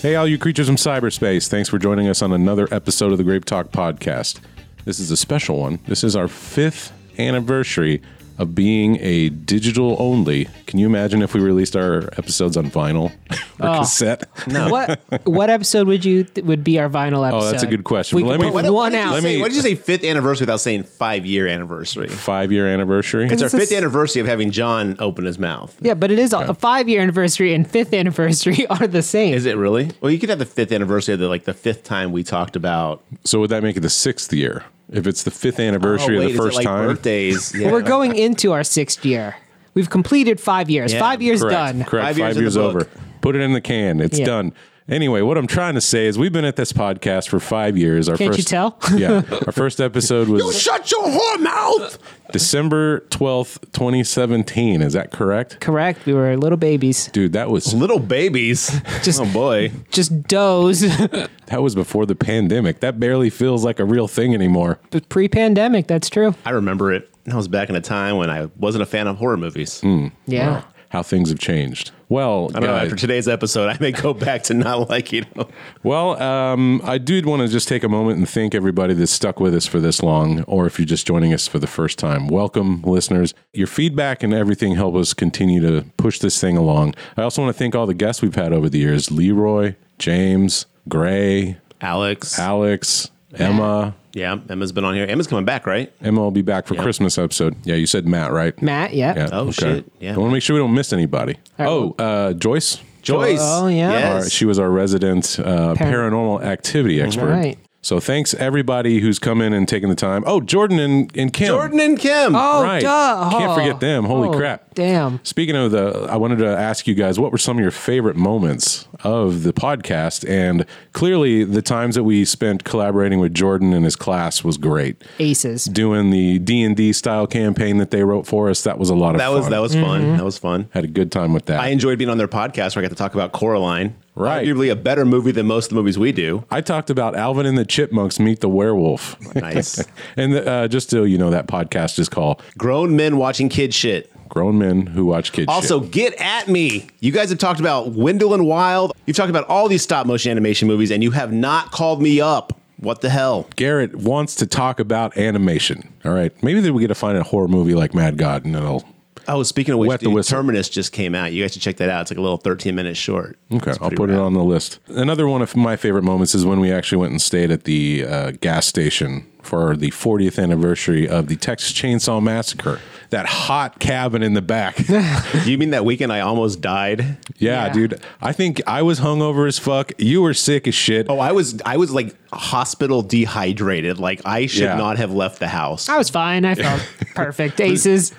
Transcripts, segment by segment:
Hey, all you creatures from cyberspace. Thanks for joining us on another episode of the Grape Talk Podcast. This is a special one. This is our fifth anniversary of being a digital only. Can you imagine if we released our episodes on vinyl or Oh. cassette? No. Oh, What what episode would you th- would be our vinyl episode? that's a good question. We Let could me- put Why Why don't- one why did you out. Let say- me- why did you say fifth anniversary without saying five year anniversary? Five year anniversary? It's our It's a fifth s- anniversary of having John open his mouth. yeah, but it is a- a five year anniversary and fifth anniversary are the same. Is it really? Well, you could have the fifth anniversary of the like the fifth time we talked about So would that make it the sixth year? If it's the fifth anniversary Oh, of wait, the is it first like time? birthdays. Yeah. We're going into our sixth year. We've completed five years. Yeah, five years Correct. done. Correct. Five, Five years in years, the over. book. Put it in the can. It's Yeah. done. Anyway, what I'm trying to say is we've been at this podcast for five years. Our Can't you first, tell? yeah. Our first episode was Shut your whore mouth. December 12th, 2017. Is that correct? Correct. We were little babies. Dude, that was Little babies. Just- oh boy. Just doze. that was before the pandemic. That barely feels like a real thing anymore. Pre pandemic, that's true. I remember it. That was back in a time when I wasn't a fan of horror movies. Yeah. How things have changed. Well, I don't know. guys- After today's episode, I may go back to not liking them. Well, um, I did want to just take a moment and thank everybody that's stuck with us for this long, or if you're just joining us for the first time. Welcome, listeners. Your feedback and everything help us continue to push this thing along. I also want to thank all the guests we've had over the years Leroy, James, Gray, Alex. Alex, Emma. yeah, Emma's been on here. Emma's coming back, right? Emma will be back for Christmas episode. Yeah, you said Matt, right? Matt, yeah. Yeah, Oh, shit. Yeah. I want to make sure we don't miss anybody. All right, oh, uh, Joyce. Joyce. Oh, yeah. Yes. Our- she was our resident uh, Par- paranormal activity expert. Right. So thanks everybody who's come in and taken the time. Oh, Jordan and, and Kim. Jordan and Kim. Oh, Right. duh. Can't Oh. forget them. Holy Oh, crap. Damn. Speaking of the, I wanted to ask you guys what were some of your favorite moments of the podcast? And clearly, the times that we spent collaborating with Jordan and his class was great. Aces. Doing the D and D style campaign that they wrote for us, that was a lot of that fun. was that was fun. Mm-hmm. That was fun. had a good time with that. I enjoyed being on their podcast where I got to talk about Coraline. Right. Arguably a better movie than most of the movies we do. I talked about Alvin and the Chipmunks meet the werewolf. Nice. and uh, just so you know, that podcast is called Grown men watching kid shit. Grown Men Who Watch Kids. Also, Shit. get at me. You guys have talked about Wendell and Wild. You've talked about all these stop motion animation movies, and you have not called me up. What the hell? Garrett wants to talk about animation. All right. Maybe that we get to find a horror movie like Mad God and it'll. Oh, speaking of which, Wet the dude, whistle. Terminus just came out. You guys should check that out. It's like a little 13 minute short. Okay, I'll put it on the list. Another one of my favorite moments is when we actually went and stayed at the uh, gas station for the 40th anniversary of the Texas Chainsaw Massacre. That hot cabin in the back. You mean that weekend I almost died? yeah, Yeah. dude. I think I was hungover as fuck. You were sick as shit. Oh, I was I was like hospital dehydrated. Like I should Yeah. not have left the house. I was fine. I felt perfect. Aces.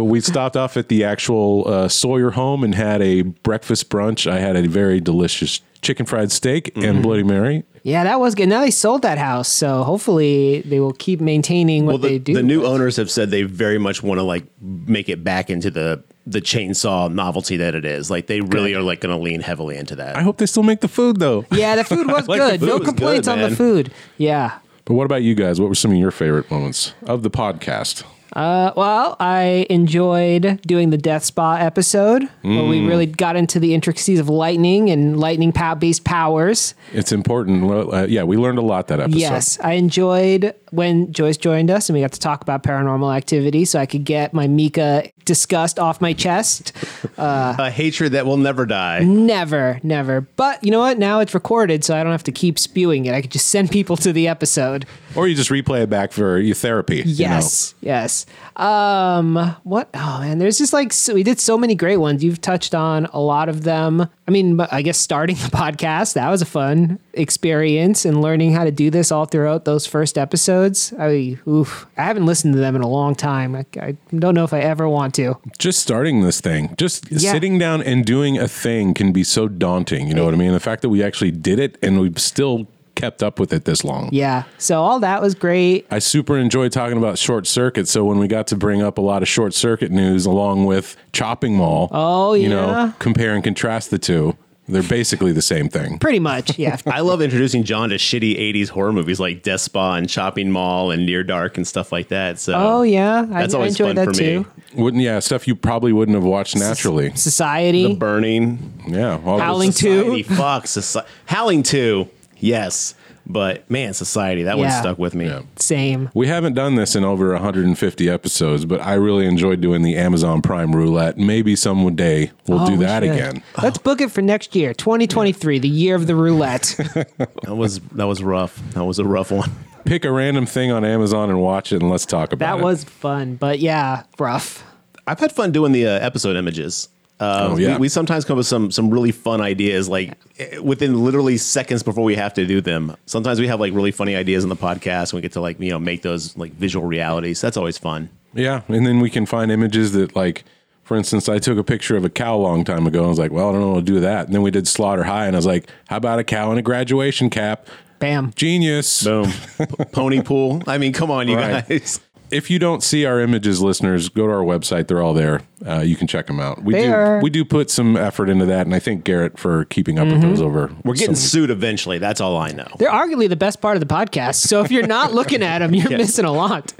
we stopped off at the actual uh, Sawyer home and had a breakfast brunch. I had a very delicious chicken fried steak and Bloody Mary. Yeah, that was good. Now they sold that house, so hopefully they will keep maintaining what Well, the, they do. the new owners have said they very much want to like make it back into the the chainsaw novelty that it is. Like they really are like going to lean heavily into that. I hope they still make the food though. yeah, the food was Like, the good. food no was good, complaints on the man. food. Yeah. But what about you guys? What were some of your favorite moments of the podcast? Uh, well, I enjoyed doing the Death Spa episode where Mm. we really got into the intricacies of lightning and lightning pow- based powers. It's important. Uh, yeah, we learned a lot that episode. Yes, I enjoyed when Joyce joined us and we got to talk about paranormal activity so I could get my Mika disgust off my chest. a hatred that will never Mm-hmm. die. Never, never. But you know what? Now it's recorded, so I don't have to keep spewing it. I could just send people to the episode. Or you just replay it back for your therapy. you know? Yes, yes. Um, what? Oh man, there's just like so, we did so many great ones. You've touched on a lot of them. I mean, I guess starting the podcast that was a fun experience and learning how to do this all throughout those first episodes. I oof, I haven't listened to them in a long time. I, I don't know if I ever want to. Just starting this thing, just Yeah. sitting down and doing a thing can be so daunting. You know what I mean? The fact that we actually did it and we've still kept up with it this long. Yeah. So all that was great. I super enjoy talking about Short Circuit. So when we got to bring up a lot of Short Circuit news along with Chopping Mall, Oh, you yeah. know, compare and contrast the two. They're basically the same thing. Pretty much, yeah. I love introducing John to shitty 80s horror movies like Despa and Shopping Mall and Near Dark and stuff like that. So oh yeah, I, That's I always enjoyed fun that for me. too. Wouldn't yeah, stuff you probably wouldn't have watched naturally. The Society, Burning, Yeah, all those- Howling Society, two. fuck, soci- Howling 2, yes. But man, Society, that one Yeah. stuck with me. Yeah. Same. We haven't done this in over 150 episodes, but I really enjoyed doing the Amazon Prime roulette. Maybe some day we'll Oh, do we that should. again. Let's book it for next year, 2023, the year of the roulette. That was that was rough. That was a rough one. Pick a random thing on Amazon and watch it, and let's talk about that it. was fun, but yeah, rough. I've had fun doing the uh, episode images. Uh, Oh, yeah. we, we sometimes come up with some some really fun ideas, like eh, within literally seconds before we have to do them. Sometimes we have like really funny ideas in the podcast, and we get to like you know make those like visual realities. That's always fun. Yeah, and then we can find images that, like, for instance, I took a picture of a cow a long time ago. I was like, well, I don't know what to do with that. And then we did Slaughter High, and I was like, how about a cow in a graduation cap? Bam. Genius. Boom, P- pony pool. I mean, come on, you Right. guys. If you don't see our images, listeners, go to our website. They're all there. Uh, you can check them out. We They do. are. We do put some effort into that, and I thank Garrett for keeping up Mm-hmm. with those over. We're getting sued eventually. That's all I know. They're arguably the best part of the podcast. So if you're not looking at them, you're missing a lot.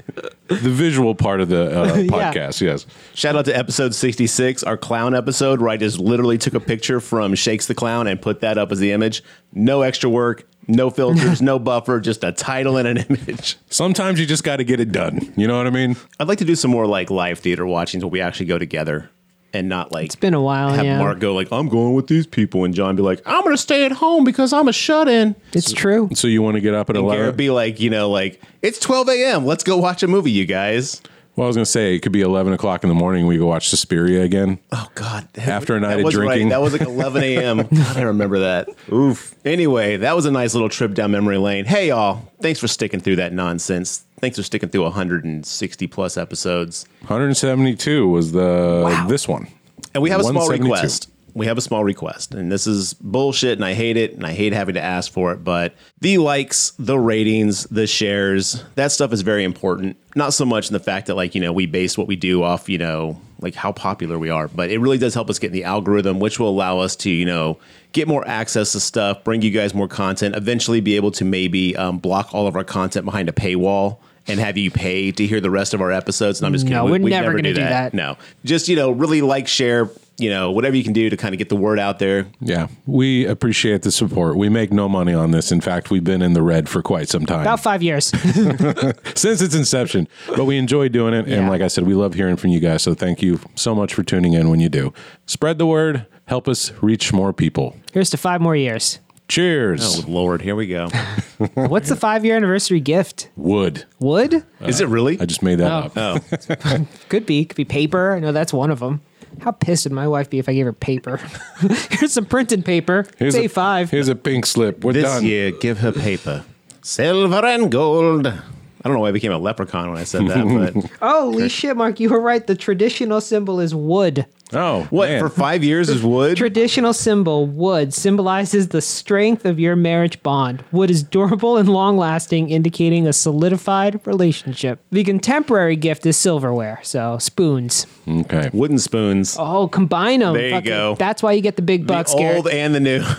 the visual part of the uh, podcast. Yes, Shout out to episode sixty six, our clown episode, where I just literally took a picture from Shakes the Clown and put that up as the image. No extra work, no filters, no buffer, just a title and an image. sometimes you just got to get it done. You know what I mean? I'd like to do some more like live theater watchings where we actually go together and not like It's been a while. have yeah. Mark go like I'm going with these people and John be like I'm gonna stay at home because I'm a shut in. It's true. So you want to get up at Garrett eleven? be like you know like it's 12 a.m. Let's go watch a movie, you guys. well, I was gonna say it could be eleven o'clock in the morning. We go watch Suspiria again. Oh God! After a night that of was drinking. that was like 11 a.m. God, I remember that. Oof. Anyway, that was a nice little trip down memory lane. Hey, y'all! Thanks for sticking through that nonsense. Thanks for sticking through 160 plus episodes. One hundred and seventy-two was the this one. And we have a small 172. request. We have a small request, and this is bullshit, and I hate it, and I hate having to ask for it. But the likes, the ratings, the shares, that stuff is very important. Not so much in the fact that, like, you know, we base what we do off, you know, like how popular we are, but it really does help us get in the algorithm, which will allow us to, you know, get more access to stuff, bring you guys more content, eventually be able to maybe um, block all of our content behind a paywall and have you pay to hear the rest of our episodes. And I'm just kidding. No, we- we're we'd never gonna do that. No, just you know, really like share. You know, whatever you can do to kind of get the word out there. Yeah, we appreciate the support. We make no money on this. In fact, we've been in the red for quite some time. About five years. since its inception. But we enjoy doing it. And Yeah. like I said, we love hearing from you guys. So thank you so much for tuning in when you do. Spread the word, help us reach more people. Here's to five more years. Cheers. Oh, Lord, here we go. What's the five year anniversary gift? Wood. Wood? Is it really? I just made that Oh. up. Oh, Could be. Could be paper. I know that's one of them. How pissed would my wife be if I gave her paper? Here's some printing paper. It's a A5. Here's a pink slip. We're this done. year, give her paper, silver and gold. I don't know why I became a leprechaun when I said that, but Holy Oh, shit, Mark, you were right. The traditional symbol is wood. Oh, what man. for five years is wood. Traditional symbol, wood, symbolizes the strength of your marriage bond. Wood is durable and long lasting, indicating a solidified relationship. The contemporary gift is silverware, so spoons. okay. Wooden spoons, Oh, combine them. There you go. That's why you get the big the bucks, Garrett. old and the new.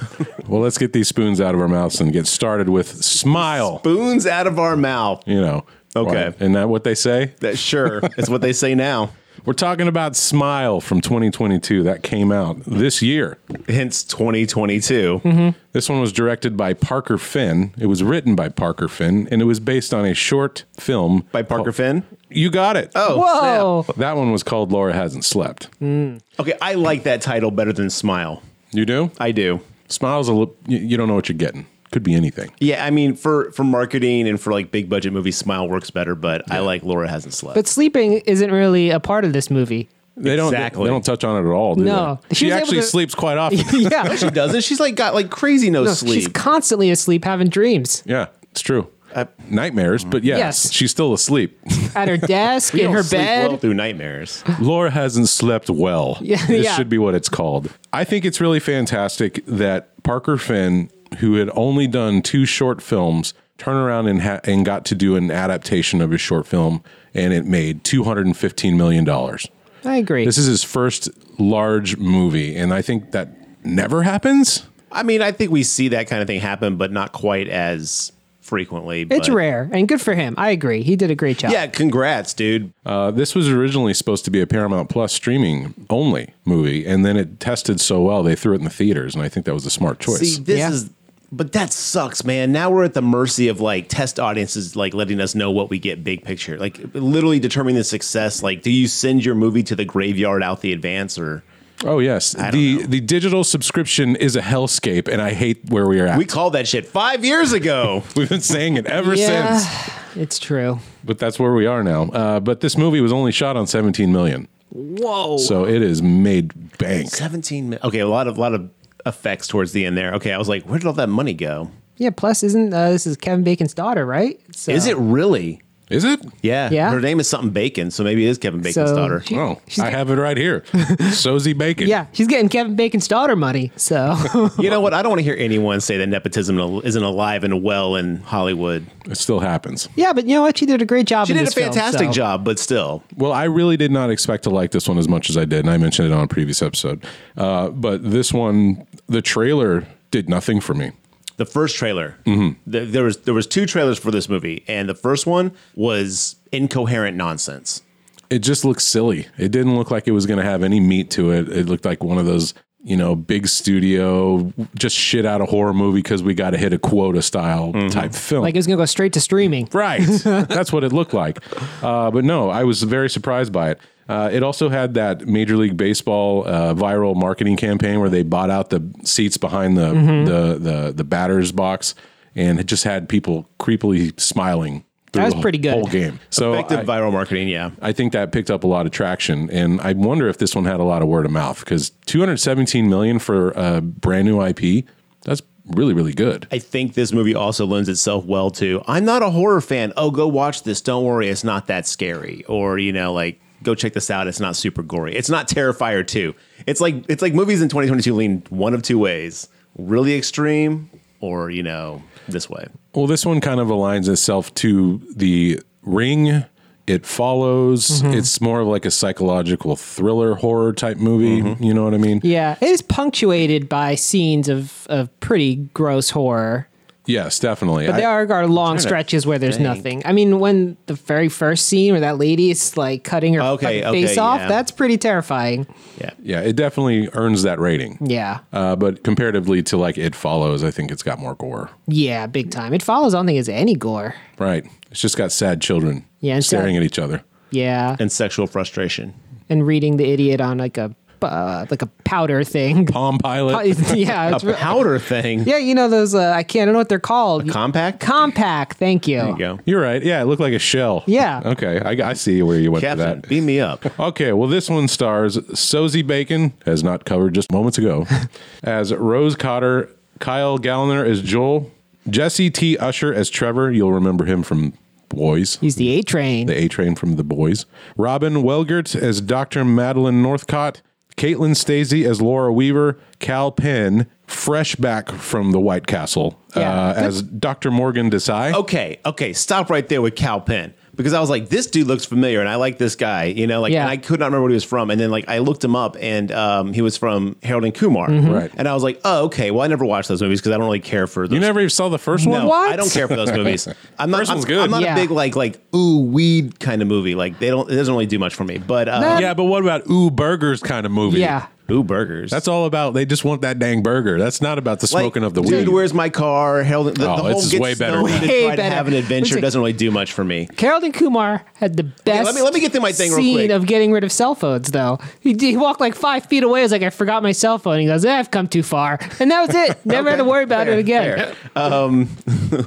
Well, let's get these spoons out of our mouths and get started with smile. spoons out of our mouth. You know. Okay. Isn't that what they say? That sure is what they say now. We're talking about Smile from 2022 that came out this year. Hence 2022. This one was directed by Parker Finn. It was written by Parker Finn, and it was based on a short film By Parker Finn. You got it. Oh, Whoa. that one was called Laura Hasn't Slept. snap. Okay, I like that title better than Smile. You do? I do. Smiles a little. You, you don't know what you're getting. Could be anything. Yeah, I mean, for for marketing and for like big budget movies, Smile works better. But I like Laura hasn't slept. But sleeping isn't really a part of this movie. They don't. Exactly. They don't touch on it at all. Do No. They? She She was able actually to- sleeps quite often. yeah. she doesn't. She's like got like crazy no, She's sleep. constantly asleep having dreams yeah, it's true. I- Nightmares, but yes, Yes. she's still asleep. at her desk, We in don't her sleep bed. well through nightmares. Laura hasn't slept well. Yeah, this yeah. should be what it's called. I think it's really fantastic that Parker Finn, who had only done two short films, turned around and, ha- and got to do an adaptation of his short film, and it made two hundred and fifteen million dollars. I agree. This is his first large movie, and I think that never happens? I mean, I think we see that kind of thing happen, but not quite as frequently. It's but- rare and good for him. I agree. He did a great job. Yeah, congrats, dude. Uh, this was originally supposed to be a Paramount Plus streaming only movie, and then it tested so well they threw it in the theaters, and I think that was a smart choice. See, this Yeah. is, but that sucks, man. Now we're at the mercy of like test audiences, like letting us know what we get big picture, like literally determining the success. Like, do you send your movie to the graveyard out the advance, or oh yes, don't the know. the digital subscription is a hellscape, and I hate where we are at. we called that shit five years ago? We've been saying it ever Yeah, since, it's true. but that's where we are now. Uh, but this movie was only shot on 17 million, Whoa, so it is made bank. seventeen. mi- Okay, a lot of lot of effects towards the end there. Okay, I was like, where did all that money go? Yeah. Plus, isn't uh, this is Kevin Bacon's daughter, right? So, Is it really? Is it? Yeah. Yeah. Her name is something Bacon, so maybe it is Kevin Bacon's So- daughter. She- oh, she's I got- have it right here. Sosie Bacon. Yeah, she's getting Kevin Bacon's daughter money. So You know what? I don't want to hear anyone say that nepotism isn't alive and well in Hollywood. it still happens. yeah, but you know what? She did a great job. She in did a this film, fantastic so- job, but still. Well, I really did not expect to like this one as much as I did, and I mentioned it on a previous episode. Uh, but this one, the trailer did nothing for me. The first trailer, Mm-hmm. th- there was there was two trailers for this movie, and the first one was incoherent nonsense. It just looked silly. It didn't look like it was going to have any meat to it. It looked like one of those, you know, big studio, just shit out of horror movie because we got to hit a quota style type film. Like it was gonna go straight to streaming. Right. That's what it looked like. Uh, but no, I was very surprised by it. Uh, it also had that Major League Baseball uh, viral marketing campaign where they bought out the seats behind the, Mm-hmm. the, the, the batter's box and it just had people creepily smiling. through was the pretty good. Whole game. So Effective I- viral marketing, yeah. I think that picked up a lot of traction, and I wonder if this one had a lot of word of mouth because 217 million for a brand new IP. That's really really good. I think this movie also lends itself well to I'm not a horror fan. Oh, go watch this. Don't worry, it's not that scary. Or, you know, like go check this out. It's not super gory. It's not Terrifier 2. It's like it's like movies in 2022 lean one of two ways. Really extreme or, you know, this way. Well, this one kind of aligns itself to the ring. It follows. Mm-hmm. It's more of like a psychological thriller horror type movie. Mm-hmm. You know what I mean? Yeah, it is punctuated by scenes of of pretty gross horror. Yes, definitely. But there I- are, are long to stretches where there's think. nothing. I mean, when the very first scene where that lady is like cutting her Okay, fucking face okay, off, yeah. that's pretty terrifying. Yeah. yeah, it definitely earns that rating. Yeah. Uh, but comparatively to like It Follows, I think it's got more gore. Yeah, big time. It follows on thing as any gore. Right. It's just got sad children Yeah, and sad- staring at each other. Yeah. And sexual frustration. And reading the idiot on like a uh, like a powder thing. Palm Pilot. yeah. It's A re- powder thing. yeah, you know those uh, I can't I don't know what they're called. Compact? Compact, thank you. there you go. You're right. Yeah, it looked like a shell. Yeah. Okay, I, I see where you went to Captain, that. beam me up. Okay, well, this one stars Sosie Bacon, as not covered just moments ago, as Rose Cotter, Kyle Gallner as Joel, Jesse T. Usher as Trevor. You'll remember him from Boys, He's the A train. the A Train from The Boys. Robin Welgert as Dr. Madeline Northcott, Caitlin Stacey as Laura Weaver, Cal Penn, fresh back from the White Castle, Yeah. Oh, uh, as Dr. Morgan Desai. okay, okay, stop right there with Cal Penn because I was like, this dude looks familiar, and I like this guy, you know, like, Yeah. and I could not remember what he was from, and then like I looked him up, and um, he was from Harold and Kumar, Mm-hmm. Right. And I was like, oh, okay, well, I never watched those movies because I don't really care for those. You never even saw the first one? No, What? I don't care for those movies. I'm not. First I'm, one's good. I'm not Yeah. a big like like ooh weed kind of movie. Like they don't. It doesn't really do much for me. But uh, Yeah, but what about Ooh Burgers kind of movie? Um, yeah. ooh burgers. That's all about. They just want that dang burger. That's not about the Like, smoking of the dude, weed. where's my car? Harold, the, Oh, the whole this is gets way better. stoned and Way try to better. have an adventure Listen. doesn't really do much for me. Carol and Kumar had the best. let me- let me get through my thing real scene quick. of getting rid of cell phones, though. He, he walked like five feet away. He was like, "I forgot my cell phone." He goes, eh, "I've come too far," and that was it. Never had to worry about it again. Um,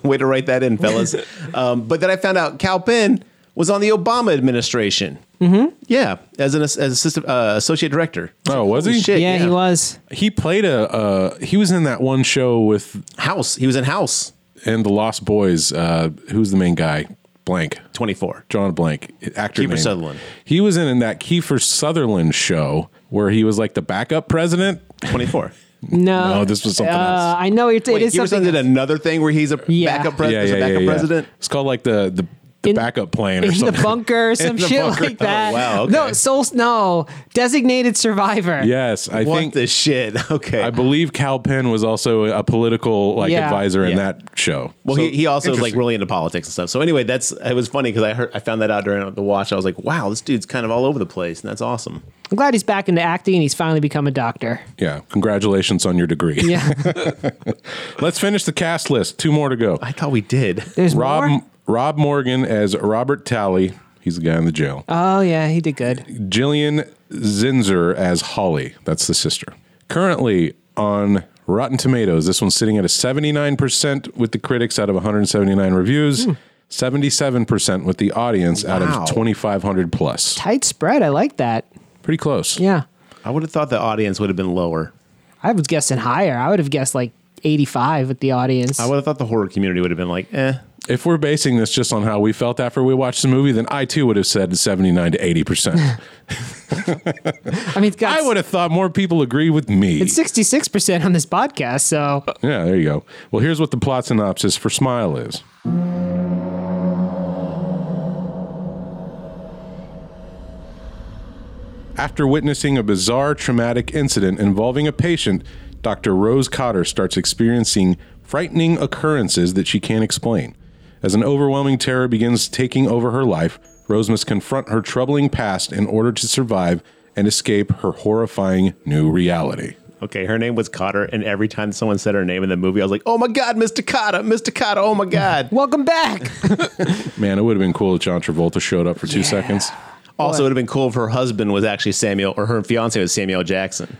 Way to write that in, fellas. um, but then I found out Cal Penn was on the Obama administration. Mm-hmm. Yeah, as an as assistant uh, associate director. Oh, was Holy he? Shit, Yeah, he was. He played a. Uh, he was in that one show with House. He was in House and the Lost Boys. Uh, who's the main guy? Blank. twenty four. John Blank. Actor. Kiefer name. Sutherland. He was in, in that Kiefer Sutherland show where he was like the backup president. 24. No, No, this was something Uh, else. I know it, it Wait, is Kiefer something. Sutherland did another thing where he's a Yeah. backup, pres- as a backup president. It's called like the the the In- backup plane or in something. the bunker, some the shit bunker. like that. Oh, wow, okay. No, soul. No, designated survivor. Yes, I What think the shit? Okay. I believe Cal Penn was also a political like Yeah. advisor in Yeah. that show. well, he, he also was like interesting. really into politics and stuff. So anyway, that's it was funny because I heard I found that out during the watch. I was like, wow, this dude's kind of all over the place, and that's awesome. I'm glad he's back into acting and he's finally become a doctor. yeah, congratulations on your degree. Yeah, Let's finish the cast list. Two more to go. I thought we did. Uh, there's Rob more. Rob Morgan as Robert Talley. He's the guy in the jail. Oh yeah, he did good. Jillian Zinzer as Holly. That's the sister. Currently on Rotten Tomatoes, this one's sitting at a 79% with the critics out of 179 reviews, Hmm. 77% with the audience out Wow. of 2,500 plus. Tight spread. I like that. Pretty close. Yeah, I would have thought the audience would have been lower. I was guessing higher. I would have guessed like 85 with the audience. I would have thought the horror community would have been like, eh. If we're basing this just on how we felt after we watched the movie, then I too would have said 79 to 80%. I mean, it's got I would have thought more people agree with me. it's 66% on this podcast. So Yeah, there you go. Well, here's what the plot synopsis for Smile is. After witnessing a bizarre traumatic incident involving a patient, Dr. Rose Cotter starts experiencing frightening occurrences that she can't explain. As an overwhelming terror begins taking over her life, Rose must confront her troubling past in order to survive and escape her horrifying new reality. Okay, her name was Cotter, and every time someone said her name in the movie, I was like, "Oh my god, Mr. Cotter, Mr. Cotter, oh my god!" welcome back. Man, it would have been cool if John Travolta showed up for two seconds. Also, it would have been cool if her husband was actually Samuel, or her fiance was Samuel Jackson.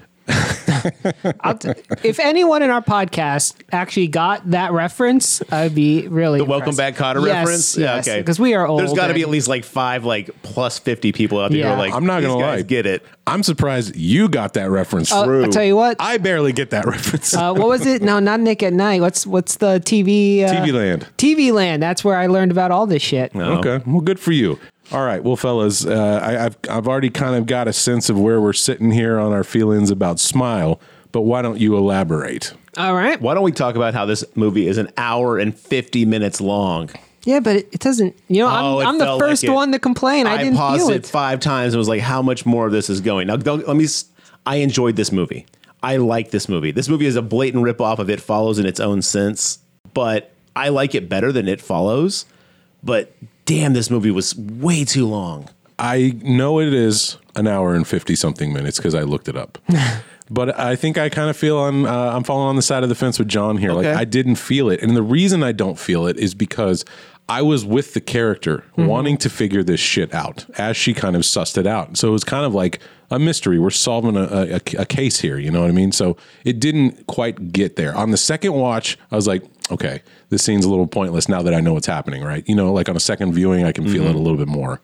I'll t- if anyone in our podcast actually got that reference, I'd be really The Welcome Back Cotter Yes, reference. Yes, Because we are old. There's got to be and- at least like five, like plus fifty people out there. Yeah. Who are like, I'm not "These gonna guys lie. get it? I'm surprised you got that reference. Uh, I'll tell you what. I barely get that reference. uh, what was it? No, not Nick at Night. What's what's the TV? Uh, Oh. TV Land. TV Land. That's where I learned about all this shit. Okay, well, good for you. All right, well, fellas, uh, I, I've I've already kind of got a sense of where we're sitting here on our feelings about Smile, but why don't you elaborate? All right. Why don't we talk about how this movie is an hour and fifty minutes long? Yeah, but it, it doesn't. You know, Oh, it I'm, I'm the felt like first it. one to complain. I, didn't paused feel it. it. five times and was like, "How much more of this is going?" Now, don't- let me. s- I enjoyed this movie. I like this movie. This movie is a blatant ripoff of It Follows in its own sense, but I like it better than It Follows. But damn, this movie was way too long. I know it is an hour and fifty something minutes because I looked it up. But I think I kind of feel I'm uh, I'm falling on the side of the fence with John here. Like Okay. I didn't feel it, and the reason I don't feel it is because I was with the character, wanting to figure this shit out as she kind of sussed it out. So it was kind of like a mystery. We're solving a, a, a case here. You know what I mean? So it didn't quite get there. On the second watch, I was like, okay, this scene's a little pointless now that I know what's happening. Right? You know, like on a second viewing, I can feel it a little bit more.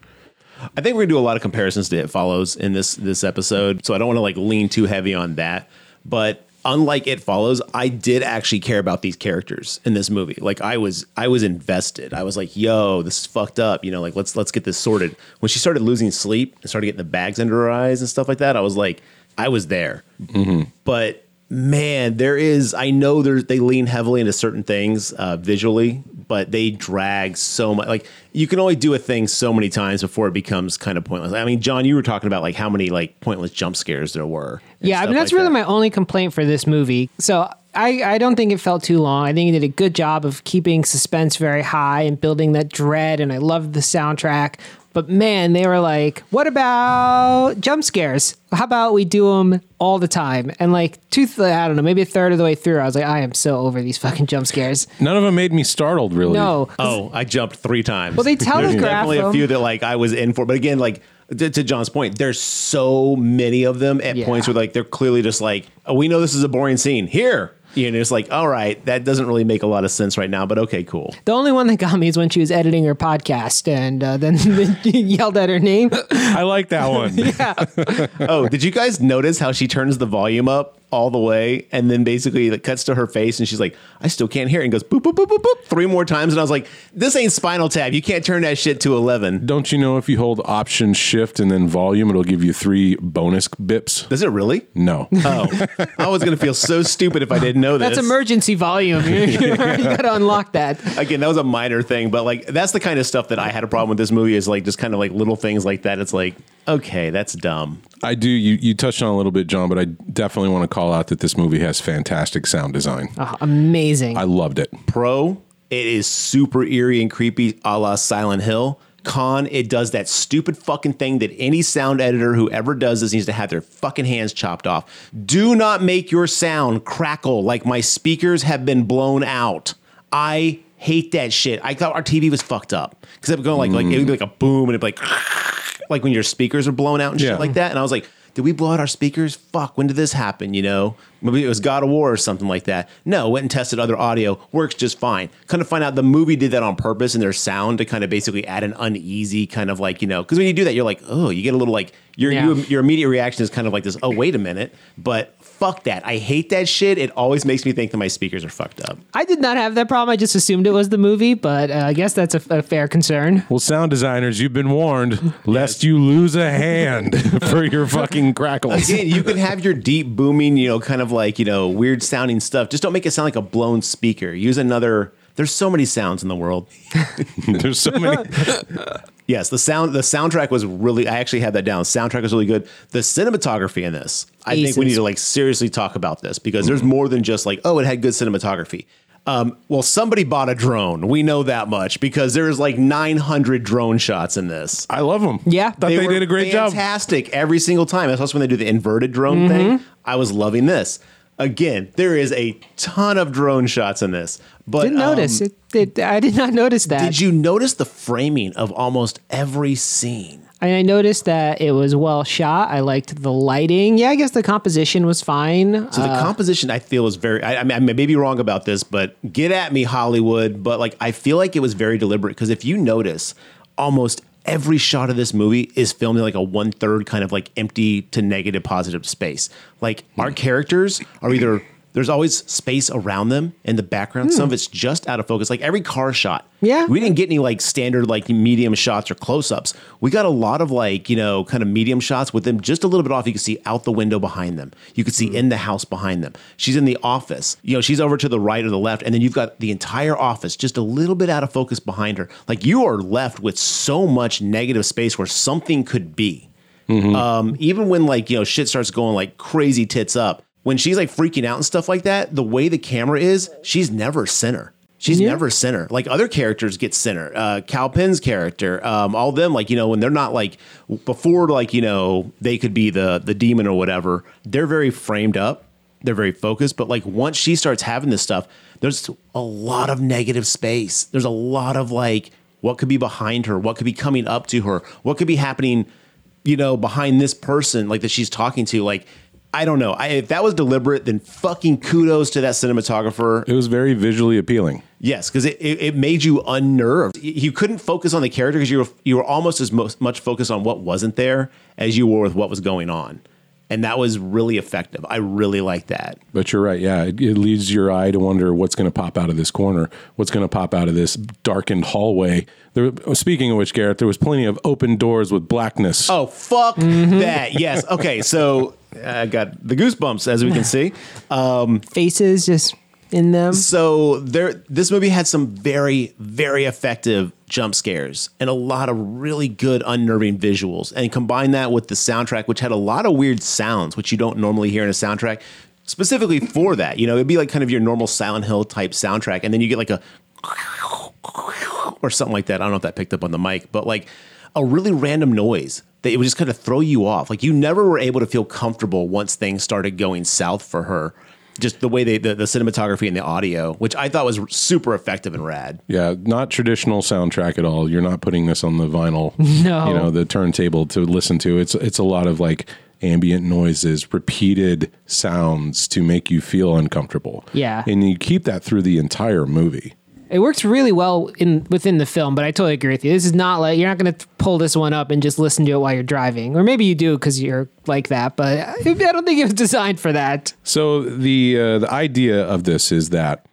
I think we're gonna do a lot of comparisons to It Follows in this this episode, so I don't want to like lean too heavy on that. But unlike It Follows, I did actually care about these characters in this movie. Like I was I was invested. I was like, yo, this is fucked up. You know, like let's let's get this sorted. When she started losing sleep and started getting the bags under her eyes and stuff like that, I was like, I was there but man, there is. I know there's they lean heavily into certain things uh, visually, but they drag so much. Like you can only do a thing so many times before it becomes kind of pointless. I mean, John, you were talking about like how many like pointless jump scares there were. and Yeah, I stuff mean that's like really that. my only complaint for this movie. So I, I don't think it felt too long. I think it did a good job of keeping suspense very high and building that dread. And I loved the soundtrack. But man, they were like, "What about jump scares? How about we do them all the time?" And like two, th- I don't know, maybe a third of the way through, I was like, "I am so over these fucking jump scares." None of them made me startled, really. No, Oh, I jumped three times. well, they There's telegraph definitely them. a few that like I was in for, but again, like to, to John's point, there's so many of them at Yeah. points where like they're clearly just like, oh, we know this is a boring scene here. You know, it's like, all right, that doesn't really make a lot of sense right now, but okay, cool. The only one that got me is when she was editing her podcast and uh, then yelled at her name. I like that one. yeah. Oh, did you guys notice how she turns the volume up all the way, and then basically it cuts to her face, and she's like, "I still can't hear," it, and goes boop boop boop boop boop three more times, and I was like, "This ain't Spinal Tap. You can't turn that shit to 11. Don't you know if you hold Option Shift and then Volume, it'll give you three bonus bips? Does it really? No. Oh, I was gonna feel so stupid if I didn't know this. That's emergency volume. You, you gotta unlock that. Again, that was a minor thing, but like that's the kind of stuff that I had a problem with this movie is like just kind of like little things like that. It's like, okay, that's dumb. I do. You, you touched on it a little bit, John, but I definitely want to call out that this movie has fantastic sound design. Oh, amazing. I loved it. Pro, it is super eerie and creepy, a la Silent Hill. Con, it does that stupid fucking thing that any sound editor who ever does this needs to have their fucking hands chopped off. Do not make your sound crackle like my speakers have been blown out. I hate that shit. I thought our TV was fucked up because it would go like like it would be like a boom and it'd be like like when your speakers are blown out and Yeah. shit like that. And I was like, did we blow out our speakers? Fuck, when did this happen? You know, maybe it was God of War or something like that. No, went and tested other audio, works just fine. Kind of find out the movie did that on purpose and their sound to kind of basically add an uneasy kind of like, you know, because when you do that, you're like, oh, you get a little like, your, Yeah. you, your immediate reaction is kind of like this, oh, wait a minute. But fuck that. I hate that shit. It always makes me think that my speakers are fucked up. I did not have that problem. I just assumed it was the movie, but uh, I guess that's a, a fair concern. Well, sound designers, you've been warned lest you lose a hand for your fucking crackles. Again, you can have your deep booming, you know, kind of like, you know, weird sounding stuff. Just don't make it sound like a blown speaker. Use another there's so many sounds in the world. There's so many. Yes, the sound the soundtrack was really I actually had that down. Soundtrack was really good. The cinematography in this, I think Aces. we need to like seriously talk about this because there's more than just like, oh, it had good cinematography. Um, well, somebody bought a drone. We know that much because there's like 900 drone shots in this. I love them. Yeah. Thought they, were did a great job. Mm-hmm. Fantastic every single time. That's also when they do the inverted drone thing. I was loving this. Again, there is a ton of drone shots in this. But Didn't um, notice it, it. I did not notice that. Did you notice the framing of almost every scene? I I noticed that it was well shot. I liked the lighting. Yeah, I guess the composition was fine. Uh, So the composition I feel is very. I, I mean, I may be wrong about this, but get at me, Hollywood. But like, I feel like it was very deliberate because if you notice, almost every shot of this movie is filmed in like a one third kind of like empty to negative positive space. Like our characters are either there's always space around them in the background. Some of it's just out of focus. Like every car shot. Yeah. We didn't get any like standard like medium shots or close ups. We got a lot of like, you know, kind of medium shots with them just a little bit off. You could see out the window behind them. You could see in the house behind them. She's in the office. You know, she's over to the right or the left. And then you've got the entire office just a little bit out of focus behind her. Like you are left with so much negative space where something could be. Um, even when like you know shit starts going like crazy tits up, when she's like freaking out and stuff like that, the way the camera is, she's never center. She's never center. Like other characters get center. Uh, Cal Penn's character, um, all them like you know when they're not like before like you know they could be the the demon or whatever. They're very framed up. They're very focused. But like once she starts having this stuff, there's a lot of negative space. There's a lot of like what could be behind her, what could be coming up to her, what could be happening you know, behind this person like that she's talking to, like I don't know. I, if that was deliberate, then fucking kudos to that cinematographer. It was very visually appealing. Yes, because it, it, it made you unnerved. Y- You couldn't focus on the character because you were you were almost as most, much focused on what wasn't there as you were with what was going on, and that was really effective. I really like that. But you're right. Yeah. It, it leads your eye to wonder what's going to pop out of this corner, what's going to pop out of this darkened hallway. There, speaking of which, Garrett, there was plenty of open doors with blackness. Oh fuck that! Yes. Okay. So uh, I got the goosebumps as we can see. faces just in them. So there, this movie had some very, very effective jump scares and a lot of really good unnerving visuals. And combine that with the soundtrack, which had a lot of weird sounds, which you don't normally hear in a soundtrack, specifically for that. You know, it'd be like kind of your normal Silent Hill type soundtrack, and then you get like a or something like that. I don't know if that picked up on the mic, but like a really random noise that it would just kind of throw you off. Like you never were able to feel comfortable once things started going south for her. Just the way they, the, the cinematography and the audio, which I thought was super effective and rad. Yeah. Not traditional soundtrack at all. You're not putting this on the vinyl, No. you know, the turntable to listen to. It's, it's a lot of like ambient noises, repeated sounds to make you feel uncomfortable. Yeah. And you keep that through the entire movie. It works really well in within the film, but I totally agree with you. This is not like you're not going to pull this one up and just listen to it while you're driving, or maybe you do because you're like that. But I I don't think it was designed for that. So the uh, the idea of this is that,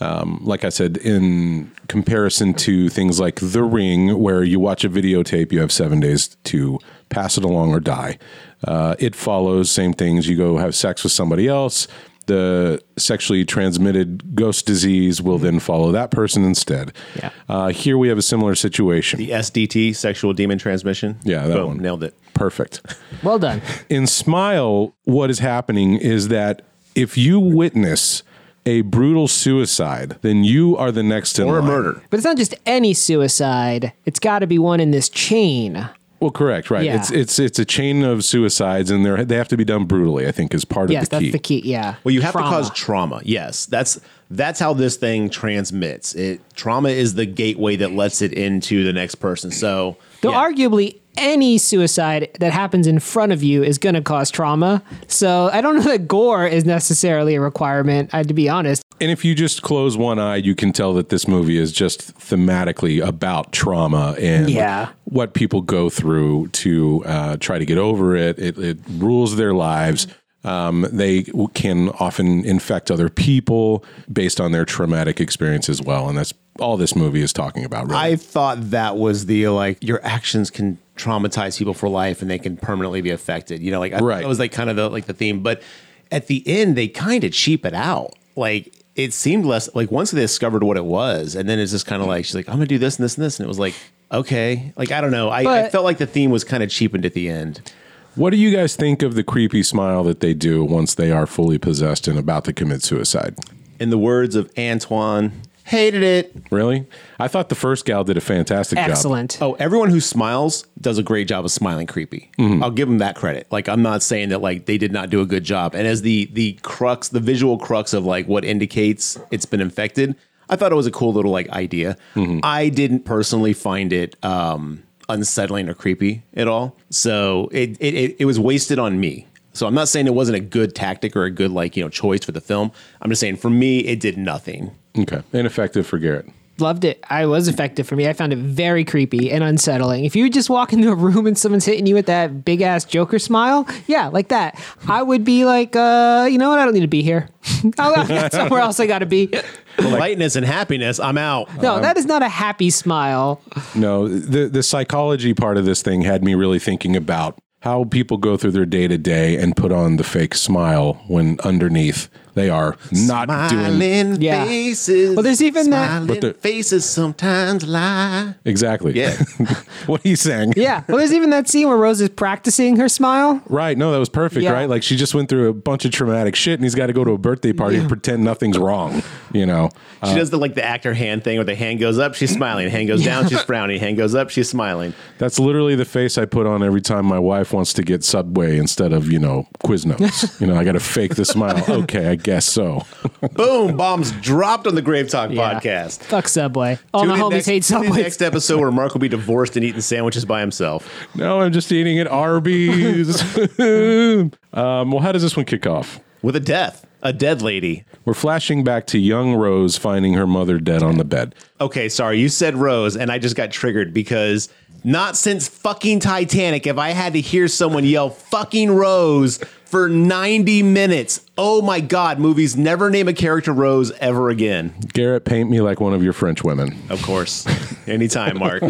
um, like I said, in comparison to things like The Ring, where you watch a videotape, you have seven days to pass it along or die. Uh, it follows same things. You go have sex with somebody else. The sexually transmitted ghost disease will then follow that person instead. Yeah. Uh, here we have a similar situation. The SDT, sexual demon transmission. Yeah, that Boom, one. nailed it. Perfect. Well done. in Smile, what is happening is that if you witness a brutal suicide, then you are the next in Or a line. murder. But it's not just any suicide. It's got to be one in this chain. Well, correct, right? Yeah. It's it's it's a chain of suicides, and they they have to be done brutally. I think is part Yes, of the that's key. the key. Yeah. Well, you have Trauma. to cause trauma. Yes, that's that's how this thing transmits. It trauma is the gateway that lets it into the next person. So Though yeah. arguably any suicide that happens in front of you is going to cause trauma. So I don't know that gore is necessarily a requirement. I, to be honest, And if you just close one eye, you can tell that this movie is just thematically about trauma and Yeah. what people go through to uh, try to get over it. It, it rules their lives. Um, they w- can often infect other people based on their traumatic experience as well. And that's all this movie is talking about, really. I thought that was the like your actions can traumatize people for life and they can permanently be affected. You know, like I, Right. that was like kind of the like the theme. But at the end, they kind of cheap it out. Like it seemed less like once they discovered what it was, and then it's just kind of like she's like, I'm gonna do this and this and this, and it was like. Okay, like I don't know. I, I But- felt like the theme was kind of cheapened at the end. what do you guys think of the creepy smile that they do once they are fully possessed and about to commit suicide? In the words of Antoine, hated it. Really? I thought the first gal did a fantastic job. excellent. Oh, everyone who smiles does a great job of smiling creepy. I'll give them that credit. Like I'm not saying that like they did not do a good job. And as the the crux, the visual crux of like what indicates it's been infected, I thought it was a cool little like idea. I didn't personally find it um unsettling or creepy at all. So it it it, it was wasted on me. So I'm not saying it wasn't a good tactic or a good like, you know, choice for the film. I'm just saying for me it did nothing. Okay. Ineffective for Garrett. Loved it. I was effective for me. I found it very creepy and unsettling. If you would just walk into a room and someone's hitting you with that big ass Joker smile, yeah, like that, I would be like, uh, you know what? I don't need to be here. I'll go somewhere else I got to be. Lightness and happiness, I'm out. No, that is not a happy smile. No, the the psychology part of this thing had me really thinking about how people go through their day to day and put on the fake smile when underneath they are not doing Smiling Yeah. faces. Well, there's even that- smiling But the- faces sometimes lie. exactly. Yeah. what are you saying? Yeah. Well, there's even that scene where Rose is practicing her smile. Right. No, that was perfect. Yeah. Right. Like she just went through a bunch of traumatic shit, and he's got to go to a birthday party and pretend nothing's wrong. You know. Uh, She does the like the actor hand thing where the hand goes up, she's smiling. Hand goes down, she's frowning. Hand goes up, she's smiling. That's literally the face I put on every time my wife wants to get Subway instead of, you know, Quiznos. you know, I got to fake the smile. Okay, I guess so. Boom! Bombs dropped on the Grave Talk Yeah. podcast. Fuck Subway. All Tune my in homies next- hate tune in Subway. Next episode where Mark will be divorced and eating sandwiches by himself. No, I'm just eating at Arby's. um, well, how does this one kick off? With a death. A dead lady. We're flashing back to young Rose finding her mother dead on the bed. Okay, sorry, you said Rose, and I just got triggered because not since fucking Titanic have I had to hear someone yell fucking Rose for 90 minutes. Oh my God, movies never name a character Rose ever again. Garrett, paint me like one of your French women. Of course. Anytime, Mark.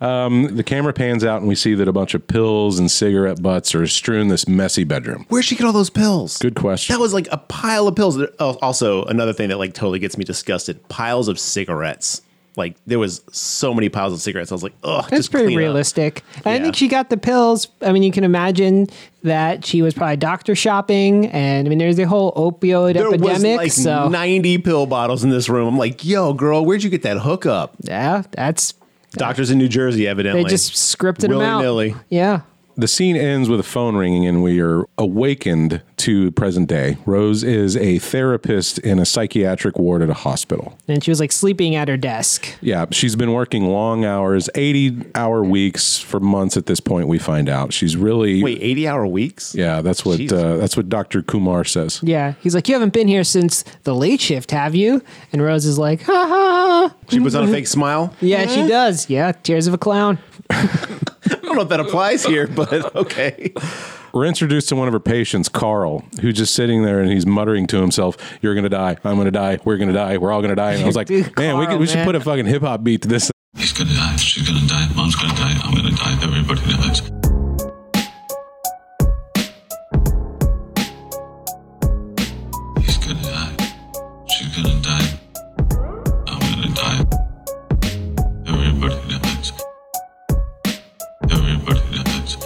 The camera pans out and we see that a bunch of pills and cigarette butts are strewn this messy bedroom. Where'd she get all those pills? Good question. That was like a pile of pills. Oh, Also, another thing that like totally gets me disgusted piles of cigarettes. Like there was so many piles of cigarettes. I was like, ugh, That's just pretty clean up. realistic. And I Yeah. think she got the pills. I mean, you can imagine that she was probably doctor shopping. And I mean, there's the whole opioid There was epidemic. like so, 90 pill bottles in this room. I'm like, yo, girl, where'd you get that hookup? yeah, that's, Doctors in New Jersey, evidently. they just scripted them out. Willy-nilly. Yeah. The scene ends with a phone ringing, and we are awakened to present day. Rose is a therapist in a psychiatric ward at a hospital. And she was like sleeping at her desk. Yeah, she's been working long hours, 80 hour weeks for months at this point, we find out. She's really. Wait, 80 hour weeks? Yeah, that's what Jesus. uh, that's what Dr. Kumar says. Yeah. He's like, You haven't been here since the late shift, have you? And Rose is like, Ha ha. She puts on a fake smile. Yeah, she does. Yeah. Tears of a clown. I don't know if that applies here, but okay. We're introduced to one of her patients, Carl, who's just sitting there and he's muttering to himself, "You're gonna die. I'm gonna die. We're gonna die. We're all gonna die." And I was like, Dude, "Man, we, Carl, could, we should man. put a fucking hip hop beat to this." He's gonna die. She's gonna die. Mom's gonna die. I'm gonna die. Everybody dies. He's gonna die. She's gonna die. I'm gonna die. Everybody dies. Everybody dies.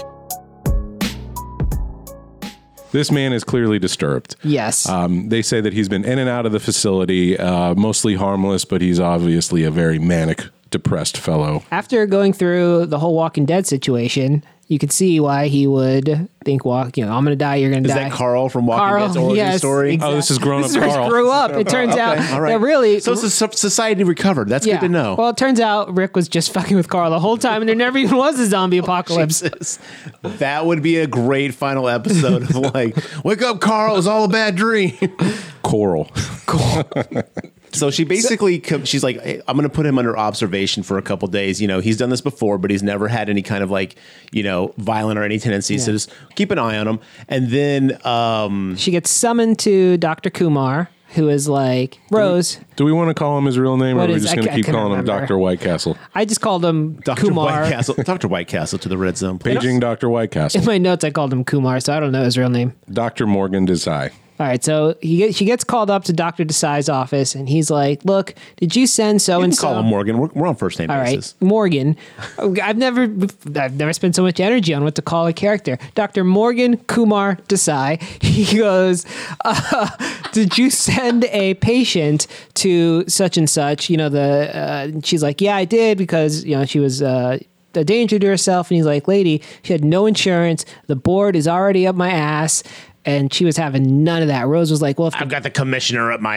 This man is clearly disturbed. Uh, Yes. Um, they say that he's been in and out of the facility, uh, mostly harmless, but he's obviously a very manic, depressed fellow. After going through the whole Walking Dead situation, you could see why he would think, "Walk, you know, I'm going to die. You're going to Is die." that Carl from Walking Carl, Dead's origin yes, story? exactly. Oh, this is grown This up is where Carl. he grew up. It turns out Okay, all right. that really. So it's a so- society recovered. That's yeah. good to know. Well, it turns out Rick was just fucking with Carl the whole time, and there never even was a zombie Oh, apocalypse. Jesus. That would be a great final episode of like, wake up, Carl. It was all a bad dream. Coral. So she basically co- she's like, "Hey, I'm going to put him under observation for a couple days. You know, he's done this before, but he's never had any kind of like, you know, violent or any tendencies. So Yeah. just keep an eye on him. And then, um, She gets summoned to Dr. Kumar, who is like, Rose, Do we want to call him his real name, What or are we is- just I going to ca- I keep can't calling him remember. Doctor White Castle? I just called him Dr. Kumar. White Castle, Dr. White Castle to the red zone. Paging Doctor White In Castle. my notes, I called him Kumar, so I don't know his real name. Doctor Morgan Desai. All right, so he get, she gets called up to Dr. Desai's office, and he's like, Look, did you send so You and can so? call him Morgan. We're, we're on first name All right, basis. Morgan. I've never, I've never spent so much energy on what to call a character. Doctor Morgan Kumar Desai. He goes, uh, "Did you send a patient to such and such?" You know, the uh, she's like, "Yeah, I did," because you know she was. Uh, a danger to herself, and he's like, "Lady, she had no insurance. The board is already up my ass, and she was having none of that." Rose was like, "Well, if the I've got the commissioner up my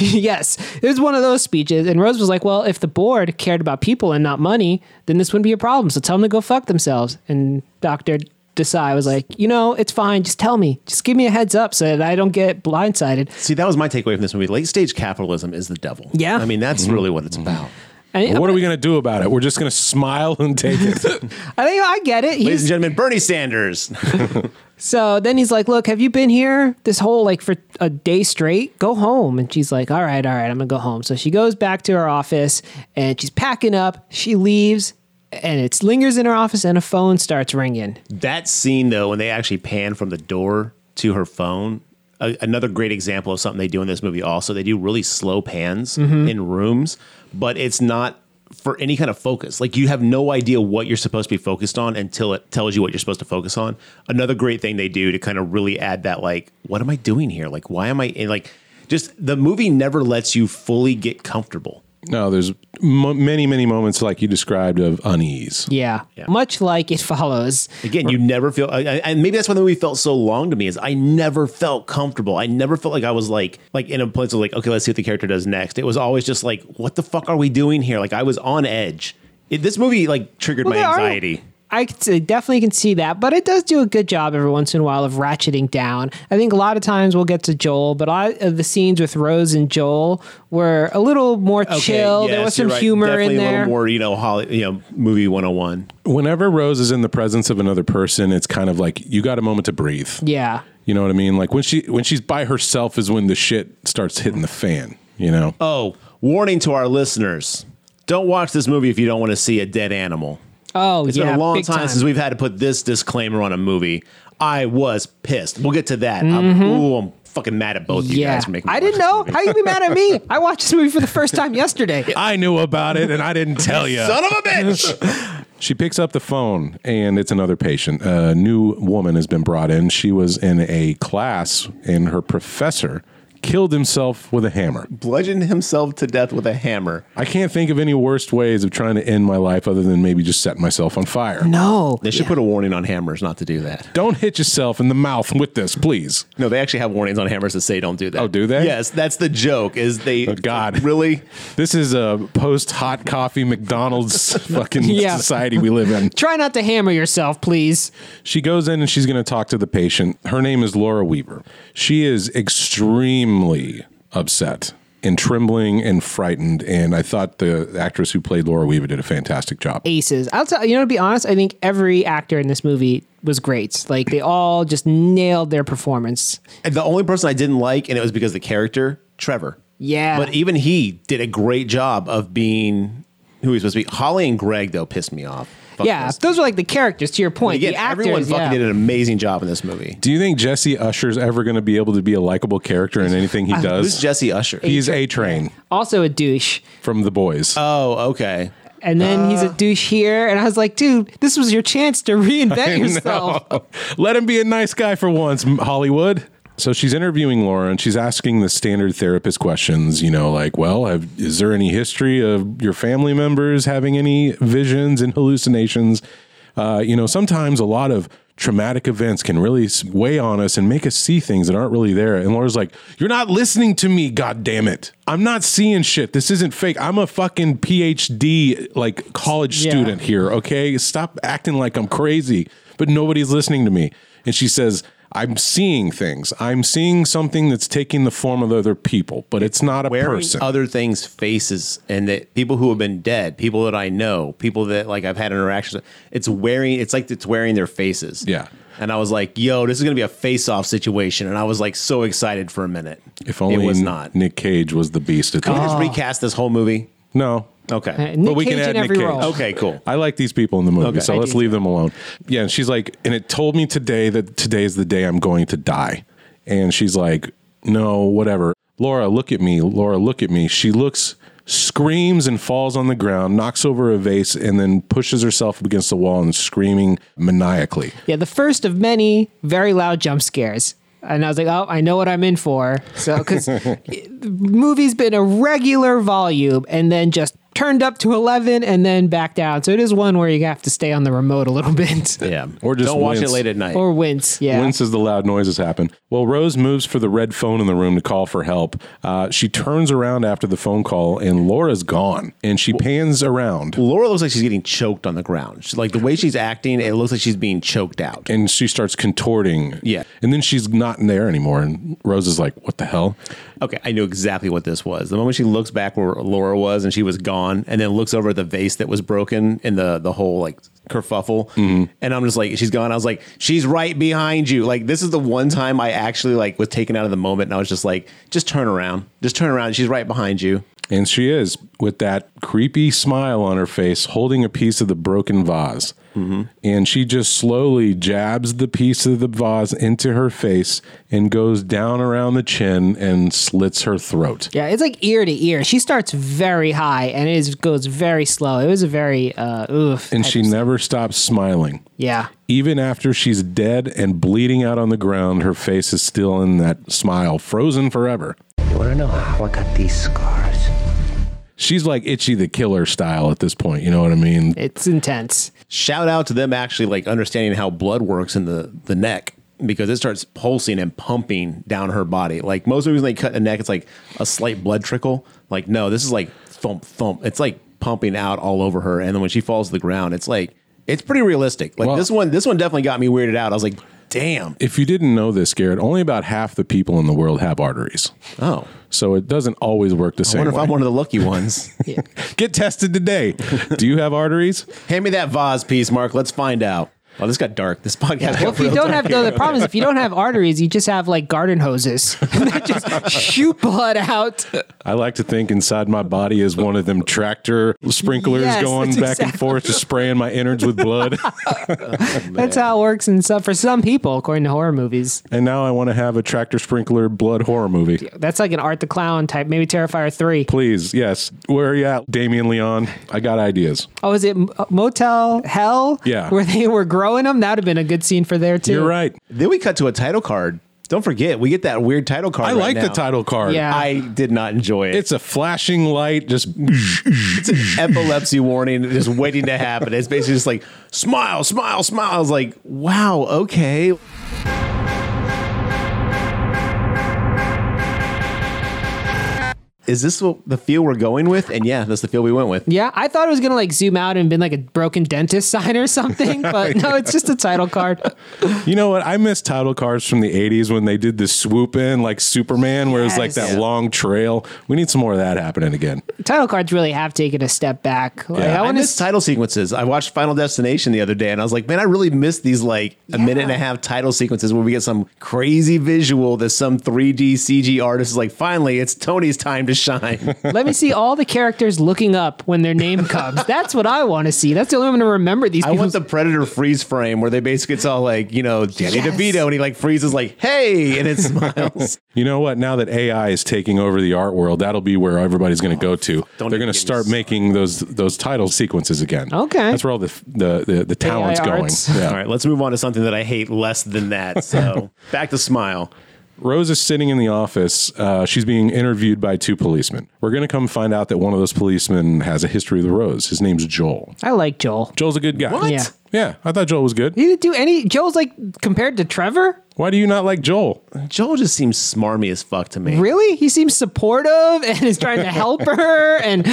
yes, it was one of those speeches. And Rose was like, "Well, if the board cared about people and not money, then this wouldn't be a problem. So tell them to go fuck themselves." And Doctor Desai was like, "You know, it's fine. Just tell me. Just give me a heads up so that I don't get blindsided." See, that was my takeaway from this movie. Late stage capitalism is the devil. Yeah. I mean, that's really what it's about. And What are we going to do about it? We're just going to smile and take it. I think I get it. Ladies He's, and gentlemen, Bernie Sanders. so then he's like, "Look, have you been here this whole like for a day straight? Go home." And she's like, "All right, all right, I'm gonna go home." So she goes back to her office and she's packing up. She leaves. And it lingers in her office, and a phone starts ringing. That scene, though, when they actually pan from the door to her phone, a, another great example of something they do in this movie. Also, they do really slow pans in rooms, but it's not for any kind of focus. Like you have no idea what you're supposed to be focused on until it tells you what you're supposed to focus on. Another great thing they do to kind of really add that, like, what am I doing here? Like, why am I in? Like, just the movie never lets you fully get comfortable. No, there's mo many, many moments like you described of unease. Yeah. Much like it follows. Again, you never feel, I- I- and maybe that's why the movie felt so long to me. Is I never felt comfortable. I never felt like I was like like in a place of like, okay, let's see what the character does next. It was always just like, what the fuck are we doing here? Like I was on edge. It, this movie like triggered Well, my there are- anxiety. I could say- definitely can see that, but it does do a good job every once in a while of ratcheting down. I think a lot of times we'll get to Joel, but a lot of the scenes with Rose and Joel were a little more chill. there yes, was some you're right. humor Definitely in A there. little more, you know, Holly, you know, movie one hundred and one. Whenever Rose is in the presence of another person, it's kind of like you got a moment to breathe. yeah. You know what I mean? Like when she when she's by herself is when the shit starts hitting the fan. You know? Oh, warning to our listeners: don't watch this movie if you don't want to see a dead animal. Oh, It's yeah. been a long big time, since we've had to put this disclaimer on a movie. I was pissed. We'll get to that. I'm, ooh, I'm fucking mad at both you Yeah. guys for making. me I watch didn't this know. movie. How you be mad at me? I watched this movie for the first time yesterday. I knew about it and I didn't tell you. Son of a bitch. She picks up the phone and it's another patient. A new woman has been brought in. She was in a class and her professor killed himself with a hammer. Bludgeoned himself to death with a hammer. I can't think of any worst ways of trying to end my life other than maybe just setting myself on fire. No. They should put a warning on hammers not to do that. Don't hit yourself in the mouth with this, please. No, they actually have warnings on hammers that say don't do Oh, that. Oh, do they? Yes, that's the joke. Is they God. really? This is a post hot coffee McDonald's fucking Yeah. society we live in. Try not to hammer yourself, please. She goes in and she's going to talk to the patient. Her name is Laura Weaver. She is extremely upset and trembling and frightened. And I thought the actress who played Laura Weaver did a fantastic job. Aces. I'll tell you know to be honest, I think every actor in this movie was great. Like they all just nailed their performance. And the only person I didn't like, and it was because of the character Trevor. Yeah. but even he did a great job of being who he's supposed to be. Holly and Greg though pissed me off. Fuck yeah, this. those were like the characters. To your point, again, the actors. everyone fucking yeah. did an amazing job in this movie. Do you think Jesse Usher's ever going to be able to be a likable character in anything he Who's does? Jesse Usher? He's A Train Also a douche. from The Boys. oh, okay. And then he's a Uh. douche here, and I was like, dude, this was your chance to reinvent yourself. Let him be a nice guy for once, M- Hollywood. So she's interviewing Laura and she's asking the standard therapist questions, you know, like, well, have, is there any history of your family members having any visions and hallucinations? Uh, you know, sometimes a lot of traumatic events can really s- weigh on us and make us see things that aren't really there. And Laura's like, "You're not listening to me, god damn it! I'm not seeing shit. This isn't fake. I'm a fucking PhD like college Yeah. student here. Okay, stop acting like I'm crazy." But nobody's listening to me. And she says, "I'm seeing things. I'm seeing something that's taking the form of other people, but it's not a wearing person." other things' faces, and that people who have been dead, people that I know, people that like I've had interactions. with, It's wearing. It's like it's wearing their faces. Yeah. And I was like, "Yo, this is gonna be a face-off situation," and I was like so excited for a minute. if only it was not. Nick Cage was the beast at the Can Oh. we just recast this whole movie? No. Okay. Uh, Nick But we Cage can add in Nick every Cage. role. Okay. Cool. I like these people in the movie, Okay. so I let's do leave them alone. Yeah, and she's like, and it told me today that today is the day I'm going to die. And she's like, no, whatever. Laura, look at me. Laura, look at me. She looks, screams, and falls on the ground, knocks over a vase, and then pushes herself up against the wall and screaming maniacally. Yeah, the first of many very loud jump scares. And I was like, oh, I know what I'm in for. So, because movie's been a regular volume and then just turned up to 11 and then back down. So it is one where you have to stay on the remote a little bit Yeah. Or just don't watch wince. it late at night. or wince. Yeah. When says the loud noises happen? Well, Rose moves for the red phone in the room to call for help. Uh, she turns around after the phone call, and Laura's gone. And she pans around. Laura looks like she's getting choked on the ground. She's like the way she's acting, it looks like she's being choked out. and she starts contorting. Yeah. And then she's not in there anymore. And Rose is like, what the hell? Okay, I knew exactly what this was. The moment she looks back where Laura was and she was gone, and then looks over at the vase that was broken and the the whole like kerfuffle, and I'm just like, she's gone. I was like, she's right behind you. Like this is the one time I actually like was taken out of the moment, and I was just like, just turn around, just turn around. She's right behind you. And she is with that creepy smile on her face, holding a piece of the broken vase. And she just slowly jabs the piece of the vase into her face and goes down around the chin and slits her throat. yeah, it's like ear to ear. She starts very high and it is, goes very slow. It was a very, uh, oof. And type she of- never stops smiling. yeah. Even after she's dead and bleeding out on the ground, her face is still in that smile, frozen forever. You want to know how I got these scars? she's like itchy the killer style at this point you know what i mean It's intense. Shout out to them actually like understanding how blood works in the the neck because it starts pulsing and pumping down her body. Like most movies, when they cut the neck, it's like a slight blood trickle. Like no, this is like thump thump. It's like pumping out all over her, and then when she falls to the ground, it's like it's pretty realistic. Like Well- this one, this one definitely got me weirded out. I was like, damn. if you didn't know this garrett only about half the people in the world have arteries Oh, so it doesn't always work the I same wonder if way. I'm one of the lucky ones. get tested today do you have arteries Hand me that vase piece, Mark. Let's find out. Oh, this got dark. This podcast. Well, if you don't have no, the problem is if you don't have arteries, you just have like garden hoses that just shoot blood out. i like to think inside my body is one of them tractor sprinklers Yes, going that's back and exactly- forth just spraying my innards with blood That's how it works, and so for some people, according to horror movies, and now i want to have a tractor sprinkler blood horror movie that's like an Art the Clown type, maybe Terrifier three. please yes where are you at damien leon i got ideas Oh, is it M- Motel Hell? Yeah. where they were growing them. That'd have been a good scene for there too. you're right Then we cut to a title card. Don't forget, we get that weird title card. I right like the now. title card. Yeah. I did not enjoy it. It's a flashing light, just It's an epilepsy warning just waiting to happen. It's basically just like smile, smile, smile. I was like, wow, okay. Is this what the feel we're going with? And yeah, that's the feel we went with. Yeah, I thought it was gonna like zoom out and been like a broken dentist sign or something, but no, it's just a title card. You know what? I miss title cards from the 80s when they did the swoop in like Superman, where it was like Yes. that long trail. We need some more of that happening again. title cards really have taken a step back. Like, Yeah. I I I want miss to. title sequences. I watched Final Destination the other day and I was like, man, I really miss these like a minute and a half title sequences where we get some crazy visual that some 3D CG artist is like, finally, it's Tony's time to shine. Let me see all the characters looking up when their name comes. That's what I want to see. That's the only way I'm going to remember these. I people. want the Predator freeze frame where they basically it's all like, you know, Danny Yes. DeVito and he like freezes like, hey, and it smiles. You know what? Now that AI is taking over the art world, that'll be where everybody's going to go to. They're Don't going to even get me start making those those title sequences again. Okay. that's where all the the the, the talent's AI going. arts. Yeah. all right, let's move on to something that I hate less than that. So back to smile. Rose is sitting in the office. Uh, she's being interviewed by two policemen. We're going to come find out that one of those policemen has a history with Rose. His name's Joel. I like Joel. Joel's a good guy. What? Yeah. Yeah, I thought Joel was good. He didn't do any. Joel's like compared to Trevor. Why do you not like Joel? Joel just seems smarmy as fuck to me. Really, he seems supportive and is trying to help her. And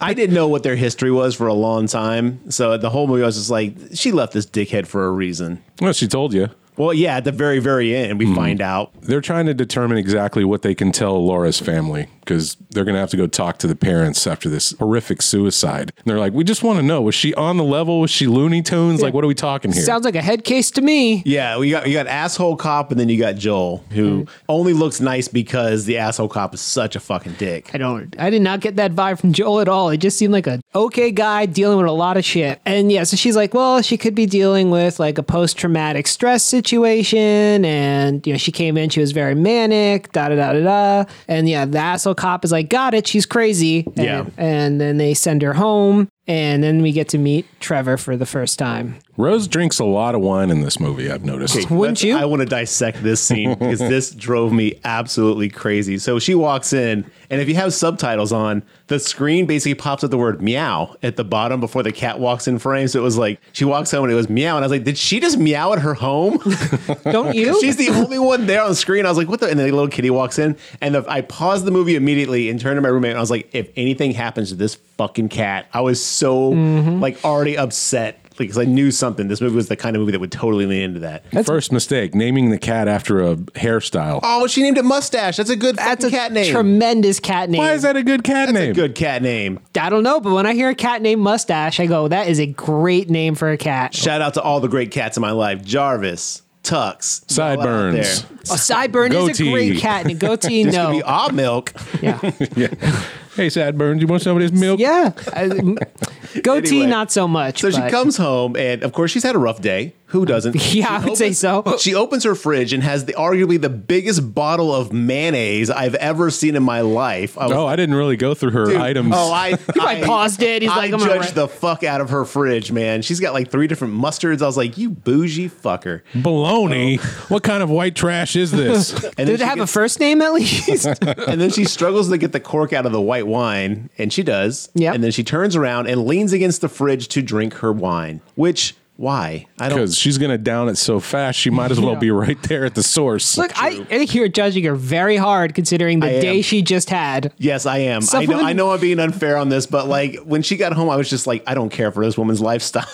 I didn't know what their history was for a long time. So the whole movie, I was just like, she left this dickhead for a reason. Well, she told you. Well, yeah, at the very, very end, we find out. They're trying to determine exactly what they can tell Laura's family because they're going to have to go talk to the parents after this horrific suicide. And they're like, we just want to know was she on the level? Was she Looney Tunes? Like, what are we talking here? sounds like a head case to me. Yeah, we got you got asshole cop, and then you got Joel, who only looks nice because the asshole cop is such a fucking dick. I don't. I did not get that vibe from Joel at all. It just seemed like a okay guy dealing with a lot of shit. And yeah, so she's like, well, she could be dealing with like a post traumatic stress situation, and you know, she came in, she was very manic, da da da da da. And yeah, the asshole cop is like, got it, she's crazy. And, Yeah. And then they send her home, and then we get to meet Trevor for the first time. Rose drinks a lot of wine in this movie, I've noticed. Okay, Wouldn't let's- you? I want to dissect this scene because this drove me absolutely crazy. So she walks in, and if you have subtitles on, the screen basically pops up the word meow at the bottom before the cat walks in frame. So it was like she walks home and it was meow. And I was like, did she just meow at her home? Don't you? She's the only one there on the screen. I was like, what the? And then the little kitty walks in, and the, I paused the movie immediately and turned to my roommate. And I was like, if anything happens to this fucking cat, I was so Mm-hmm. like already upset because I knew something. This movie was the kind of movie that would totally lean into that. First mistake naming the cat after a hairstyle. Oh, she named it Mustache. That's a good That's fucking a cat name. tremendous cat name. Why is that a good cat name? good cat name. I don't know, but when I hear a cat named Mustache, I go, that is a great name for a cat. Shout out to all the great cats in my life: Jarvis, Tux, Sideburns. A sideburn is a Goatee. great cat, and a goatee, This could no. be Aw Milk. Yeah. Hey, Sideburns, you want somebody's milk? Yeah. I- m- goatee, Anyway. not so much. So she but- comes home, and of course, she's had a rough day. Who doesn't? Yeah, I would She say so. She opens her fridge and has the arguably the biggest bottle of mayonnaise I've ever seen in my life. I was- Oh, I didn't really go through her Dude, items. Oh, I, probably paused it. He's I like, I'm gonna judged write- the fuck out of her fridge, man. She's got like three different mustards. I was like, you bougie fucker. Oh. Baloney. What kind of white trash is this? And Did it she have gets- a first name at least? and then she struggles to get the cork out of the white wine, and she does. Yep. And then she turns around and leans against the fridge to drink her wine. Which why? I don't. Because she's going to down it so fast, she might as well be right there at the source. Look, I, I think you're judging her very hard considering the am. day she just had. Yes, I am. I Someone- know. I know I'm being unfair on this, but like when she got home, I was just like, I don't care for this woman's lifestyle.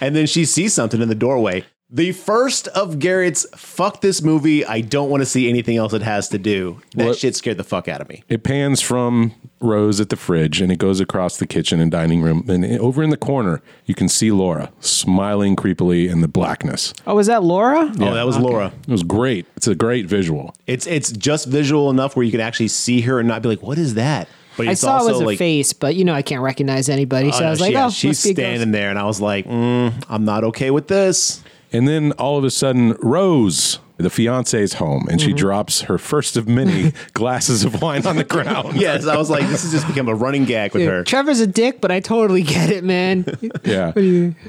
and then she sees something in the doorway. The first of Garrett's "fuck this movie." I don't want to see anything else it has to do. That What- shit scared the fuck out of me. It pans from Rose at the fridge and it goes across the kitchen and dining room. And over in the corner, you can see Laura smiling creepily in the blackness. Oh, was that Laura? Oh, that was Laura. It was great. It's a great visual. It's it's just visual enough where you can actually see her and not be like, "What is that?" But I it's saw it was also a like face, but you know, I can't recognize anybody. so Oh, I no, was like, she- yeah, oh, she's must be a ghost. standing there, and I was like, mm, I'm not okay with this. And then all of a sudden, Rose, the fiance's home, and Mm-hmm. she drops her first of many glasses of wine on the ground. Yes, I was like, this has just become a running gag with Dude, her. Trevor's a dick, but I totally get it, man. Yeah.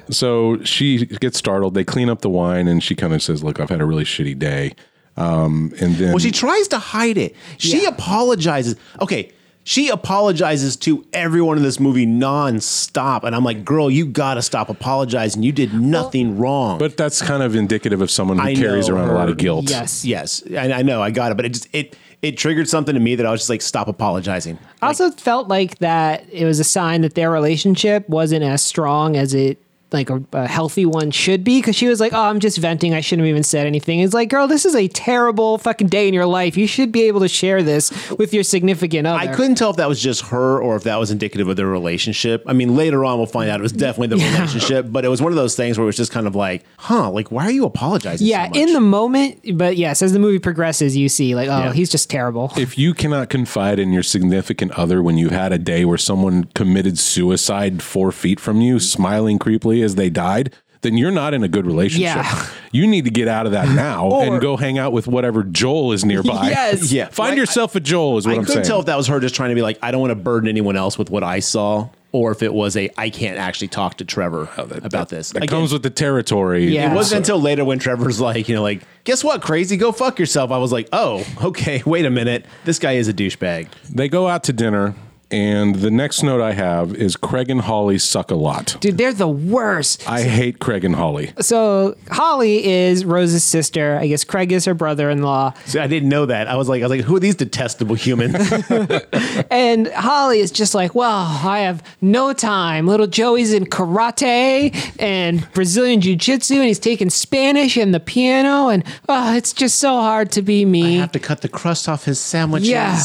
So she gets startled. They clean up the wine and she kind of says, Look, I've had a really shitty day. Um, and then Well, she tries to hide it. She Yeah. apologizes. Okay. She apologizes to everyone in this movie nonstop. And I'm like, girl, you got to stop apologizing. You did nothing wrong. but that's kind of indicative of someone who I carries know around a her. lot of guilt. Yes. yes, I, I know. I got it. But it just, it, it triggered something in me that I was just like, stop apologizing. I also felt like that it was a sign that their relationship wasn't as strong as it like a, a healthy one should be because she was like oh i'm just venting i shouldn't have even said anything it's like girl this is a terrible fucking day in your life you should be able to share this with your significant other I couldn't tell if that was just her or if that was indicative of their relationship. I mean, later on we'll find out it was definitely the relationship, but it was one of those things where it was just kind of like, huh, like why are you apologizing? so yeah much? in the moment but yes as the movie progresses you see like oh he's just terrible If you cannot confide in your significant other when you had a day where someone committed suicide four feet from you, smiling creepily as they died, then you're not in a good relationship. Yeah. You need to get out of that now Or- and go hang out with whatever Joel is nearby. Yes. Yeah. Find Like, yourself a Joel is what I I am couldn't saying. tell if that was her just trying to be like, I don't want to burden anyone else with what I saw, or if it was a I can't actually talk to Trevor about this. Oh, That Again, comes with the territory. Yeah. it wasn't until later when Trevor's like, you know, like, guess what, crazy, go fuck yourself. I was like, oh, okay, wait a minute, this guy is a douchebag. They go out to dinner, and the next note I have is Craig and Holly suck a lot. dude they're the worst I hate Craig and Holly. so holly is rose's sister i guess craig is her brother-in-law See, I didn't know that. I was like, I was like, who are these detestable humans? And Holly is just like, well, I have no time. Little Joey's in karate and Brazilian jiu jitsu, and he's taking Spanish and the piano, and oh, it's just so hard to be me. have to cut the crust off his sandwiches. Yeah.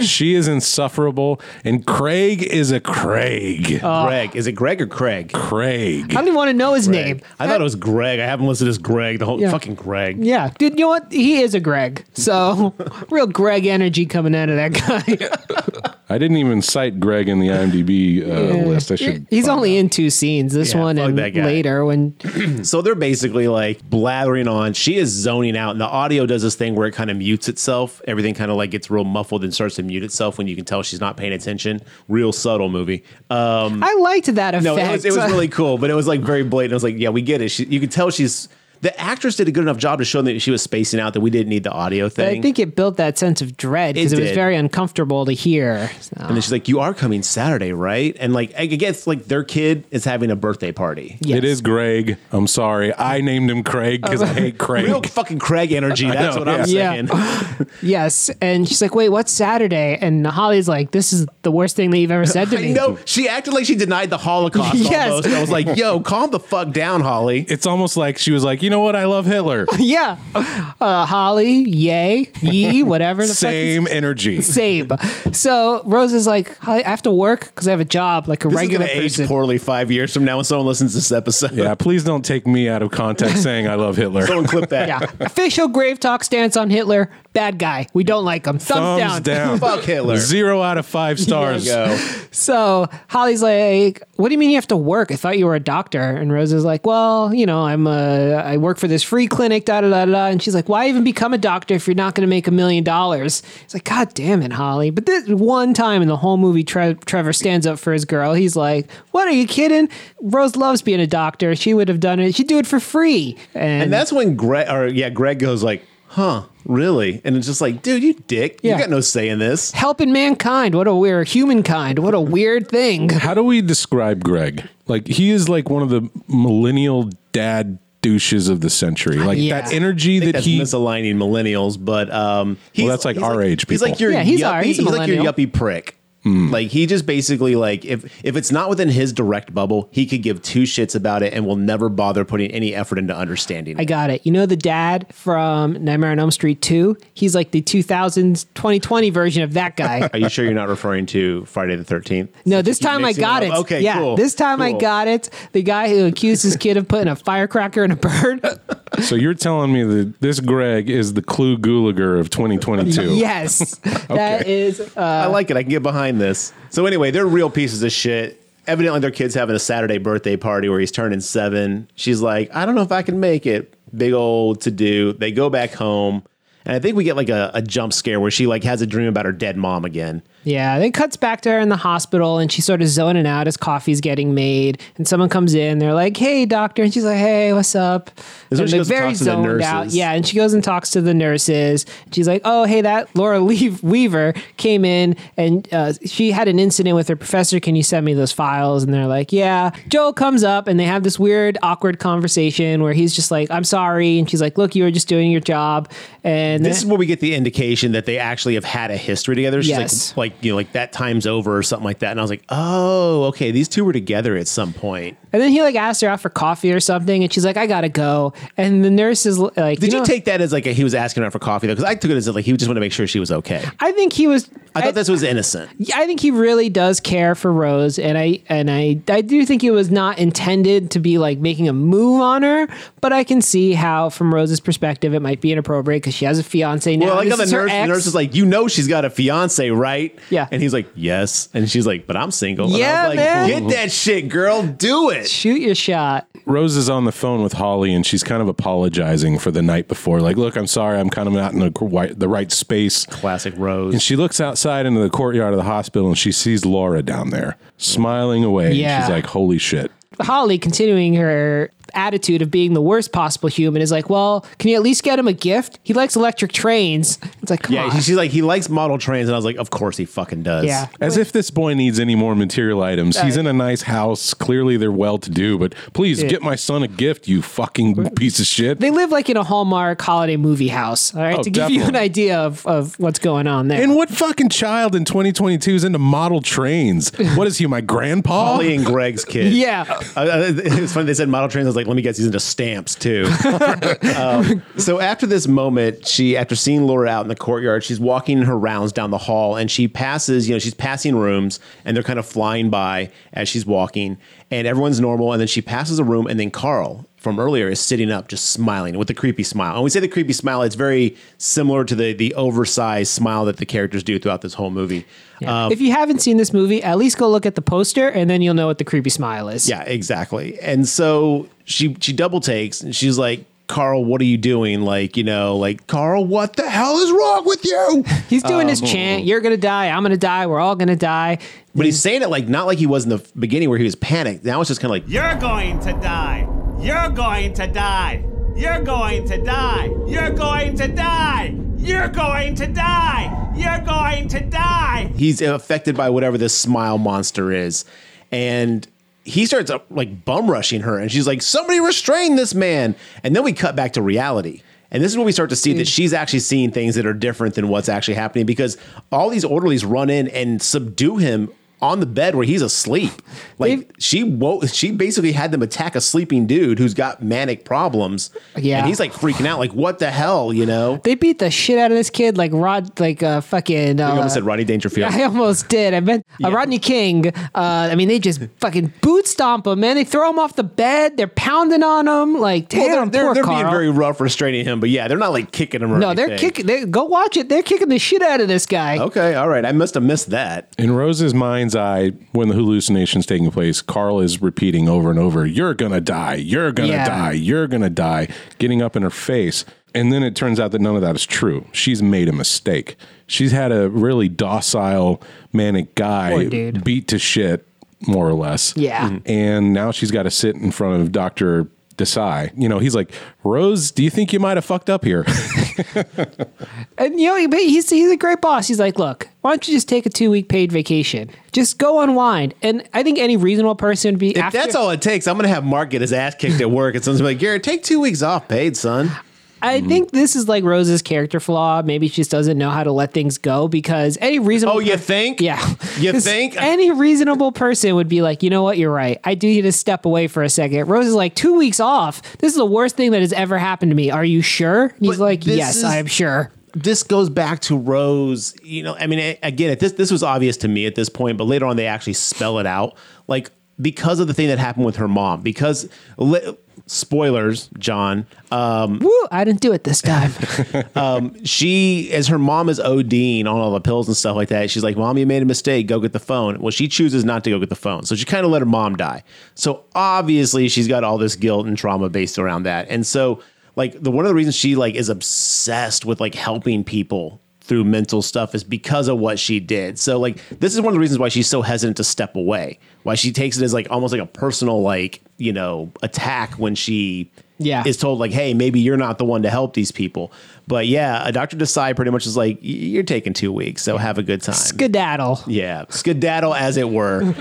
she is insufferable, and Craig is a Craig. Oh. Greg. Is it Greg or Craig? Craig. I don't even want to know his Greg. name. I thought it was Greg. I haven't listed as Greg. The whole Yeah. fucking Greg. Yeah, dude, you know what? He is a Greg. So, real Greg energy coming out of that guy. I didn't even cite Greg in the IMDb uh, list. I should. He's only in two scenes, this Yeah, one fuck and that guy. later when So they're basically like blathering on. She is zoning out, and the audio does this thing where it kind of mutes itself. Everything kind of like gets real muffled and starts to mute itself when you can tell she's not paying attention. Real subtle movie. Um, I liked that effect. no, it was, it was really cool, but it was like very blatant. I was like, yeah, we get it. She, you could tell she's the actress did a good enough job to show that she was spacing out that we didn't need the audio But thing. I think it built that sense of dread because It it, was did. very uncomfortable to hear. So. And then she's like, "You are coming Saturday, right?" And like, I guess like their kid is having a birthday party. It is Greg. I'm sorry. I named him Craig because I hate Craig. Real fucking Craig energy. That's know, what I'm yeah. saying. Yes. And she's like, wait, what's Saturday? And Holly's like, this is the worst thing that you've ever said to I me. know she acted like she denied the Holocaust. Yes. almost. I was like, "Yo, calm the fuck down, Holly." It's almost like she was like, you know what? I love Hitler. Yeah. Uh, Holly, yay, ye, whatever the Same fuck. energy. Is- same. So Rose is like, Holly, I have to work because I have a job like a This regular is gonna person. age poorly five years from now when someone listens to this episode. Yeah. Please don't take me out of context saying I love Hitler. Someone clip that. yeah. Official grave talk stance on Hitler. Bad guy. We don't like him. Thumbs, Thumbs down. Fuck Hitler. Zero out of five stars. Go. So Holly's like, "What do you mean you have to work? I thought you were a doctor." And Rose is like, "Well, you know, I'm a I work for this free clinic, da da da da." And she's like, "Why even become a doctor if you're not going to make a million dollars?" It's like, "God damn it, Holly!" But this one time in the whole movie, Tre- Trevor stands up for his girl. He's like, "What are you kidding? Rose loves being a doctor. She would have done it. She'd do it for free." And, And that's when Greg, or yeah, Greg goes like, "Huh, really?" And it's just like, "Dude, you dick. Yeah. You got no say in this." helping mankind. What a weird humankind. What a weird thing. How do we describe Greg? Like he is like one of the millennial dad douches of the century. Like Yeah. that energy that that's he misaligning millennials, but um, he's, that's like he's our age He's like people. Hmm. your Yeah, yeah, he's he's, our- yuppie, he's he's, a like your millennial. yuppie prick. Like he just basically like if if it's not within his direct bubble, he could give two shits about it and will never bother putting any effort into understanding. I it. got it. You know the dad from Nightmare on Elm Street 2? He's like the 2000s 2020 version of that guy. Are you sure you're not referring to Friday the Thirteenth? No, this time I mixing got it. them up. Okay, yeah, cool, this time I cool. got it. The guy who accused his kid of putting a firecracker in a bird. So you're telling me that this Greg is the Clue Gulager of 2022? yes, that is. Uh, I like it. I can get behind this. So anyway, they're real pieces of shit. Evidently, their kid's having a Saturday birthday party where he's turning seven. She's like, I don't know if I can make it. Big old to do. They go back home, And I think we get like a, a jump scare where she like has a dream about her dead mom again. Yeah, then it cuts back to her in the hospital and she's sort of zoning out as coffee's getting made. And someone comes in, they're like, hey, doctor. And she's like, hey, what's up? Is when and she goes and talks to the nurses. Yeah, and she goes and talks to the nurses. She's like, oh, hey, that Laura Leave- Weaver came in and uh, she had an incident with her professor. Can you send me those files? And they're like, yeah. Joel comes up and they have this weird, awkward conversation where he's just like, I'm sorry. And she's like, look, you were just doing your job. And This is where we get the indication that they actually have had a history together. She's Yes. like, like you know, like that time's over or something like that. And I was like, oh, okay, these two were together at some point. And then he like asked her out for coffee or something, and she's like, "I gotta go." And the nurse is like, Did you, know, take that as like a, he was asking her for coffee though? Because I took it as like he just wanted to make sure she was okay. I think he was. I thought this was innocent. I think he really does care for Rose, and I and I I do think it was not intended to be like making a move on her, but I can see how, from Rose's perspective, it might be inappropriate because she has a fiance now. Well, like This how the is her nurse, the ex. nurse is like, you know, she's got a fiance, right? Yeah. And he's like, yes. And she's like, but I'm single. And I was Yeah, like, man. Get that shit, girl. Do it. shoot your shot. Rose is on the phone with Holly and she's kind of apologizing for the night before. Like, look, I'm sorry, I'm kind of not in the, gr- the right space. Classic Rose. And she looks outside into the courtyard of the hospital and she sees Laura down there smiling away. Yeah. And she's like, holy shit. Holly, continuing her attitude of being the worst possible human, is like, "Well, can you at least get him a gift? He likes electric trains." It's like, come yeah. on. she- She's like, he likes model trains. And I was like, of course he fucking does. yeah. As if this boy needs any more material items. He's in a nice house. Clearly, they're well to do, but please get my son a gift, you fucking piece of shit. They live like in a Hallmark holiday movie house. All right, Oh, to give you an definitely. idea of, of what's going on there. and what fucking child in 2022 is into model trains? What is he, my grandpa? Holly and Greg's kid. yeah, Uh, Uh, it's funny they said model trains. I was like, let me guess, he's into stamps too. Um, so after this moment, she after seeing Laura out in the courtyard, she's walking her rounds down the hall, and she passes. You know, she's passing rooms, and they're kind of flying by as she's walking, and everyone's normal. And then she passes a room, and then Carl from earlier is sitting up, just smiling with a creepy smile. And we say the creepy smile; it's very similar to the the oversized smile that the characters do throughout this whole movie. Um, if you haven't seen this movie, at least go look at the poster, and then you'll know what the creepy smile is. Yeah, exactly. And so she she double takes and she's like, Carl, what are you doing? Like, you know, like Carl, what the hell is wrong with you? he's doing Um, his chant. You're gonna die. I'm gonna die. We're all gonna die. But he's saying it like not like he was in the beginning where he was panicked. Now it's just kind of like, You're going to die. You're going to die. You're going to die. You're going to die. You're going to die. You're going to die. he's affected by whatever this smile monster is, and he starts up like bum rushing her, and she's like, somebody restrain this man. And then we cut back to reality. And this is when we start to Mm. see that she's actually seeing things that are different than what's actually happening because all these orderlies run in and subdue him on the bed where he's asleep. Like They've- she woke, she basically had them attack a sleeping dude who's got manic problems. Yeah. and he's like freaking out, like what the hell, you know? They beat the shit out of this kid like Rod, like uh, fucking. Uh, I almost said Rodney Dangerfield. I almost did. I meant uh, Rodney King. Uh, I mean, they just fucking boot stomp him, man. They throw him off the bed. They're pounding on him. Like, damn, Well, they're, poor they're, they're being Carl. very rough restraining him, but yeah, they're not like kicking him or No, they're anything. kicking. They, go watch it. They're kicking the shit out of this guy. Okay, all right. I must have missed that. In Rose's mind's eye, when the hallucination's taking place, Carl is repeating over and over, You're gonna die, you're gonna Yeah. die, you're gonna die, getting up in her face. And then it turns out that none of that is true. She's made a mistake. She's had a really docile, manic Poor guy dude. beat to shit, more or less. Yeah. Mhm. And now she's got to sit in front of Dr. Desai. You know, he's like, Rose, do you think you might have fucked up here? And you know, but he's he's a great boss. He's like, look, why don't you just take a two week paid vacation? Just go unwind. And I think any reasonable person would be If after, that's all it takes, I'm gonna have Mark get his ass kicked at work, and someone's gonna be like, "Garrett, take two weeks off, paid son." I Hmm. think this is like Rose's character flaw. Maybe she just doesn't know how to let things go because any reasonable. Oh, you per- think? Yeah. You 'Cause think? Any reasonable person would be like, you know what? You're right. I do need to step away for a second. Rose is like, two weeks off. This is the worst thing that has ever happened to me. Are you sure? And He's But like, this yes, is- I am sure. This goes back to Rose. You know, I mean, a- again, at this this was obvious to me at this point, but later on they actually spell it out, like because of the thing that happened with her mom. Because li- spoilers, John. Um, Woo, I didn't do it this time. she as her mom is ODing on all the pills and stuff like that. She's like, "Mom, you made a mistake. Go get the phone." Well, she chooses not to go get the phone, so she kind of let her mom die. So obviously, she's got all this guilt and trauma based around that, and so. like the one of the reasons she like is obsessed with like helping people through mental stuff is because of what she did. So like this is one of the reasons why she's so hesitant to step away. Why she takes it as like almost like a personal like, you know, attack when she Yeah. is told like, "Hey, maybe you're not the one to help these people." But yeah, a Dr. Desai pretty much is like, "Y- "You're taking 2 weeks, so have a good time." skedaddle. yeah, skedaddle as it were.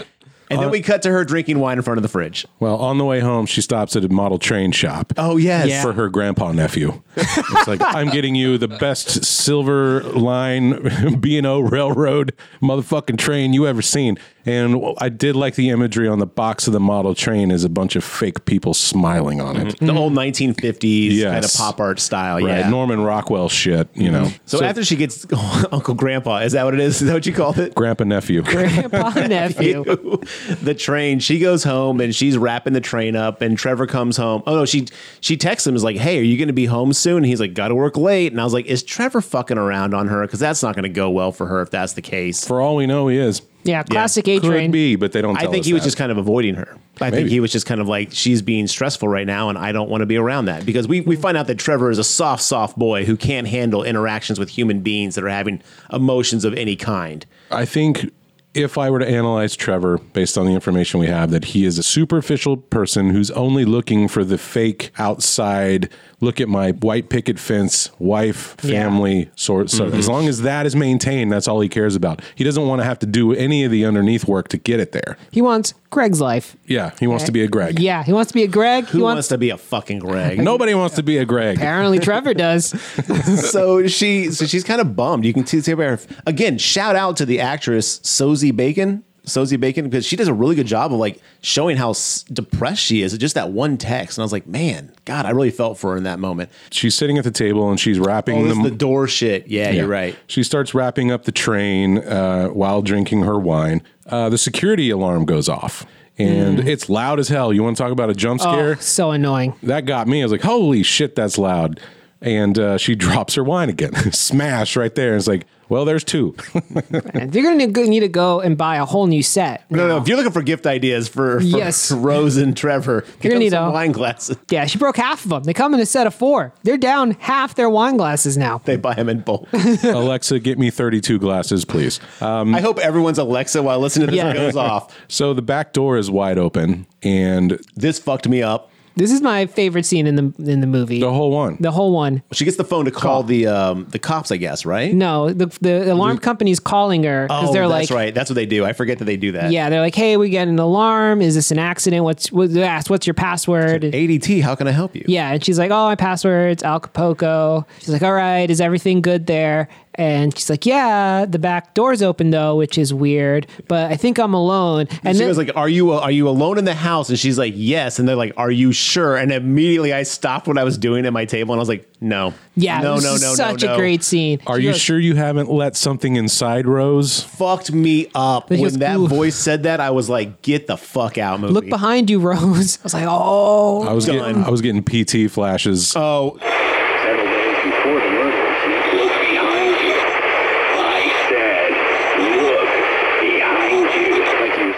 And then we cut to her drinking wine in front of the fridge. Well, on the way home, she stops at a model train shop. Oh yes. Yeah. For her grandpa nephew, it's like I'm getting you the best silver line B and O railroad motherfucking train you ever seen. And I did like the imagery on the box of the model train is a bunch of fake people smiling on it. The old 1950s kind of Mm-hmm. Yes. pop art style. Right, Mm-hmm. Yeah. Norman Rockwell shit, you know. So, after she gets Uncle Grandpa, is that what it is? Is that what you called it? grandpa nephew, Grandpa nephew. the train. She goes home and she's wrapping the train up, and Trevor comes home. Oh no, she she texts him is like, "Hey, are you going to be home soon?" And he's like, "Got to work late." And I was like, "Is Trevor fucking around on her? Because that's not going to go well for her if that's the case." for all we know, he is. Yeah, classic A Could train. be, but they don't. I Tell think us he was that. just kind of avoiding her. I think Maybe. he was just kind of like she's being stressful right now, and I don't want to be around that because we we find out that Trevor is a soft, soft boy who can't handle interactions with human beings that are having emotions of any kind. I think if I were to analyze Trevor based on the information we have, that he is a superficial person who's only looking for the fake outside look at my white picket fence, wife, family sort. So as long as that is maintained, that's all he cares about. He doesn't want to have to do any of the underneath work to get it there. He wants Greg's life. Yeah, he wants to be a Greg. Yeah, he wants to be a Greg. Who he wants, wants. to be a fucking Greg? Nobody wants to be a Greg. apparently, Trevor does. so she so she's kind of bummed. You can see, see by her again. Shout out to the actress Sosie Bacon, Sosie Bacon, because she does a really good job of like showing how s- depressed she is. Just that one text, and I was like, man, God, I really felt for her in that moment. She's sitting at the table and she's wrapping Oh, this them. is the door shit. Yeah, you're Yeah. right. She starts wrapping up the train uh, while drinking her wine. Uh, the security alarm goes off and Mm. it's loud as hell. You want to talk about a jump Oh, scare? so annoying. That got me. I was like, holy shit, that's loud. And uh, she drops her wine again. Smash right there. It's like, well, there's two. And They're gonna need to go and buy a whole new set. No, no. If you're looking for gift ideas for, for Yes. Rose and Trevor, get You're gonna them need some a- wine glasses. Yeah, she broke half of them. They come in a set of four. They're down half their wine glasses now. They buy them in bulk. Alexa, get me 32 glasses, please. I hope everyone's Alexa while listening to this Yeah. goes off. So the back door is wide open and This fucked me up. This is my favorite scene in the in the movie. the whole one. The whole one. She gets the phone to call the um, the cops, I guess, right? No, the the alarm company's calling her because Oh, they're that's like, right. That's what they do. I forget that they do that. yeah, they're like, hey, we got an alarm. Is this an accident? What's what, they asked, what's your password? ADT, how can I help you? yeah, and she's like, oh, my password's Alcapoco. She's like, all right, is everything good there? And she's like, yeah, the back door's open though, which is weird, but I think I'm alone. And she then, was like, "Are you are you alone in the house?" And she's like, "Yes." And they're like, "Are you sure?" And immediately I stopped what I was doing at my table and I was like, "No, yeah, no, this no, is no, such no, a no. great scene. Are She you goes, sure you haven't let something inside, Rose? Fucked me up But he when goes, that "Ooh." voice said that. I was like, "Get the fuck out, movie." Look behind you, Rose. I was like, oh, I was getting Done. I was getting PT flashes. Oh, Several days before the murders, look behind you. I said, look behind you. Like you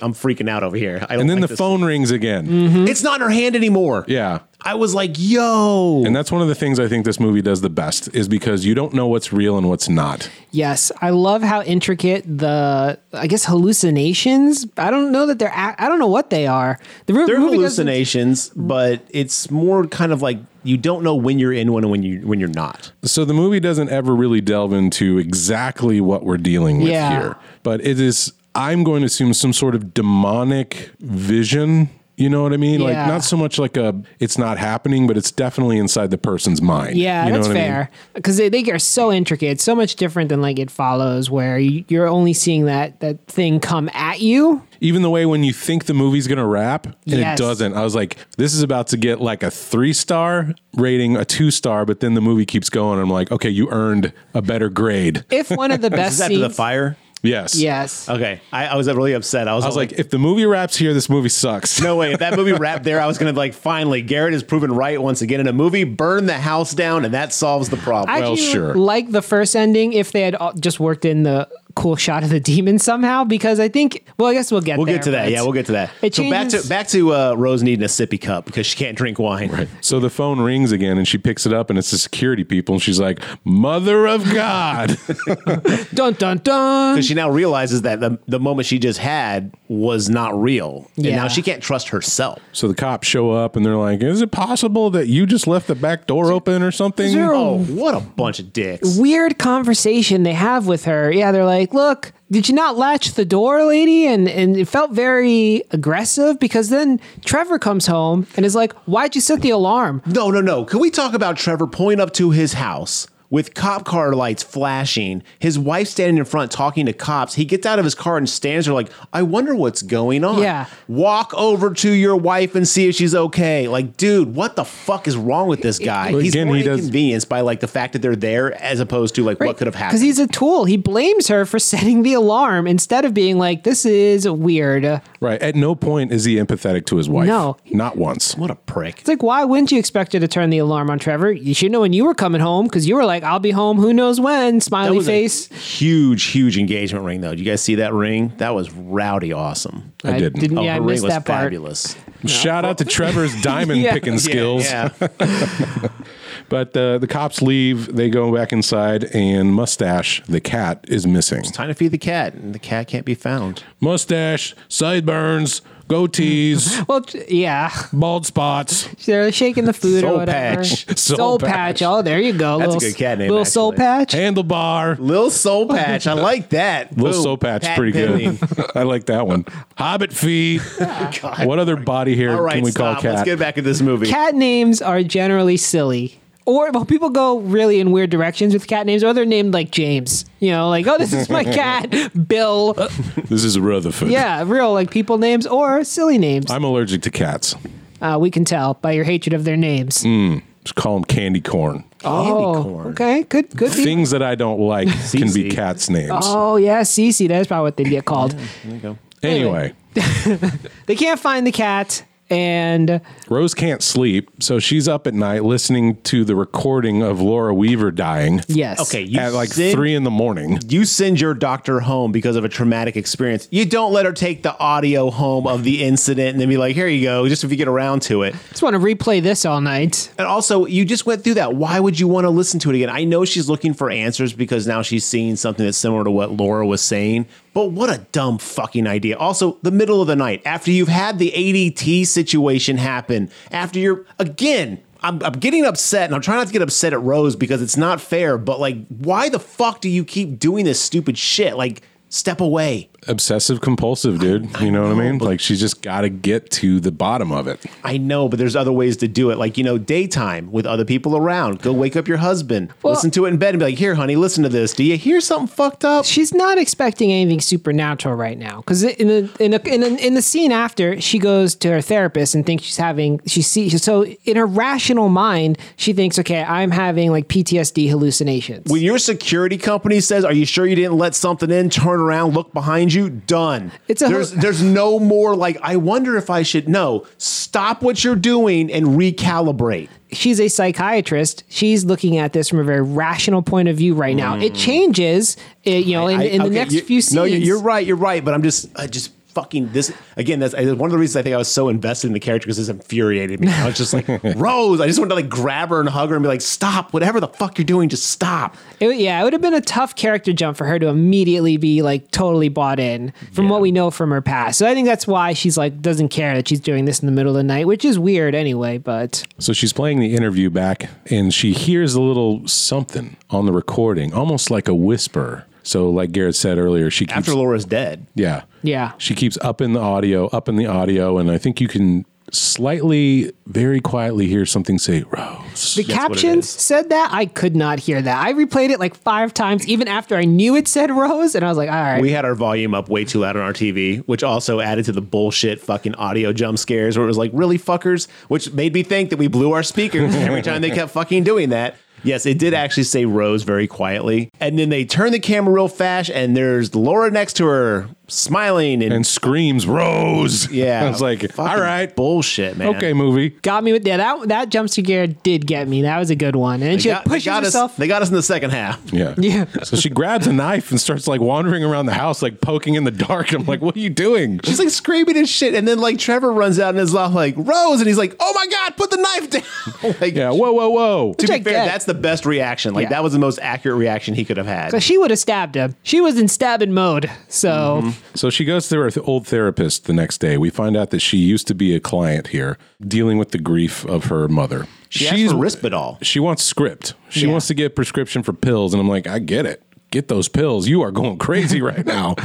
I'm freaking out over here. I don't and then like the this. phone rings again. It's not in her hand anymore. Yeah. I was like, "Yo." And that's one of the things I think this movie does the best is because you don't know what's real and what's not. Yes, I love how intricate the I guess hallucinations. I don't know that they're ac- I don't know what they are. The ru- They're movie doesn't- hallucinations, but it's more kind of like you don't know when you're in one and when you when you're not. So the movie doesn't ever really delve into exactly what we're dealing with Yeah. here. But it is I'm going to assume some sort of demonic vision. You know what I mean? Like Yeah. not so much like a it's not happening, but it's definitely inside the person's mind. Yeah, you know that's what I mean? fair because they, they are so intricate, so much different than like it follows, where you, you're only seeing that that thing come at you. Even the way when you think the movie's gonna wrap and Yes. it doesn't. I was like, this is about to get like a three star rating, a two star, but then the movie keeps going. I'm like, okay, you earned a better grade. If one of the best Is this after the Oh, scenes, fire? Yes. yes, Okay, I, I was really upset. I was, I was like, if the movie wraps here, this movie sucks. no way. If that movie wrapped there, I was gonna be like, finally, Garrett is proven right once again in a movie. Burn the house down, and that solves the problem. I Well, actually sure. like the first ending if they had all- just worked in the cool shot of the demon somehow because I think. Well, I guess we'll get. We'll there, get to that. but- Yeah, we'll get to that. It so back changes- to back to uh, Rose needing a sippy cup because she can't drink wine. Right. So the phone rings again and she picks it up and it's the security people and she's like, Mother of God. Dun dun dun. Because she now realizes that the, the moment she just had was not real. And Yeah. now she can't trust herself. so the cops show up and they're like, Is it possible that you just left the back door open or something? there a- Oh, what a bunch of dicks. weird conversation they have with her. Yeah, they're like, "Look, did you not latch the door, lady?" And and it felt very aggressive because then Trevor comes home and is like, "Why'd you set the alarm?" No, no, no. Can we talk about Trevor pulling up to his house with cop car lights flashing, his wife standing in front talking to cops? He gets out of his car and stands there like, I wonder what's going on. Yeah. Walk over to your wife and see if she's okay. Like, dude, what the fuck is wrong with this guy? Well, He's again, more he does- inconvenienced by like the fact that they're there as opposed to like what could have happened. Because he's a tool. He blames her for setting the alarm instead of being like, "This is weird." It's Right. At no point is he empathetic to his wife. No. Not once. what a prick. like, why wouldn't you expect her to turn the alarm on, Trevor? You should know when you were coming home because you were like, "I'll be home. Who knows when?" That Smiley was face. a huge, huge engagement ring, though. Did you guys see that ring? That was rowdy awesome. I didn't. Oh, yeah, I her ring missed was that part. fabulous. Shout out to Trevor's diamond Yeah. picking skills. Yeah, yeah. But uh, the cops leave. They go back inside, and Mustache, the cat, is missing. Time to feed the cat, and the cat can't be found. Mustache, sideburns, goatees, Well, t- yeah, bald spots. they're shaking the food or Soul whatever. Patch. Soul patch. Patch. Oh, there you go. That's a Little- good cat name, Little soul actually. patch. Handlebar. Lil Soul Patch, I like that. Lil Boom. Soul Patch, Pat pretty pending. good. I like that one. Hobbit feet. what other body hair Oh, All right, can we stop. call cat? Let's get back at this movie. Cat names are generally silly. Or well, people go really in weird directions with cat names, or they're named like James. You know, like, oh, this is my cat, Bill. This is Rutherford. Yeah, real like people names or silly names. I'm allergic to cats. Uh, we can tell by your hatred of their names. Mm. Just call them candy corn. oh, okay, good, good. be. Things that I don't like can be Cece. cats' names. Oh yeah, Cece. That's probably what they'd get called. Anyway, They can't find the cat, and Rose can't sleep, so she's up at night listening to the recording of Laura Weaver dying yes, Okay, you at like send, three in the morning. You send your doctor home because of a traumatic experience. You don't let her take the audio home of the incident and then be like, "Here you go," just if you get around to it. just want to replay this all night. And also, you just went through that. Why would you want to listen to it again? I know she's looking for answers because now she's seeing something that's similar to what Laura was saying, but what a dumb fucking idea. Also, the middle of the night, after you've had the ADT situation happen, after you're, again, I'm, I'm getting upset and I'm trying not to get upset at Rose because it's not fair, but like, why the fuck do you keep doing this stupid shit? Like, step away. Obsessive compulsive, dude. You know what I mean? Like she's just got to get to the bottom of it. I know, but there's other ways to do it. Like, you know, daytime with other people around. Go wake up your husband. listen to it in bed and be like, here, honey, listen to this. Do you hear something fucked up? she's not expecting anything supernatural right now because in the in the in, the in the scene after she goes to her therapist and thinks she's having she sees so in her rational mind she thinks okay I'm having like PTSD hallucinations. When your security company says, are you sure you didn't let something in? Turn around, look behind you. Done. It's a- there's, there's no more like, I wonder if I should. No, stop what you're doing and recalibrate. she's a psychiatrist. She's looking at this from a very rational point of view right now. It changes, it, you know, in, Mm. I- in the okay, next you- few scenes. No, you- you're right. You're right. But I'm just, I just fucking this again. That's I- one of the reasons I think I was so invested in the character because this infuriated me. I was just like, Rose, I just wanted to like grab her and hug her and be like, stop, whatever the fuck you're doing, just stop. It- yeah, it would have been a tough character jump for her to immediately be like totally bought in from what we know from her past. So I think that's why she's like doesn't care that she's doing this in the middle of the night, which is weird anyway. But So she's playing the interview back and she hears a little something on the recording, almost like a whisper. So, like Garrett said earlier, she keeps, After Laura's dead, yeah, Yeah. she keeps up in the audio, up in the audio, and I think you can slightly, very quietly hear something say "Rose." the what it captions is. said that I could not hear that. I replayed it like five times, even after I knew it said Rose, and I was like, all right. we had our volume up way too loud on our TV, which also added to the bullshit fucking audio jump scares where it was like, really fuckers, which made me think that we blew our speakers every time they kept fucking doing that. Yes, it did actually say Rose very quietly. And then they turn the camera real fast and there's Laura next to her smiling and, and screams Rose. yeah, I was like, fucking all right, bullshit, man. okay, movie. Got me with yeah, that. That jump scare did get me. That was a good one. And They she got, like, pushes they got herself. us. They got us in the second half. Yeah. Yeah. So she grabs a knife and starts like wandering around the house, like poking in the dark. I'm like, what are you doing? She's like screaming and shit, and then like Trevor runs out and is like Rose, and he's like, "Oh my god, put the knife down!" like, Yeah. Whoa, whoa, whoa. to Which be I fair, get. that's the best reaction. Like Yeah. that was the most accurate reaction he could have had. So she would have stabbed him. She was in stabbing mode. So Mm-hmm. So she goes to her th- old therapist the next day. We find out that she used to be a client here dealing with the grief of her mother. She asked for Risperdal. She wants script. She Yeah. wants to get prescription for pills. And I'm like, I get it. Get those pills. You are going crazy right now.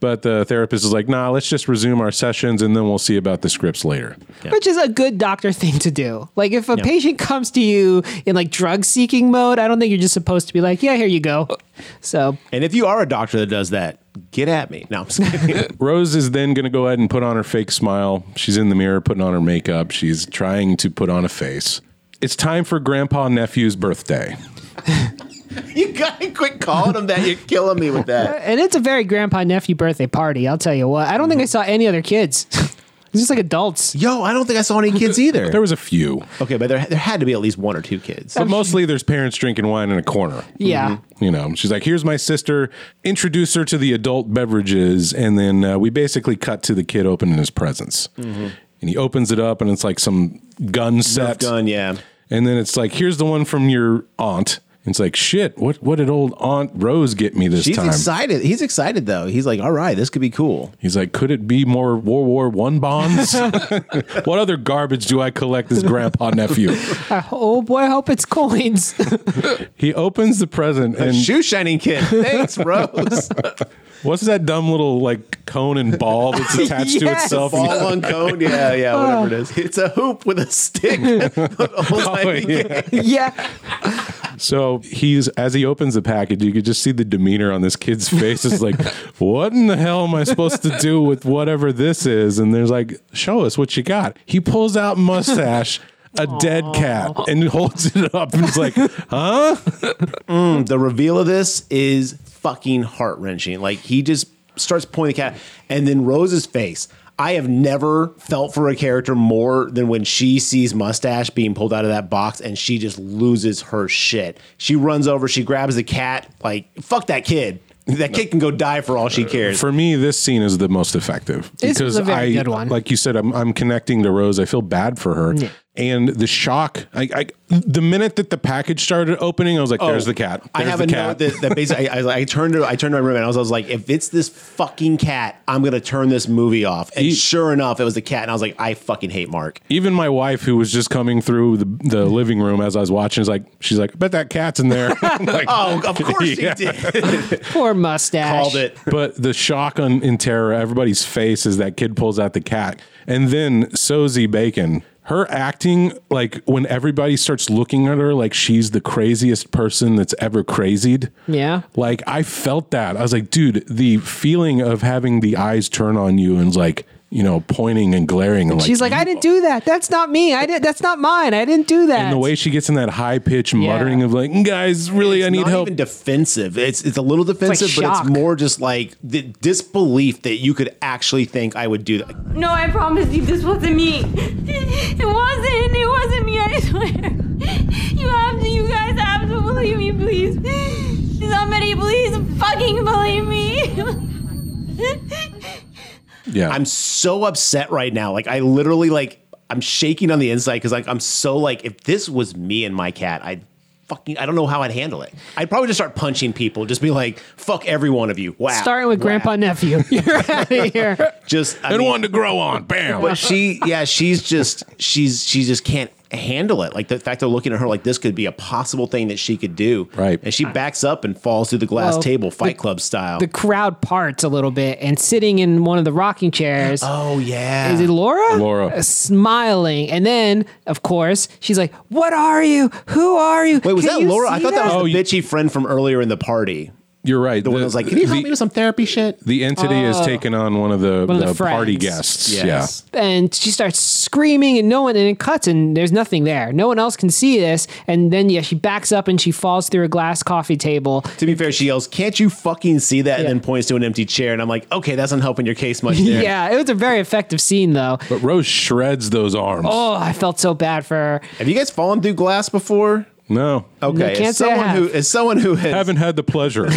But the therapist is like, nah, let's just resume our sessions and then we'll see about the scripts later. which is a good doctor thing to do. Like if a patient comes to you in like drug seeking mode, I don't think you're just supposed to be like, yeah, here you go. So And if you are a doctor that does that, get at me. No, I'm just kidding. Rose is then going to go ahead and put on her fake smile. She's in the mirror putting on her makeup. She's trying to put on a face. It's time for grandpa nephew's birthday. you gotta quit calling him that. You're killing me with that. and it's a very grandpa nephew birthday party. I'll tell you what. I don't Mm-hmm. think I saw any other kids. it's just like adults. Yo, I don't think I saw any kids either. There was a few, okay, but there there had to be at least one or two kids. but mostly there's parents drinking wine in a corner. Mm-hmm. Yeah. You know, she's like, here's my sister, introduce her to the adult beverages. And then uh, we basically cut to the kid opening his presents. And he opens it up and it's like some gun set. Done, yeah. And then it's like, here's the one from your aunt. And it's like, shit, what, what did old Aunt Rose get me this She's time? excited. He's excited though. He's like, all right, this could be cool. He's like, could it be more World War One bonds? what other garbage do I collect as grandpa nephew? Oh boy, I hope it's coins. He opens the present and Shoe shining kid. Thanks, Rose. what's that dumb little like cone and ball that's attached to Yes. itself? Ball on cone. Yeah, yeah, whatever it is. It's a hoop with a stick. Oh, yeah. yeah. So he's as he opens the package, you could just see the demeanor on this kid's face. It's like, what in the hell am I supposed to do with whatever this is? And there's like, show us what you got. He pulls out mustache. A dead cat and holds it up and is like, huh? The reveal of this is fucking heart wrenching. Like he just starts pulling the cat, and then Rose's face. I have never felt for a character more than when she sees Mustache being pulled out of that box and she just loses her shit. She runs over, she grabs the cat, like, fuck that kid. That kid can go die for all she cares. Uh, For me, this scene is the most effective This was a very I, good one. like you said, I'm, I'm connecting to Rose. I feel bad for her, and the shock. I, I the minute that the package started opening, I was like, "There's the cat. Oh, I There's have the a cat." note that, that basically I, I, I turned to I turned to my room and I was, I was like, if it's this fucking cat, I'm gonna turn this movie off. And He- sure enough, it was the cat, and I was like, I fucking hate Mark. Even my wife, who was just coming through the, the living room as I was watching, is like, she's like, I bet that cat's in there. I'm like, Oh, of course Yeah. he did. Poor mustache. Called it. But the shock on in terror, everybody's face as that kid pulls out the cat. And then Sozy Bacon, her acting, like when everybody starts looking at her like she's the craziest person that's ever crazied. Yeah. Like I felt that. I was like, dude, the feeling of having the eyes turn on you and like, you know, pointing and glaring. And She's like, I didn't do that. That's not me. I did. That's not mine. I didn't do that. and the way she gets in that high pitch muttering of like, guys, really, I It's need not help. even defensive. It's it's a little defensive, but shock. it's more just like the disbelief that you could actually think I would do that. No, I promise you, this wasn't me. It wasn't. It wasn't me. I swear. You have to. You guys have to believe me, please. Somebody, please, fucking believe me. yeah, I'm so upset right now. Like I literally like I'm shaking on the inside because like I'm so like if this was me and my cat, I'd fucking I don't know how I'd handle it. I'd probably just start punching people, just be like, fuck every one of you. Wow. Starting with Wow. grandpa nephew. You're out of here. Just I and mean, one to grow on. Bam. but she yeah, she's just she's she just can't handle it. Like the fact they're looking at her like this could be a possible thing that she could do. Right. And she backs up and falls through the glass Well, table, fight the- club style. The crowd parts a little bit, and sitting in one of the rocking chairs. oh yeah. Is it Laura? Laura. Uh, Smiling. And then, of course, she's like, What are you? Who are you? Wait, was that Laura? I thought that, was Oh, the you- bitchy friend from earlier in the party. You're right. The one that was like, can you help me with some therapy shit? the entity has taken on one of the, Oh. One of the the party friends. guests. Yes. and she starts screaming and no one and it cuts and there's nothing there no one else can see this and then yeah she backs up and she falls through a glass coffee table To be fair, she yells, "Can't you fucking see that?" And Yeah. then points to an empty chair, and I'm like, "Okay, that's not helping your case much." yeah. There. it was a very effective scene though Yeah. But Rose shreds those arms. oh i felt so bad for her Have you guys fallen through glass before? No. Okay, can't as say I someone who have. as someone who has Haven't had the pleasure.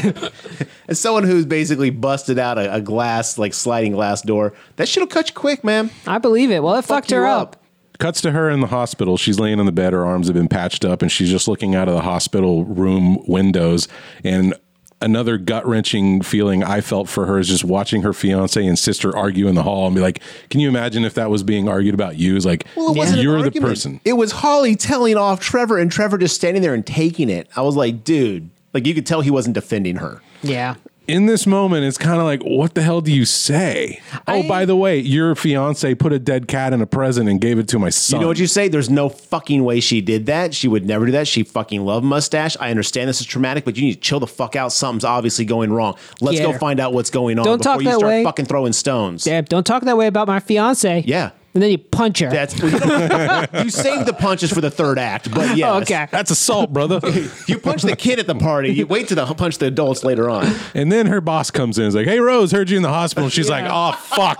as someone who's basically busted out a, a glass like sliding glass door, that shit'll cut you quick, man. i believe it well it fucked you her up. up, Cuts to her in the hospital. She's laying on the bed. Her arms have been patched up, and she's just looking out of the hospital room windows. And another gut wrenching feeling I felt for her is just watching her fiance and sister argue in the hall and be like, "Can you imagine if that was being argued about you?" It's like an you're the argument. person. It was Holly telling off Trevor, and Trevor just standing there and taking it. I was like, dude, like you could tell he wasn't defending her. yeah in this moment, it's kind of like, what the hell do you say? oh, I- by the way, your fiance put a dead cat in a present and gave it to my son. You know what you say? There's no fucking way she did that. She would never do that. She fucking loved mustache. I understand this is traumatic, but you need to chill the fuck out. Something's obviously going wrong. Let's go Yeah. find out what's going on Don't before talk you that start way. fucking throwing stones. Damn, don't talk that way about my fiance Yeah. and then you punch her That's you save the punches for the third act, but yeah, Oh, okay That's assault, brother. You punch the kid at the party. You wait to the, punch the adults later on. and then her boss comes in and is like, hey, Rose, heard you in the hospital. She's like, oh, fuck.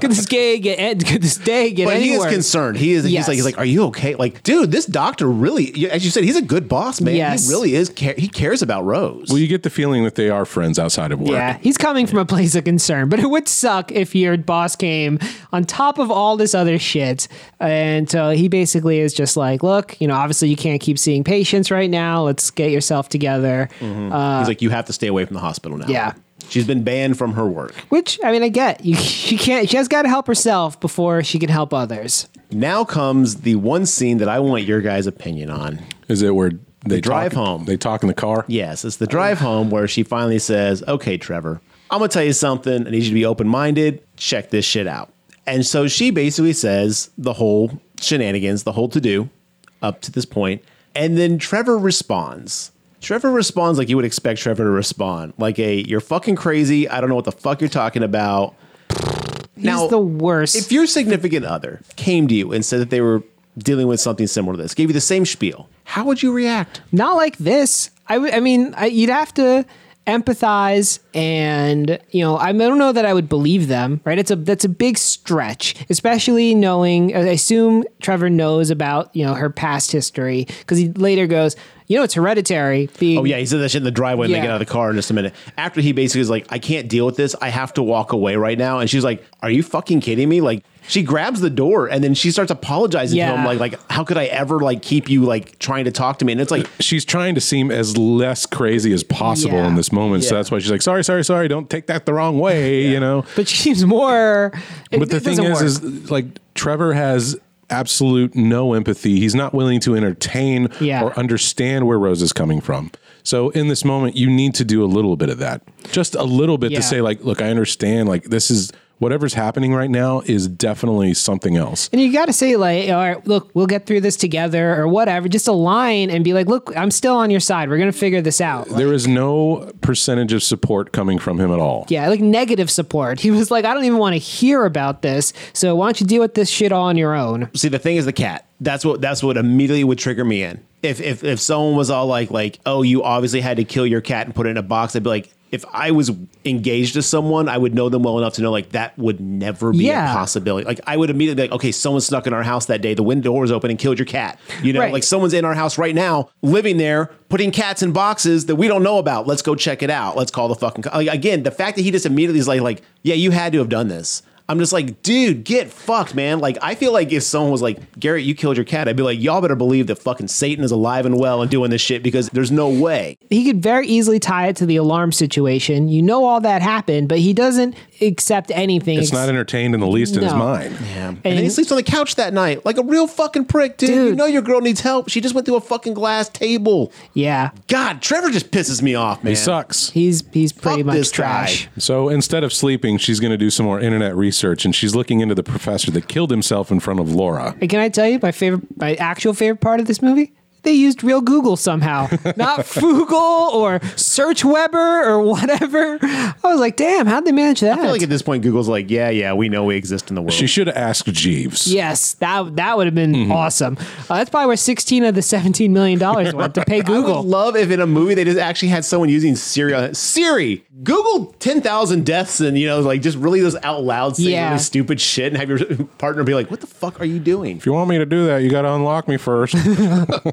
could this gay get eh, could this day get But any he is worse? concerned. He is. He's Yes. like. He's like. Are you okay? Like, dude, this doctor really, as you said, he's a good boss, man. Yes. He really is. Care, he cares about Rose. well, you get the feeling that they are friends outside of work. Yeah, he's coming from a place of concern, but it would suck if your boss came on top of all this other shit. And so he basically is just like, look, you know, obviously you can't keep seeing patients right now. Let's get yourself together. he's like, you have to stay away from the hospital now. Uh, Yeah. She's been banned from her work. Which I mean, I get you. She can't. She has got to help herself before she can help others. Now comes the one scene that I want your guys' opinion on. Is it where they, drive talk- home. They talk in the car. Yes, it's the drive home where she finally says, Okay, Trevor, I'm going to tell you something. I need you to be open minded. Check this shit out. And so she basically says the whole shenanigans, the whole to do up to this point. And then Trevor responds. Trevor responds like you would expect Trevor to respond like a, You're fucking crazy. I don't know what the fuck you're talking about. He's the worst. If your significant other came to you and said that they were dealing with something similar to this, gave you the same spiel, how would you react? not like this. I, w- I mean, I, you'd have to empathize and you know i don't know that i would believe them right it's a that's a big stretch especially knowing i assume trevor knows about you know her past history because he later goes you know it's hereditary being Oh yeah, he said that shit in the driveway and they Yeah. get out of the car in just a minute. After he basically is like, I can't deal with this. I have to walk away right now. And she's like, Are you fucking kidding me? Like she grabs the door and then she starts apologizing to Yeah. him, like, like, how could I ever like keep you like trying to talk to me? And it's like She's trying to seem as less crazy as possible Yeah. in this moment. So Yeah. that's why she's like, sorry, sorry, sorry. Don't take that the wrong way, you know? but she seems more it- but the it thing doesn't is, work. is like Trevor has absolute no empathy. He's not willing to entertain Yeah. or understand where Rose is coming from. So in this moment, you need to do a little bit of that, just a little bit Yeah. to say like, look, I understand. Like this is whatever's happening right now is definitely something else. And you got to say like, all right, look, we'll get through this together or whatever. Just a line and be like, look, I'm still on your side. We're gonna figure this out. There is no percentage of support coming from him at all. Yeah, like negative support. He was like, I don't even want to hear about this. So why don't you deal with this shit all on your own? see the thing is the cat. That's what that's what immediately would trigger me in. If if if someone was all like like, oh, you obviously had to kill your cat and put it in a box, I'd be like, if I was engaged to someone, I would know them well enough to know like that would never be Yeah. a possibility. Like I would immediately be like, okay, someone snuck in our house that day, the window door was open and killed your cat. You know, Right. like someone's in our house right now, living there, putting cats in boxes that we don't know about. Let's go check it out. Let's call the fucking co-" like, again. The fact that he just immediately is like like, yeah, you had to have done this. I'm just like, dude, get fucked, man. Like, I feel like if someone was like, Garrett, you killed your cat, I'd be like, y'all better believe that fucking Satan is alive and well and doing this shit because there's no way. He could very easily tie it to the alarm situation. You know all that happened, but he doesn't accept anything. It's not entertained in the least in his No. mind. And, then he sleeps on the couch that night like a real fucking prick, dude. You Dude. know your girl needs help. She just went through a fucking glass table. yeah, God, Trevor just pisses me off, man. He sucks. he's he's pretty Fuck much this guy. trash. So instead of sleeping, she's going to do some more internet research, and she's looking into the professor that killed himself in front of Laura. And can I tell you my favorite, my actual favorite part of this movie? they used real Google somehow, not Foogle or Search Weber or whatever. I was like, damn, how'd they manage that? I feel like at this point, Google's like, yeah, yeah, we know we exist in the world. She should have asked Jeeves. Yes, that that would have been Mm-hmm. awesome. Uh, that's probably where sixteen of the seventeen million dollars went to pay I would Google. love if in a movie they just actually had someone using Siri. Siri, Google ten thousand deaths, and you know, like just really those out loud, saying Yeah. really stupid shit, and have your partner be like, "What the fuck are you doing?" If you want me to do that, you got to unlock me first.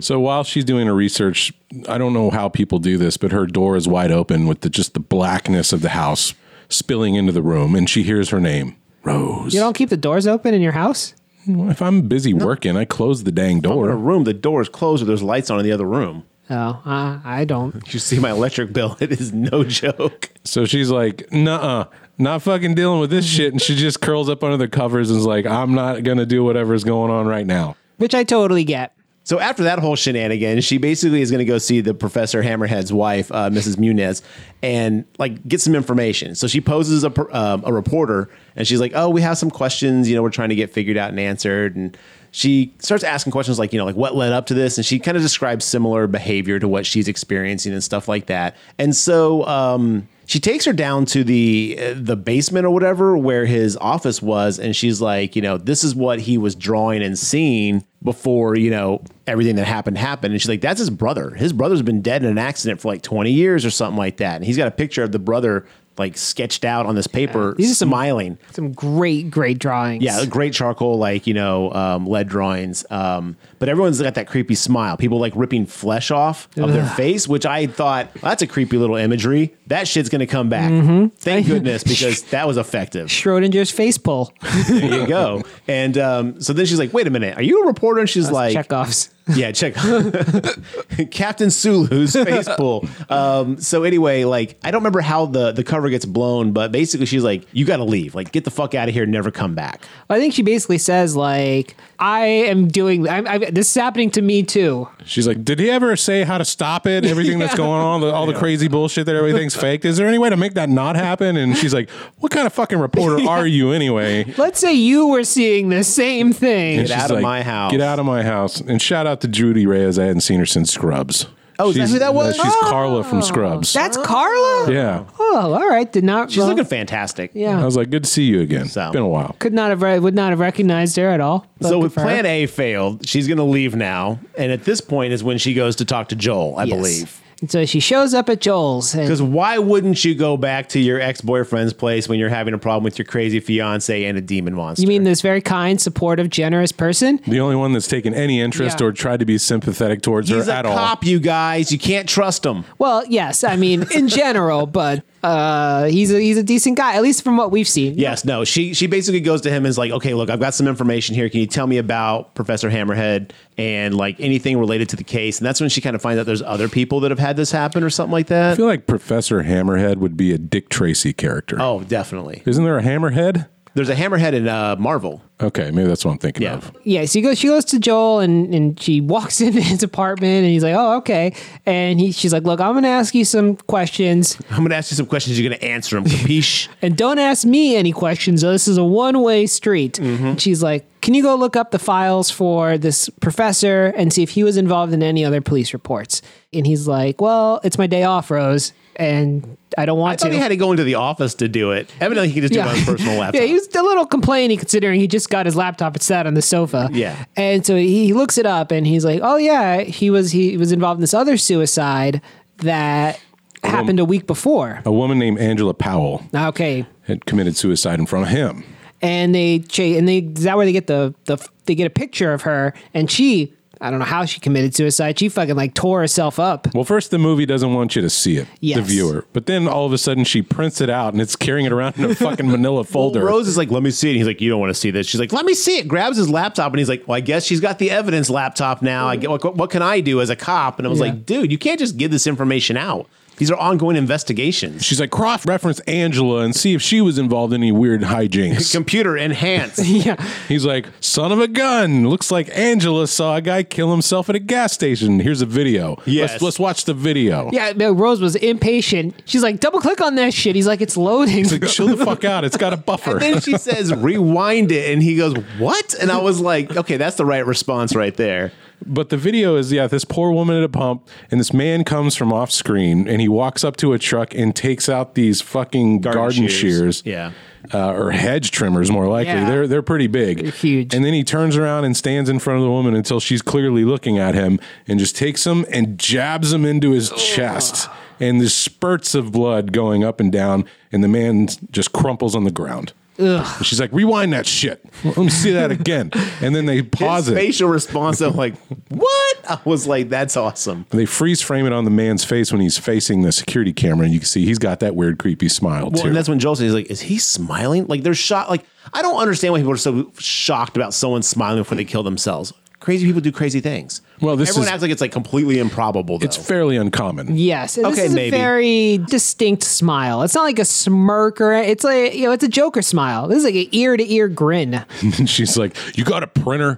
so while she's doing her research, I don't know how people do this, but her door is wide open with the, just the blackness of the house spilling into the room, and she hears her name, Rose. You don't keep the doors open in your house. if I'm busy working, I close the dang Or a door. room, the door is closed, or there's lights on in the other room. Oh, uh, I don't. You see my electric bill; it is no joke. So she's like, "Nah, not fucking dealing with this shit," and she just curls up under the covers and is like, "I'm not gonna do whatever's going on right now." Which I totally get. So after that whole shenanigan, she basically is going to go see the Professor Hammerhead's wife, uh, Mrs. Munez, and like get some information. So she poses a, per- um, a reporter, and she's like, "Oh, we have some questions. You know, we're trying to get figured out and answered." And she starts asking questions like, you know, like what led up to this, and she kind of describes similar behavior to what she's experiencing and stuff like that. And so um, she takes her down to the uh, the basement or whatever where his office was and she's like you know this is what he was drawing and seeing before you know everything that happened happened and she's like that's his brother his brother's been dead in an accident for like 20 years or something like that and he's got a picture of the brother like sketched out on this paper These are some- smiling Some great, great drawings. yeah, great charcoal, like you know, um, lead drawings. Um, but everyone's got that creepy smile. People like ripping flesh off of their face, which I thought "Well, that's a creepy little imagery. That shit's gonna come back. Thank goodness because that was effective. Schrodinger's face pull. There you go. And um, so then she's like, "Wait a minute, are you a reporter?" And she's like, Chekhov's. yeah, check Captain Sulu's face pool. Um, so anyway, like I don't remember how the the cover gets blown, but basically she's like, "You got to leave. Like, get the fuck out of here. Never come back." I think she basically says like, "I am doing. I'm, I, this is happening to me too." She's like, "Did he ever say how to stop it? Everything that's going on, the, all the crazy bullshit that everything's faked. Is there any way to make that not happen?" And she's like, "What kind of fucking reporter are you anyway?" Let's say you were seeing the same thing. And she's out of my house. Get out of my house. And shout out to Judy Reyes. I hadn't seen her since Scrubs. Oh, is that She's- who that was? Oh. She's Carla from Scrubs. That's Carla. yeah. Oh, all right. Did not. She's well, looking fantastic. I Yeah. was like, "Good to see you again. So- Been a while." Could not have. re- Would not have recognized her at all. but So good with for her. Plan A failed, she's going to leave now, and at this point is when she goes to talk to Joel, I Yes. believe. And so she shows up at Joel's. And Because why wouldn't you go back to your ex boyfriend's place when you're having a problem with your crazy fiance and a demon monster? you mean this very kind, supportive, generous person? The only one that's taken any interest Yeah. or tried to be sympathetic towards he's her a at cop? You guys, you can't trust him. Well, yes. I mean, in general, but uh, he's a he's a decent guy, at least from what we've seen. Yes, no. She she basically goes to him and is like, okay, look, I've got some information here. Can you tell me about Professor Hammerhead and like anything related to the case? And that's when she kind of finds out there's other people that have had this happen or something like all. I that. feel like Professor Hammerhead would be a Dick Tracy character. Oh, definitely. Isn't there a Hammerhead? There's a Hammerhead in uh, Marvel. Okay, maybe that's what I'm thinking Yeah. of. yeah, so he goes, she goes to Joel and, and she walks into his apartment and he's like, oh, okay. And he, she's like, look, I'm going to ask you some questions I'm going to ask you some questions. You're going to answer them. Capiche? and don't ask me any questions. Though. This is a one way street. Mm-hmm. And she's like, can you go look up the files for this professor and see if he was involved in any other police reports? And he's like, well, it's my day off, Rose, and I don't want I thought to. he had to go into the office to do it. Evidently, he could just do it on his personal laptop. yeah, he was a little complaining considering he just got his laptop and sat on the sofa. Yeah. And so he, he looks it up and he's like, "Oh yeah, he was he was involved in this other suicide that happened a week before." A woman named Angela Powell Oh. Okay. had committed suicide in front of him. And they cha- and they is that where they get the the they get a picture of her and she I don't know how she committed suicide. She fucking like tore herself up. Well, first the movie doesn't want you to see it, the Yes. viewer. But then all of a sudden she prints it out and it's carrying it around in a fucking manila folder. Rose is like, let me see it. He's like, you don't want to see this. She's like, let me see it. Grabs his laptop and he's like, well, I guess she's got the evidence laptop now. I get, what, what can I do as a cop? And I was Yeah. like, dude, you can't just give this information out. These are ongoing investigations. She's like, cross reference Angela and see if she was involved in any weird hijinks. Computer enhanced. Yeah. He's like, son of a gun. Looks like Angela saw a guy kill himself at a gas station. Here's a video. Yes. Let's, let's watch the video. Yeah, no, Rose was impatient. She's like, double click on that shit. He's like, it's loading. He's like, chill the fuck out. It's got a buffer. then she says, rewind it. And he goes, what? And I was like, okay, that's the right response right there. But the video is yeah, this poor woman at a pump, and this man comes from off screen, and he walks up to a truck and takes out these fucking garden, shears, Yeah. uh, or hedge trimmers, more likely. Yeah. They're they're pretty big, They're huge. And then he turns around and stands in front of the woman until she's clearly looking at him, and just takes them and jabs them into his chest, and there's spurts of blood going up and down, and the man just crumples on the ground. And She's like, rewind that shit. Let me see that again. And then they pause His it. facial response, I'm like, what? I was like, that's awesome. They freeze frame it on the man's face when he's facing the security camera, and you can see he's got that weird, creepy smile Well, too. and that's when Joel says, like, is he smiling? Like, they're shocked. Like, I don't understand why people are so shocked about someone smiling before they kill themselves. Crazy people do crazy things. Well, this Everyone is- acts like it's like completely improbable, though. it's fairly uncommon. yes. And Okay, this is maybe. a very distinct smile. It's not like a smirk or it's like, you know, it's a Joker smile. This is like an ear to ear grin. And she's like, "You got a printer?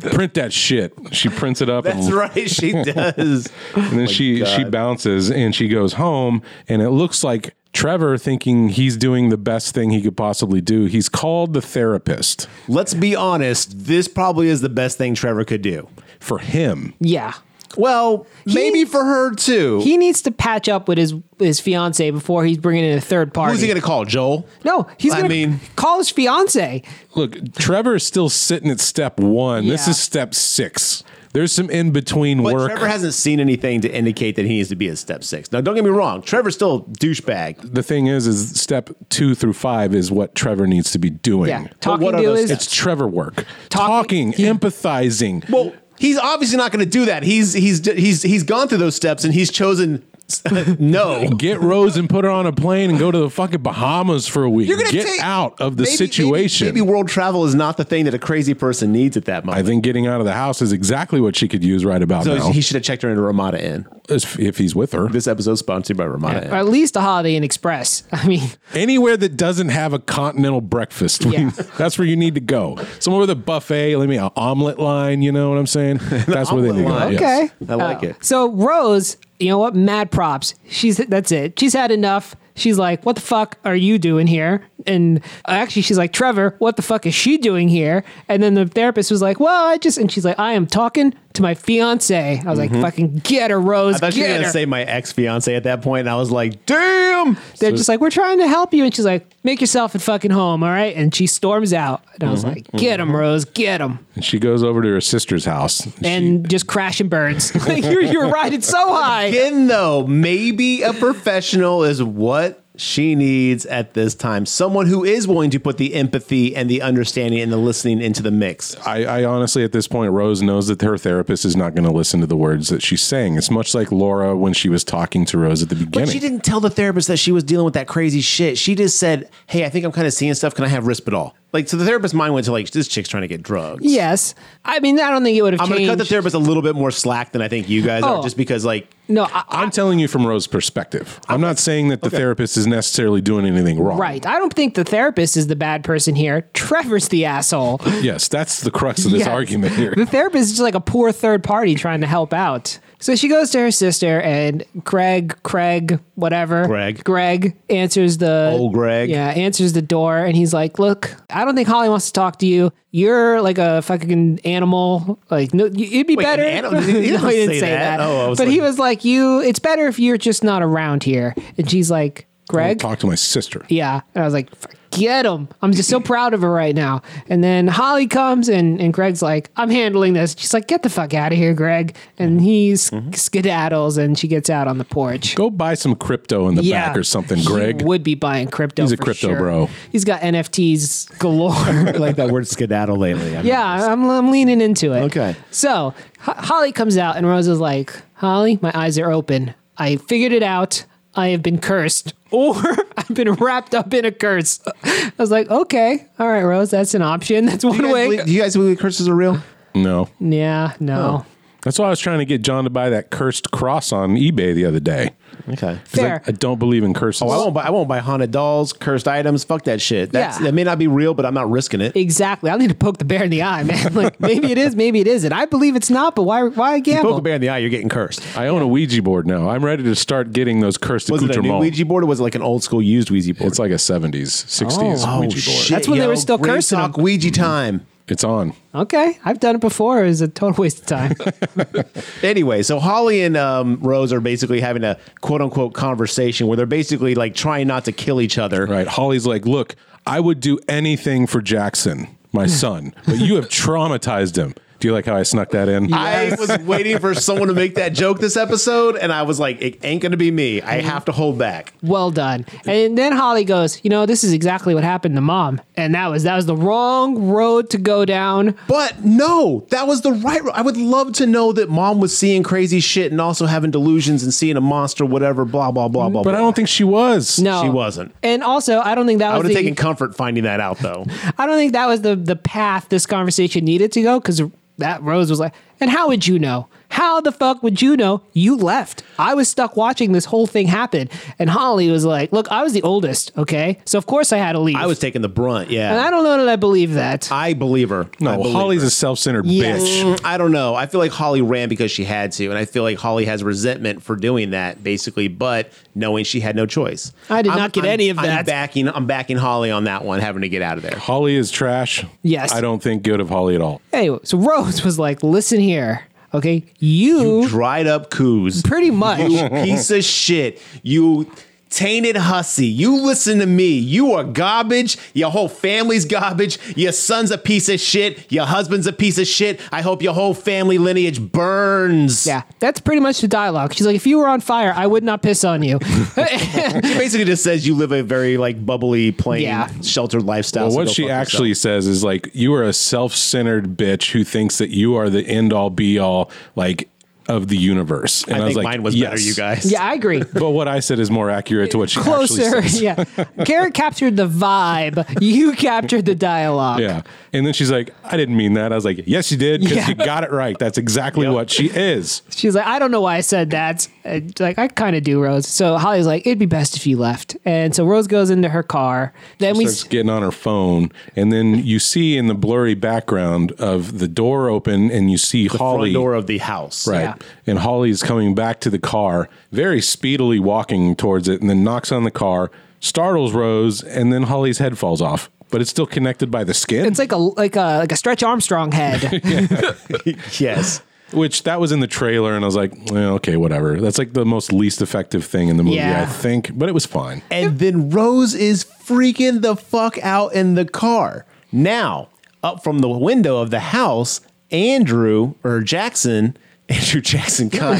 Print that shit." She prints it up, that's and, right. Oh She does. and then she she bounces and she goes home, and it looks like. Trevor thinking he's doing the best thing he could possibly do. He's called the therapist Let's be honest. This probably is the best thing Trevor could do. for him. Yeah. Well, maybe for her, too. He needs to patch up with his his fiance before he's bringing in a third party. Who's he going to call? Joel? no, he's I going to mean- call his fiance. Look, Trevor is still sitting at step one. This Yeah. is step six. There's some in between But work. Trevor hasn't seen anything to indicate that he needs to be at step six. Now, don't get me wrong. Trevor's still a douchebag. the thing is, is step two through five is what Trevor needs to be doing. Yeah. Talking what are to those his It's Trevor work. Talking, Talking- empathizing. Well, he's obviously not going to do that. He's he's he's he's gone through those steps and he's chosen no. Get Rose and put her on a plane and go to the fucking Bahamas for a week. gonna Get take- out of the Maybe- maybe- situation. Maybe, world travel is not the thing that a crazy person needs at that I moment. think getting out of the house is exactly what she could use right about so now. he should have checked her into Ramada Inn. if, if he's with her. This episode's sponsored by Ramada Or Inn. at least a Holiday Inn Express. I mean, Anywhere that doesn't have a continental breakfast, Yeah. that's where you need to go. Somewhere with a buffet, let me an omelet line, you know what I'm saying? That's where they need to go. omelet line. yes. okay. I like Oh. it. So Rose, you know what? Mad props. She's that's it. She's had enough. She's like, "What the fuck are you doing here?" And actually, she's like, "Trevor, what the fuck is she doing here?" And then the therapist was like, "Well, I just..." And she's like, "I am talking to my fiance." I was like, "Fucking get her, Rose. I thought you were get going to her." say my ex fiance at that point, and I was like, damn. They're just like, "We're trying to help you," and she's like, "Make yourself at fucking home, all right?" And she storms out, and I was like, "Get him, Rose. Get him!" And she goes over to her sister's house. and she- And just crashing birds. like you're you're riding so high. Again, though, maybe a professional is what she needs at this time. Someone who is willing to put the empathy and the understanding and the listening into the mix. I, I honestly, at this point, Rose knows that her therapist is not going to listen to the words that she's saying. It's much like Laura when she was talking to Rose at the But beginning. she didn't tell the therapist that she was dealing with that crazy shit. She just said, "Hey, I think I'm kind of seeing stuff. Can I have Risperdal?" Like, so the therapist's mind went to like, "This chick's trying to get drugs." Yes, I mean I don't think it would have. I'm gonna changed. cut the therapist a little bit more slack than I think you guys are, Oh. just because like No, I, I'm telling you from Rose's perspective. I'm not saying that the therapist is necessarily doing anything wrong. right. I don't think the therapist is the bad person here. Trevor's the asshole. Yes, that's the crux of this Yes. argument here. The therapist is just like a poor third party trying to help out. So she goes to her sister, and Greg, Craig, whatever, Greg. Greg answers the Old Greg. Yeah, answers the door, and he's like, "Look, I don't think Holly wants to talk to you. You're like a fucking animal. Like, no, you- it'd be Wait, an better." animal? He didn't no, he didn't say say, that. that. Oh, I was but he like- was like, "You, it's better if you're just not around here." And she's like, I'll "Greg, talk to my sister. Yeah. And I was like, get him. I'm just so proud of her right now. And then Holly comes and, and Greg's like, I'm handling this. She's like, get the fuck out of here, Greg. And he sk- skedaddles and she gets out on the porch. Mm-hmm. Go buy some crypto in the back or something, He Greg. would be buying crypto. He's a for crypto sure. bro. He's got NFTs galore. I like that word skedaddle lately. I'm- yeah, uh, I'm, I'm leaning into it. Okay. So Ho- Holly comes out and Rose is like, Holly, my eyes are open. I figured it out. I have been cursed or I've been wrapped up in a curse. I was like, okay. All right, Rose, that's an option. That's Do you one guys way. believe- do you guys believe curses are real? No. yeah, no. That's why I was trying to get John to buy that cursed cross on eBay the other day. Okay. 'Cause I- Fair. I, don't believe in curses. Oh, I won't buy. I won't buy haunted dolls, cursed items. Fuck that shit. That's, Yeah. That may not be real, but I'm not risking it. Exactly. I need to poke the bear in the eye, man. Like maybe it is, maybe it isn't. I believe it's not, but why? Why Poke a gamble? bear in the eye, you're getting cursed. I own a Ouija board now. I'm ready to start getting those cursed Was it a new accoutrements. Ouija board or was it like an old school used Ouija board? It's like a 70s, 60s Oh, Ouija board. shit, That's when they yo. were still Ray cursing Sock Ouija time. It's on. Okay, I've done it before. It was a total waste of time. Anyway, so Holly and um, Rose are basically having a quote unquote conversation where they're basically like trying not to kill each other. Right. Holly's like, look, I would do anything for Jackson, Hmm. my son, but you have traumatized him. Do you like how I snuck that in? I was waiting for someone to make that joke this episode, and I was like, it ain't gonna be me. I have to hold back. well done. And then Holly goes, you know, this is exactly what happened to mom, and that was that was the wrong road to go down. But no, that was the right. I would love to know that mom was seeing crazy shit and also having delusions and seeing a monster, whatever, blah, blah, blah, blah. but I don't think she was. No, She wasn't. And also, I don't think that I was would the, have taken comfort finding that out, though. I don't think that was the the path this conversation needed to go because that Rose was like, and how would you know? How the fuck would you know? You left. I was stuck watching this whole thing happen, and Holly was like, "Look, I was the oldest, okay, so of course I had to leave." I was taking the brunt, yeah. and I don't know that I believe that. I believe her. I No, believe Holly's her. a self centered Yes. bitch. Mm, I don't know. I feel like Holly ran because she had to, and I feel like Holly has resentment for doing that, basically. But knowing she had no choice, I did not get any of I'm that. backing, I'm backing Holly on that one, having to get out of there. Holly is trash. Yes. I don't think good of Holly at all. anyway, so Rose was like, "Listen here, okay, you, Dried up coos, pretty much." piece of shit, you. Tainted hussy, you listen to me. You are garbage. Your whole family's garbage. Your son's a piece of shit. Your husband's a piece of shit. I hope your whole family lineage burns. Yeah, that's pretty much the dialogue. She's like, if you were on fire, I would not piss on you. She basically just says you live a very like bubbly, plain, Yeah. sheltered lifestyle. Well, so what go she fuck yourself. actually says is like, you are a self centered bitch who thinks that you are the end all be all, like, of the universe. And I, think was like, mine was better, yes. you guys. yeah, I agree. But what I said is more accurate to what she Closer, actually says. yeah. Garrett captured the vibe. You captured the dialogue. Yeah. And then she's like, I didn't mean that. I was like, yes, you did, because Yeah. you got it right. That's exactly what she is. She's like, I don't know why I said that. And, like, I kind of do, Rose. So Holly's like, it'd be best if you left. And so Rose goes into her car. Then we, Starts getting on her phone. And then you see in the blurry background of the door open and you see the Holly. front door of the house. Right. Yeah. And Holly's coming back to the car, very speedily walking towards it, and then knocks on the car, startles Rose, and then Holly's head falls off. But it's still connected by the skin. it's like a like a like a Stretch Armstrong head. Yes. which that was in the trailer, and I was like, well, okay, whatever. That's like the most least effective thing in the movie, Yeah. I think. But it was fine. And then Rose is freaking the fuck out in the car. Now, up from the window of the house, Andrew or Jackson, Andrew Jackson, God,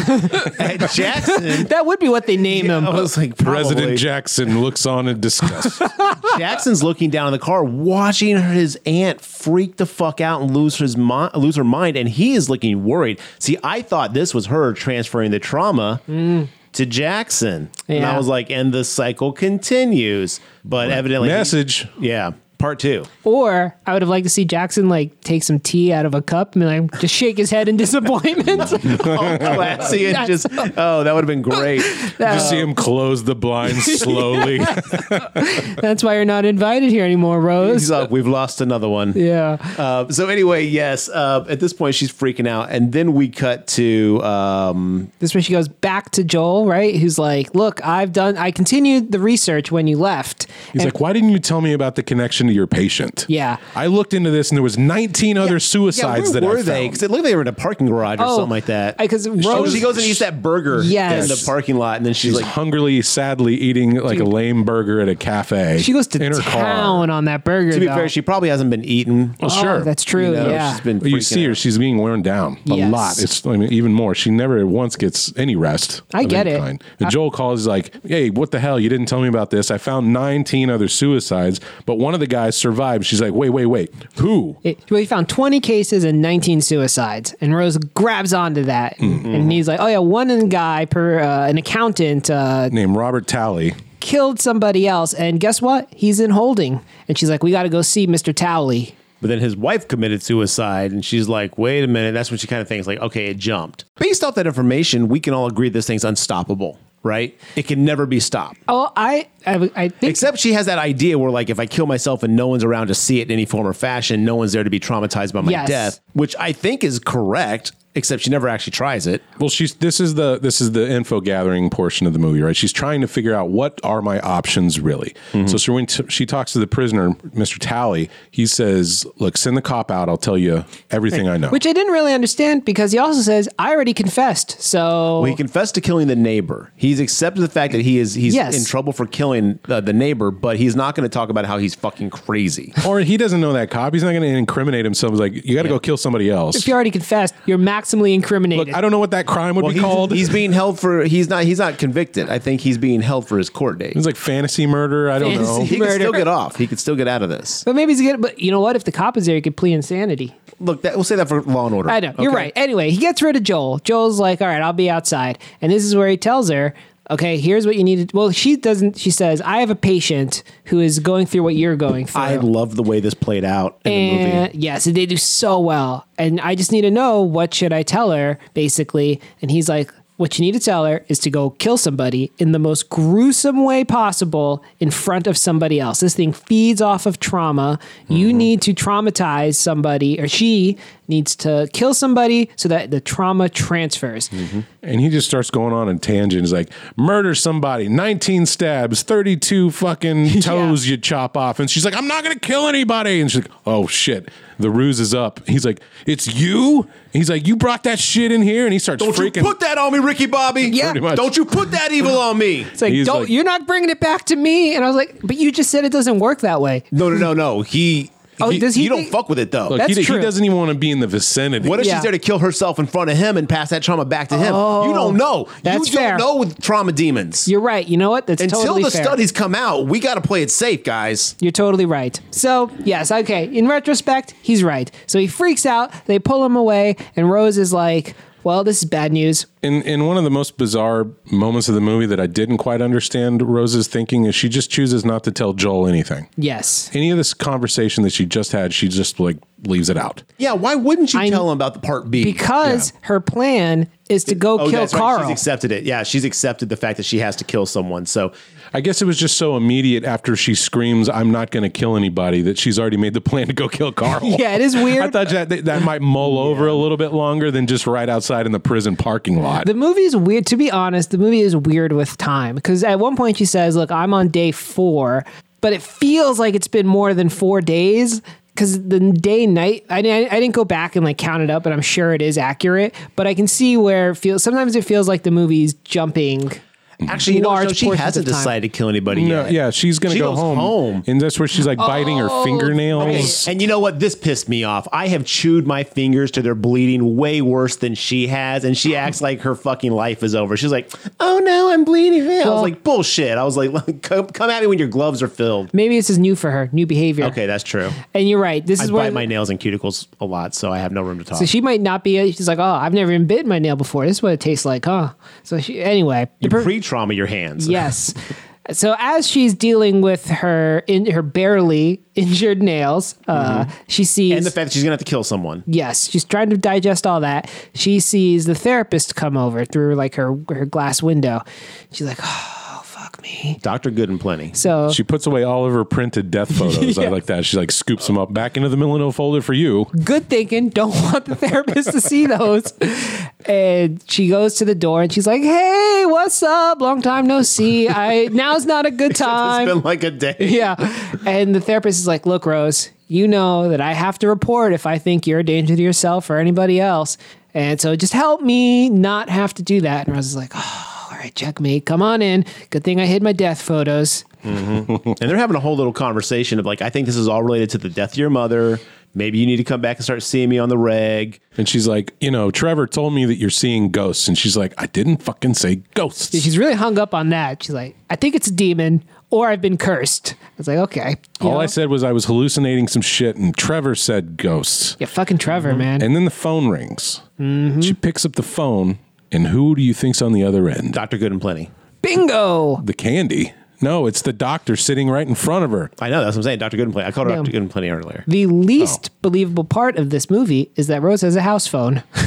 at Jackson. that would be what they name him. I was like, probably. President Jackson looks on in disgust. Jackson's looking down in the car, watching his aunt freak the fuck out and lose his mi- lose her mind, and he is looking worried. See, I thought this was her transferring the trauma to Jackson, and I Yeah. was like, and the cycle continues. But evidently, Message. yeah, part two. Or I would have liked to see Jackson like take some tea out of a cup and like just shake his head in disappointment. Classy and just oh, that would have been great. You see him close the blinds slowly. That's why you're not invited here anymore, Rose. He's like, we've lost another one. Yeah. Uh, so anyway, yes. Uh, at this point, she's freaking out, and then we cut to um, This way she goes back to Joel, right? Who's like, Look, I've done, I continued the research when you left. He's And- like, why didn't you tell me about the connection to your patient? Yeah. I looked into this and there was 19 other suicides yeah, that where I were they? found. Because it looked like they were in a parking garage or Oh, something like that. I- 'cause oh, Rose- she goes and eats that burger Yes. in the parking lot, and then she's, She's like, hungrily, sadly eating like a lame burger at a cafe. She goes to in her town car. on that burger. to be though. fair, she probably hasn't been eaten. Well, Oh, sure, That's true. You know, yeah. she's been. But you freaking see her; out. she's being worn down a Yes. lot. It's I mean, even more. She never once gets any rest. I of get any it. kind. And Joel calls he's like, "Hey, what the hell? You didn't tell me about this. I found 19 other suicides, but one of the guys survived." She's like, "Wait, wait, wait. Who?" It, well, he found 20 cases and 19 suicides, and Rose grabs onto that, Hmm. and he's like, "Oh yeah, one guy per uh, an accountant uh, Named Robert Talley. killed somebody else, and guess what? He's in holding." And she's like, "We got to go see Mr. Towley." But then his wife committed suicide, and she's like, wait a minute. That's when she kind of thinks, like, okay, it jumped. Based off that information, we can all agree this thing's unstoppable, right? It can never be stopped. Oh, I, I, I think Except she has that idea where, like, if I kill myself and no one's around to see it in any form or fashion, no one's there to be traumatized by my Yes. death, which I think is correct, except she never actually tries it. Well, she's this is the this is the info gathering portion of the movie, right? She's trying to figure out what are my options really. Mm-hmm. So, so when t- she talks to the prisoner, Mr. Tally, he says, "Look, send the cop out. I'll tell you everything I know." which I didn't really understand because he also says I already confessed. So Well, he confessed to killing the neighbor. He's accepted the fact that he is he's Yes. in trouble for killing uh, the neighbor, but he's not going to talk about how he's fucking crazy. or he doesn't know that cop. He's not going to incriminate himself. He's like, "You got to go kill somebody else." if you already confessed, you're maximally incriminated. Look, I don't know what that crime would Well, be he's, called. he's being held for he's not he's not convicted. I think he's being held for his court date. it's like fantasy murder. I don't know. He Fantasy- could Murder. still get off. He could still get out of this. but maybe he's good. But you know what? If the cop is there, he could plea insanity. Look, that, we'll say that for Law and Order. I know. You're okay? right. Anyway, he gets rid of Joel. Joel's like, all right, I'll be outside. And this is where he tells her, okay, here's what you need to Well, she doesn't, she says, I have a patient who is going through what you're going through. I love the way this played out in the movie. and yes, and they do so well. And I just need to know what should I tell her, basically. And he's like, what you need to tell her is to go kill somebody in the most gruesome way possible in front of somebody else. This thing feeds off of trauma. Mm-hmm. You need to traumatize somebody, or she needs to kill somebody so that the trauma transfers. Mm. And he just starts going on a tangent. He's like, murder somebody, 19 stabs, 32 fucking toes you chop off. And she's like, I'm not going to kill anybody. And she's like, oh shit. The ruse is up. He's like, it's you? He's like, you brought that shit in here? And he starts Don't freaking. you put that on me, Ricky Bobby? Yeah. Pretty much. Don't you put that evil on me? It's like, He's don't, like- you're not bringing it back to me. And I was like, but you just said it doesn't work that way. No, no, no, no. He. Oh, he, does he you don't think- fuck with it though. Look, That's he, true. he doesn't even want to be in the vicinity. What if Yeah. Oh, she's there to kill herself in front of him and pass that trauma back to him? you don't know. that's you don't fair. know with trauma demons. You're right. You know what? That's Until totally the fair. studies come out, we got to play it safe, guys. You're totally right. So, yes, okay. In retrospect, he's right. So he freaks out. They pull him away, and Rose is like, well, this is bad news. in in one of the most bizarre moments of the movie that I didn't quite understand Rose's thinking is she just chooses not to tell Joel anything. Yes. Any of this conversation that she just had, she just like leaves it out. Yeah, why wouldn't you I- tell him about the part B? Because her plan is to go Oh, kill that's right. Carl. She's accepted it. Yeah, she's accepted the fact that she has to kill someone. So I guess it was just so immediate after she screams, "I'm not going to kill anybody," that she's already made the plan to go kill Carl. Yeah, it is weird. I thought that that might mull over a little bit longer than just right outside in the prison parking lot. The movie is weird. To be honest, the movie is weird with time because at one point she says, "Look, I'm on day four, but it feels like it's been more than four days." Because the day night, I, di- I didn't go back and like count it up, but I'm sure it is accurate. But I can see where it feels. Sometimes it feels like the movie's jumping. actually, you know, Large no, she portions hasn't of time. decided to kill anybody No, yet. yeah, she's going to She go goes home, home. and that's where she's like biting Oh, her fingernails. And you know what? This pissed me off. I have chewed my fingers to their bleeding way worse than she has, and she acts like her fucking life is over. She's like, "Oh no, I'm bleeding." I was like, "Bullshit." I was like, "Come, come at me when your gloves are filled." Maybe this is new for her, new behavior. Okay, that's true. and you're right. This I is bite where my nails and cuticles a lot, so I have no room to talk. so she might not be. She's like, oh, I've never even bitten my nail before. This is what it tastes like, huh? So she anyway. the you per- pre-trauma your hands. Yes. So as she's dealing with her in her barely injured nails, uh, she sees Mm-hmm. And the fact that she's gonna have to kill someone. yes, she's trying to digest all that. She sees the therapist come over through like her her glass window. She's like, "Oh, fuck me." Doctor Good and Plenty. So She puts away all of her printed death photos. I like that. She like scoops them up back into the Milano folder for you. good thinking. Don't want the therapist to see those. And she goes to the door and she's like, "Hey, what's up? Long time no see. I now's not a good time." It's been like a day. yeah. And the therapist is like, look, Rose, you know that I have to report if I think you're a danger to yourself or anybody else. And so just help me not have to do that. And Rose is like, oh, all right, checkmate, come on in. Good thing I hid my death photos. And they're having a whole little conversation of like, I think this is all related to the death of your mother. Maybe you need to come back and start seeing me on the reg. And she's like, you know, Trevor told me that you're seeing ghosts, and she's like, I didn't fucking say ghosts. She's really hung up on that. She's like, I think it's a demon or I've been cursed. I was like, okay. You All know? I said was I was hallucinating some shit, and Trevor said ghosts. yeah, fucking Trevor, man. And then the phone rings. She picks up the phone, and who do you think's on the other end? Doctor Good and Plenty. Bingo. The candy. No, it's the doctor sitting right in front of her. I know that's what I'm saying. Dr. Goodenplay. I called her Yeah. Dr. Goodenplay earlier. The least Oh. believable part of this movie is that Rose has a house phone. A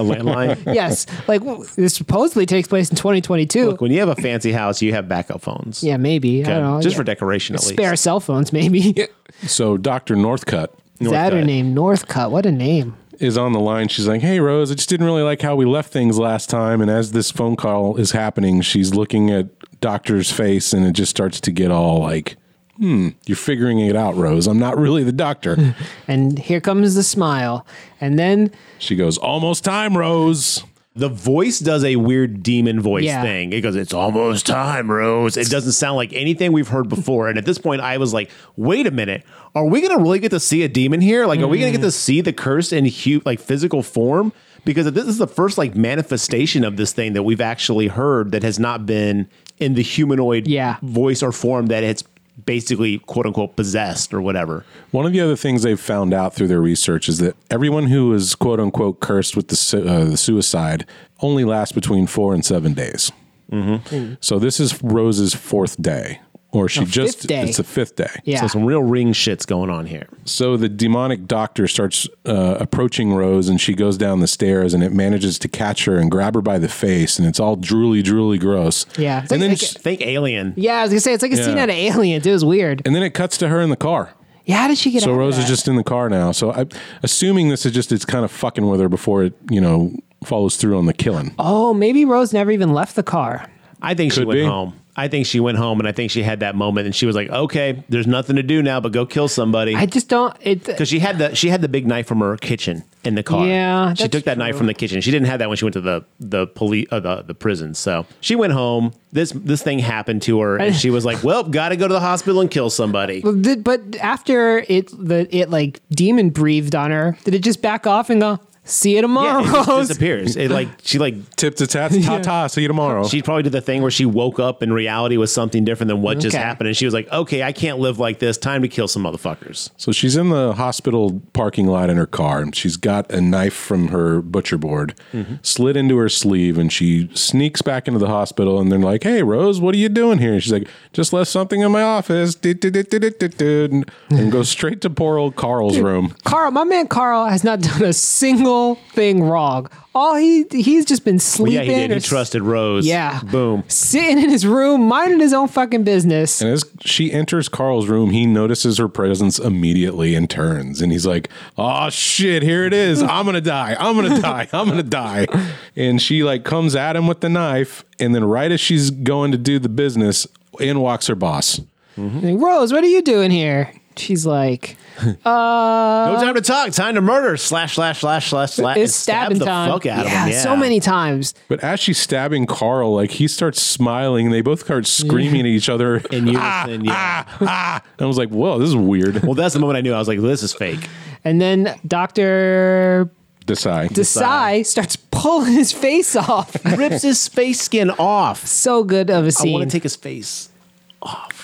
landline. yes, like w- this supposedly takes place in 2022. Look, when you have a fancy house, you have backup phones. yeah, maybe. I Okay? don't know. Just yeah. for decoration, at Spare least. cell phones, maybe. So Dr. Northcutt Is that her Northcutt. name? Northcutt. What a name. is on the line. She's like, "Hey Rose, I just didn't really like how we left things last time." And as this phone call is happening, she's looking at Doctor's face, and it just starts to get all like, "Hmm, you're figuring it out, Rose. I'm not really the doctor." And here comes the smile. And then she goes, "Almost time, Rose." The voice does a weird demon voice Yeah. thing. It goes, "It's almost time, Rose." It doesn't sound like anything we've heard before. And at this point, I was like, "Wait a minute, are we going to really get to see a demon here? Like, are we going to get to see the curse in hu- like physical form? Because this is the first like manifestation of this thing that we've actually heard that has not been in the humanoid Yeah. voice or form that it's basically quote unquote possessed or whatever." One of the other things they've found out through their research is that everyone who is quote unquote cursed with the, su- uh, the suicide only lasts between four and seven days. Mm-hmm. So this is Rose's fourth day, or she just, fifth day. it's the fifth day. Yeah. So some real ring shits going on here. So the demonic doctor starts uh, approaching Rose, and she goes down the stairs, and it manages to catch her and grab her by the face, and it's all drooly, drooly gross. Yeah. and then Like- she- Think alien. Yeah, I was gonna say it's like a scene Yeah. out of Alien. It was weird. and then it cuts to her in the car. Yeah, how did she get? So out of Rose that? is just in the car now. So I, assuming this is just it's kind of fucking with her before it, you know, follows through on the killing. Oh, maybe Rose never even left the car. I think she Could went be. home. I think she went home, and I think she had that moment, and she was like, "Okay, there's nothing to do now, but go kill somebody." I just don't. It. Because she had the she had the big knife from her kitchen in the car. Yeah, she that's took that knife true. from the kitchen. She didn't have that when she went to the the police uh, the the prison. So she went home. This this thing happened to her, and she was like, "Well, got to go to the hospital and kill somebody." Did, but after it, the it like demon breathed on her. Did it just back off and go? See you tomorrow, Yeah, it just Rose. disappears. It like she like Tip to tat, ta ta. See you tomorrow. Oh. She probably did the thing where she woke up and reality was something different than what just Okay. happened, and she was like, "Okay, I can't live like this. Time to kill some motherfuckers." so she's in the hospital parking lot in her car, and she's got a knife from her butcher board slid into her sleeve, and she sneaks back into the hospital. And they're like, "Hey, Rose, what are you doing here?" And she's like, "Just left something in my office." Do, do, do, do, do, do, do, and- and goes straight to poor old Carl's room. Carl, my man Carl has not done a single thing wrong. All he he's just been Well, sleeping. yeah, he did. or He s- trusted Rose. Yeah. Boom. Sitting in his room, minding his own fucking business. And as she enters Carl's room, he notices her presence immediately and turns. And he's like, Oh shit, here it is. I'm gonna die. I'm gonna die. I'm gonna die. And she like comes at him with the knife. And then right as she's going to do the business, in walks her boss. Mm-hmm. Like, Rose, what are you doing here? She's like, No time to talk. Time to murder. Slash, slash, slash, slash, slash. it's stabbing the time. fuck out yeah, of him. Yeah. so many times. But as she's stabbing Carl, like he starts smiling and they both start screaming at each other. In unison, yeah. ah. And I was like, Whoa, this is weird. Well, that's the moment I knew. I was like, this is fake. And then Dr. Desai. Desai starts pulling his face off. Rips his face skin off. so good of a I want scene. to take his face.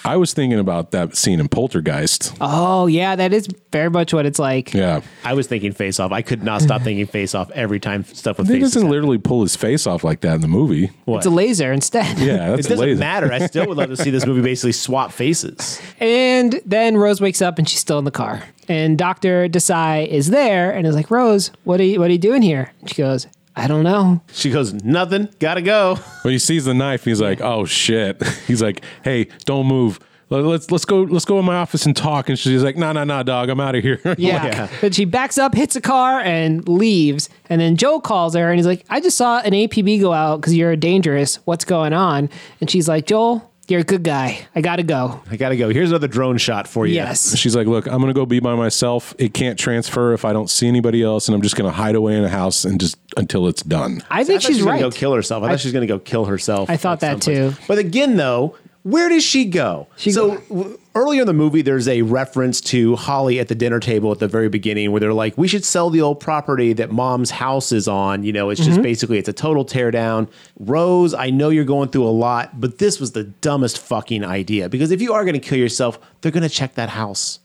I was thinking about that scene in Poltergeist. oh, yeah, that is very much what it's like. Yeah. I was thinking face off. I could not stop thinking face off every time stuff with He faces. doesn't happen. literally pull his face off like that in the movie. It's a laser instead. Yeah, It that's doesn't lazy. matter. I still would love to see this movie basically swap faces. And then Rose wakes up and she's still in the car. And Dr. Desai is there and is like, Rose, what are you, what are you doing here? And she goes, I don't know. She goes, nothing. Gotta go. When he sees the knife, he's like, "Oh shit!" He's like, "Hey, don't move. Let- Let's let's go let's go in my office and talk." And she's like, "No, no, no, dog. I'm out of here." Yeah. Then she backs up, hits a car, and leaves. And then Joe calls her and he's like, I just saw an APB go out because you're dangerous. What's going on? And she's like, Joel, you're a good guy. I got to go. I gotta go. Here's another drone shot for you. Yes. she's like, "Look, I'm gonna go be by myself. It can't transfer if I don't see anybody else, and I'm just gonna hide away in a house and just until it's done." I think she's I thought she was right. Gonna go kill herself. I thought she was gonna go kill herself. I thought at that some place. too. But again, though, where does she go? She so go- w- earlier in the movie, there's a reference to Holly at the dinner table at the very beginning, where they're like, "We should sell the old property that Mom's house is on." You know, it's Mm-hmm. just basically it's a total teardown. Rose, I know you're going through a lot, but this was the dumbest fucking idea because if you are gonna kill yourself, they're gonna check that house.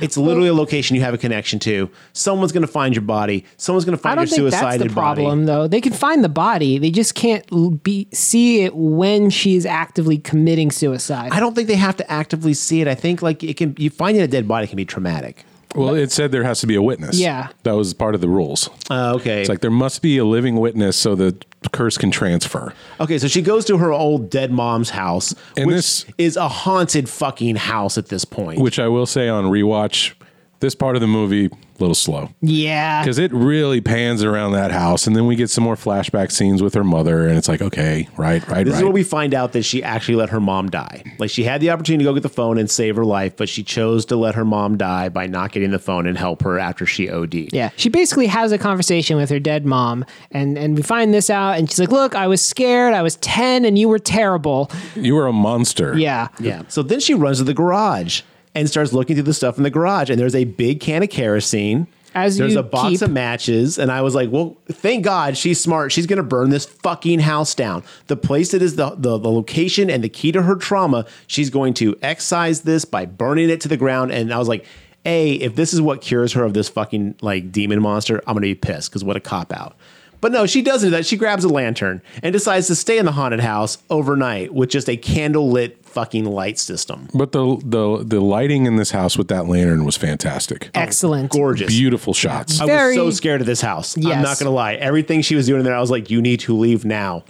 It's literally a location you have a connection to. Someone's going to find your body. Someone's going to I find your don't think suicided that's the body. problem, though. They can find the body; they just can't l- be see it when she is actively committing suicide. I don't think they have to actively see it. I think like it can. You finding a dead body can be traumatic. Well, it said there has to be a witness. Yeah. That was part of the rules. Uh, okay. It's like there must be a living witness so the curse can transfer. okay, so she goes to her old dead mom's house, And which this- is a haunted fucking house at this point. Which I will say on rewatch, this part of the movie, a little slow. yeah, Because it really pans around that house. And then we get some more flashback scenes with her mother. And it's like, okay, right, right, This right. is where we find out that she actually let her mom die. Like she had the opportunity to go get the phone and save her life, but she chose to let her mom die by not getting the phone and help her after she OD'd. Yeah, she basically has a conversation with her dead mom, and and we find this out, and she's like, "Look, I was scared. I was ten, and you were terrible." you were a monster. Yeah, Yeah. So then she runs to the garage and starts looking through the stuff in the garage, and there's a big can of kerosene. As there's you a box keep- of matches, and I was like, "Well, thank God she's smart. She's gonna burn this fucking house down. The place that is the the, the location and the key to her trauma. She's going to excise this by burning it to the ground." And I was like, "A, if this is what cures her of this fucking like demon monster, I'm gonna be pissed because what a cop out." But no, she doesn't do that. She grabs a lantern and decides to stay in the haunted house overnight with just a candle lit fucking light system. But the, the the lighting in this house with that lantern was fantastic. excellent. Oh, Gorgeous. Beautiful shots. I Very- was so scared of this house. I'm Yes. not gonna lie. Everything she was doing in there, I was like, "You need to leave now."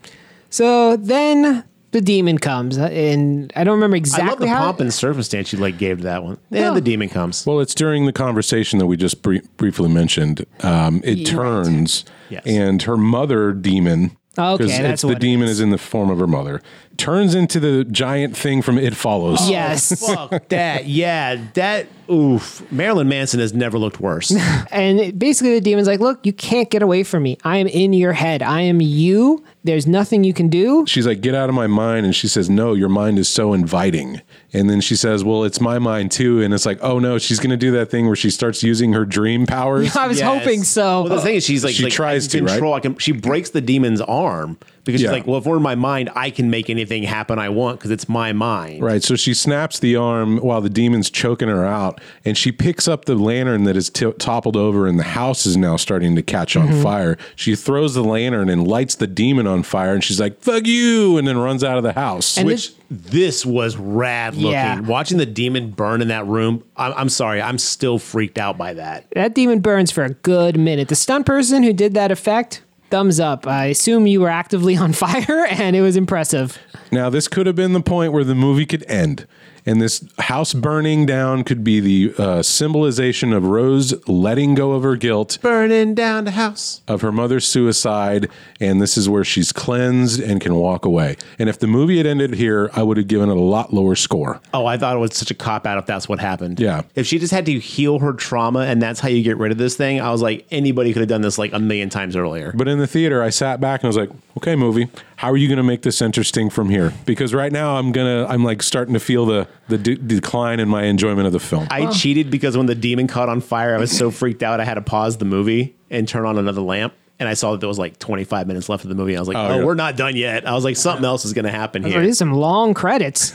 So then the demon comes, uh, and I don't remember exactly I love the how. pomp and circumstance she like gave to that one. And No. the demon comes. Well, it's during the conversation that we just brie- briefly mentioned. Um, it turns, Yes. and her mother demon. Okay, 'cause that's the what it demon is. in the form of her mother. Turns into the giant thing from It Follows. yes, Fuck that. Yeah, that. Oof. Marilyn Manson has never looked worse. and it- basically the demon's like, "Look, you can't get away from me. I am in your head. I am you. There's nothing you can do." She's like, "Get out of my mind," and she says, "No, your mind is so inviting." And then she says, "Well, it's my mind too." And it's like, "Oh no, she's going to do that thing where she starts using her dream powers." I was Yes. hoping so. Well, the thing is, she's like, She like, tries I to, can right? control, I can, she breaks the demon's arm because Yeah. she's like, well, if we're in my mind, I can make anything happen I want because it's my mind. Right. So she snaps the arm while the demon's choking her out, and she picks up the lantern that is t- toppled over, and the house is now starting to catch on Mm-hmm. fire. She throws the lantern and lights the demon on fire, and she's like, fuck you, and then runs out of the house. And Which this was rad looking. Yeah. Watching the demon burn in that room, I'm, I'm sorry, I'm still freaked out by that. That demon burns for a good minute. The stunt person who did that effect, thumbs up. I assume you were actively on fire and it was impressive. now, this could have been the point where the movie could end. And this house burning down could be the uh, symbolization of Rose letting go of her guilt Burning down the house. of her mother's suicide, and this is where she's cleansed and can walk away. And if the movie had ended here, I would have given it a lot lower score. Oh, I thought it was such a cop out if that's what happened. Yeah. If she just had to heal her trauma and that's how you get rid of this thing, I was like, anybody could have done this like a million times earlier. But in the theater, I sat back and I was like, "Okay, movie, how are you going to make this interesting from here?" Because right now, I'm gonna, I'm like starting to feel the the de- decline in my enjoyment of the film. I cheated because when the demon caught on fire, I was so freaked out. I had to pause the movie and turn on another lamp. And I saw that there was like 25 minutes left of the movie. I was like, oh, yeah. we're not done yet. I was like, something else is going to happen There here. is some long credits.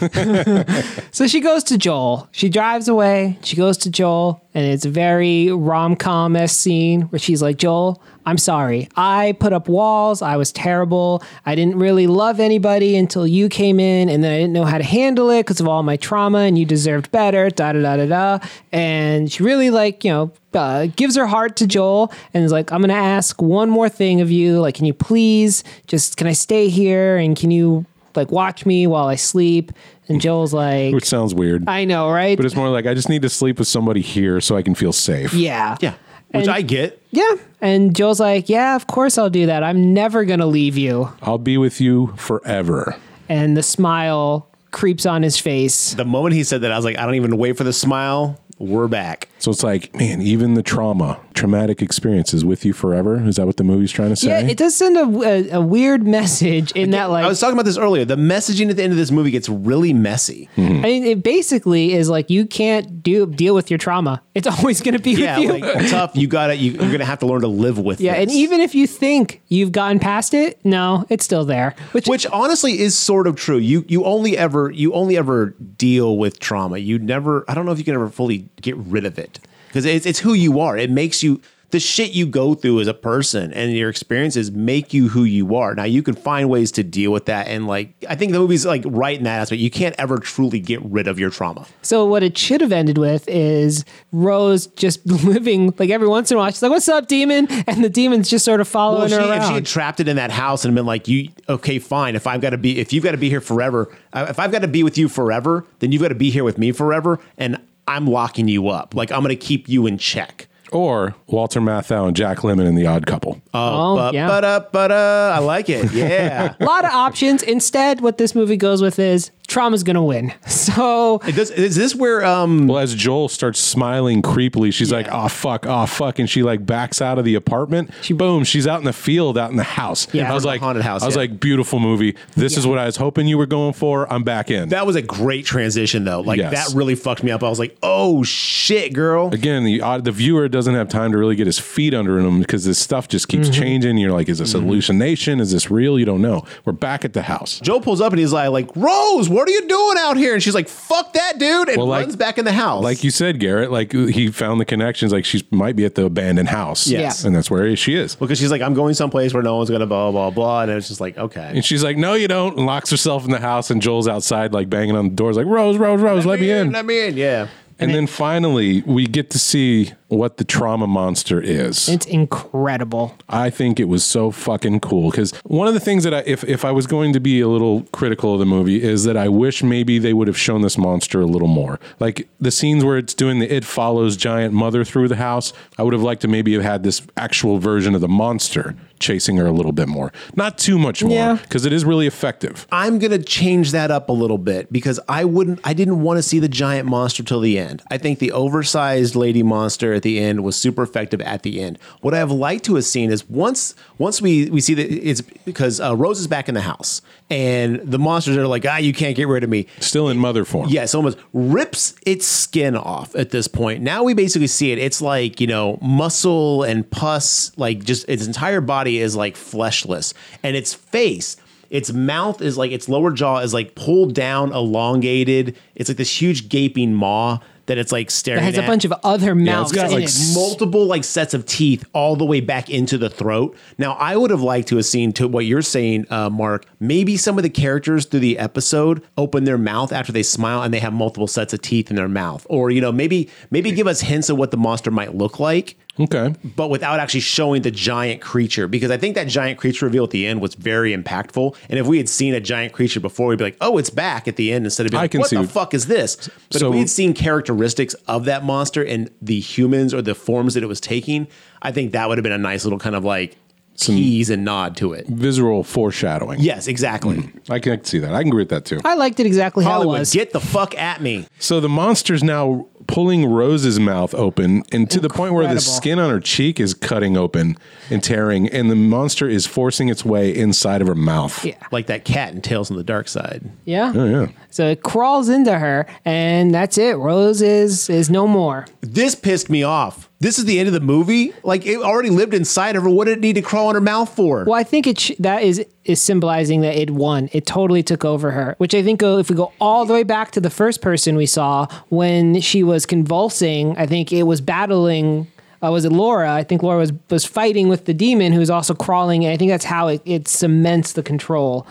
so she goes to Joel. She drives away. She goes to Joel, and it's a very rom com esque scene where she's like, Joel, I'm sorry. I put up walls. I was terrible. I didn't really love anybody until you came in, and then I didn't know how to handle it because of all my trauma, and you deserved better. Da da da da da. And she really, like, you know, uh, gives her heart to Joel and is like, I'm going to ask one more thing of you. Like, can you please just, can I stay here? And can you like watch me while I sleep. And Joel's like, which sounds weird, I know, right? but it's more like I just need to sleep with somebody here so I can feel safe. yeah. Yeah. Which And- I get. Yeah. And Joel's like, yeah, of course I'll do that. I'm never going to leave you. I'll be with you forever. And the smile creeps on his face. The moment he said that, I was like, I don't even wait for the smile. We're back. So it's like, man, even the trauma, traumatic experience is with you forever. Is that what the movie's trying to say? Yeah, it does send a, a, a weird message in that like I was talking about this earlier. The messaging at the end of this movie gets really messy. I mean, it basically is like you can't do deal with your trauma. It's always going to be Yeah, with you. like tough. You got to You, you're gonna have to learn to live with. yeah, and this. even if you think you've gotten past it, no, it's still there. Which, which honestly is sort of true. You you only ever you only ever deal with trauma. You never. I don't know if you can ever fully get rid of it because it's it's who you are. It makes you the shit you go through as a person and your experiences make you who you are. Now you can find ways to deal with that and like I think the movie's like right in that aspect. You can't ever truly get rid of your trauma. so what it should have ended with is Rose just living like every once in a while she's like, "What's up, demon?" and the demon's just sort of Well, following if she, her if she around. had trapped it in that house and been like, "You okay? Fine. If I've got to be, if you've got to be here forever, uh, if I've got to be with you forever, then you've got to be here with me forever, and I'm locking you up. Like I'm going to keep you in check." or Walter Matthau and Jack Lemmon in The Odd Couple. oh, But yeah. but uh, but uh, I like it. Yeah. a lot of options. Instead, what this movie goes with is trauma's going to win. So It does- is this where um well, as Joel starts smiling creepily, she's like, "Oh fuck, oh fuck," and she like backs out of the apartment. She boom, she's out in the field, out in the house. Yeah. I was like, Haunted house, I was yeah. like, beautiful movie. This is what I was hoping you were going for. I'm back in. that was a great transition though? Like Yes. that really fucked me up. I was like, "Oh shit, girl." Again, the uh, the viewer doesn't have time to really get his feet under him because this stuff just keeps Mm-hmm. changing. You're like, is this hallucination? Is this real? You don't know. We're back at the house. Joe pulls up and he's like, like, Rose, what are you doing out here? And she's like, fuck that dude, and Well, like- runs back in the house. Like you said, Garrett, like he found the connections. Like she might be at the abandoned house. Yes. And that's where she is. because she's like, I'm going someplace where no one's gonna blah blah blah, and it's just like, okay, And she's like, "No, you don't." And locks herself in the house, and Joel's outside, like banging on the doors, like, "Rose, Rose, Rose, let, me in." let me in, yeah. and then finally, we get to see what the trauma monster is. it's incredible. I think it was so fucking cool because one of the things that I, if if I was going to be a little critical of the movie, is that I wish maybe they would have shown this monster a little more. Like the scenes where it's doing the it follows giant mother through the house, I would have liked to maybe have had this actual version of the monster chasing her a little bit more, not too much more, Yeah. because it is really effective. I'm gonna change that up a little bit because I wouldn't, I didn't want to see the giant monster till the end. I think the oversized lady monster at the end was super effective at the end. What I've liked to have seen is once, once we we see that it's because uh, Rose is back in the house and the monsters are like, ah, you can't get rid of me. Still in mother form. Yes, almost rips its skin off at this point. Now we basically see it. It's like, you know, muscle and pus, like just its entire body is like fleshless. And its face, its mouth is like, its lower jaw is like pulled down, elongated. It's like this huge gaping maw that it's like staring It has a at. bunch of other mouths. got, in like, it. multiple like sets of teeth all the way back into the throat. Now, I would have liked to have seen to what you're saying, uh, Mark. Maybe some of the characters through the episode open their mouth after they smile and they have multiple sets of teeth in their mouth, or you know, maybe maybe give us hints of what the monster might look like, Okay. but without actually showing the giant creature. Because I think that giant creature reveal at the end was very impactful. And if we had seen a giant creature before, we'd be like, oh, it's back at the end instead of being I like, can what see- the fuck is this? But So- if we had seen characteristics of that monster and the humans or the forms that it was taking, I think that would have been a nice little kind of like tease and nod to it. Visual foreshadowing. Yes, exactly. I can, I can see that. I can agree with that too. I liked it exactly how it Hollywood, was. get the fuck at me. So the monster's now pulling Rose's mouth open, and to the point where the Incredible. skin on her cheek is cutting open and tearing, and the monster is forcing its way inside of her mouth. Yeah. Like that cat in Tales from the Dark Side. yeah. Oh, yeah. So it crawls into her, and that's it. Rose is is no more. This pissed me off. This is the end of the movie. Like it already lived inside of her. What did it need to crawl in her mouth for? Well, I think it sh- that is is symbolizing that it won. It totally took over her, which I think uh, if we go all the way back to the first person we saw when she was convulsing, I think it was battling. Uh, was it Laura? I think Laura was was fighting with the demon who's also crawling, and I think that's how it, it cements the control.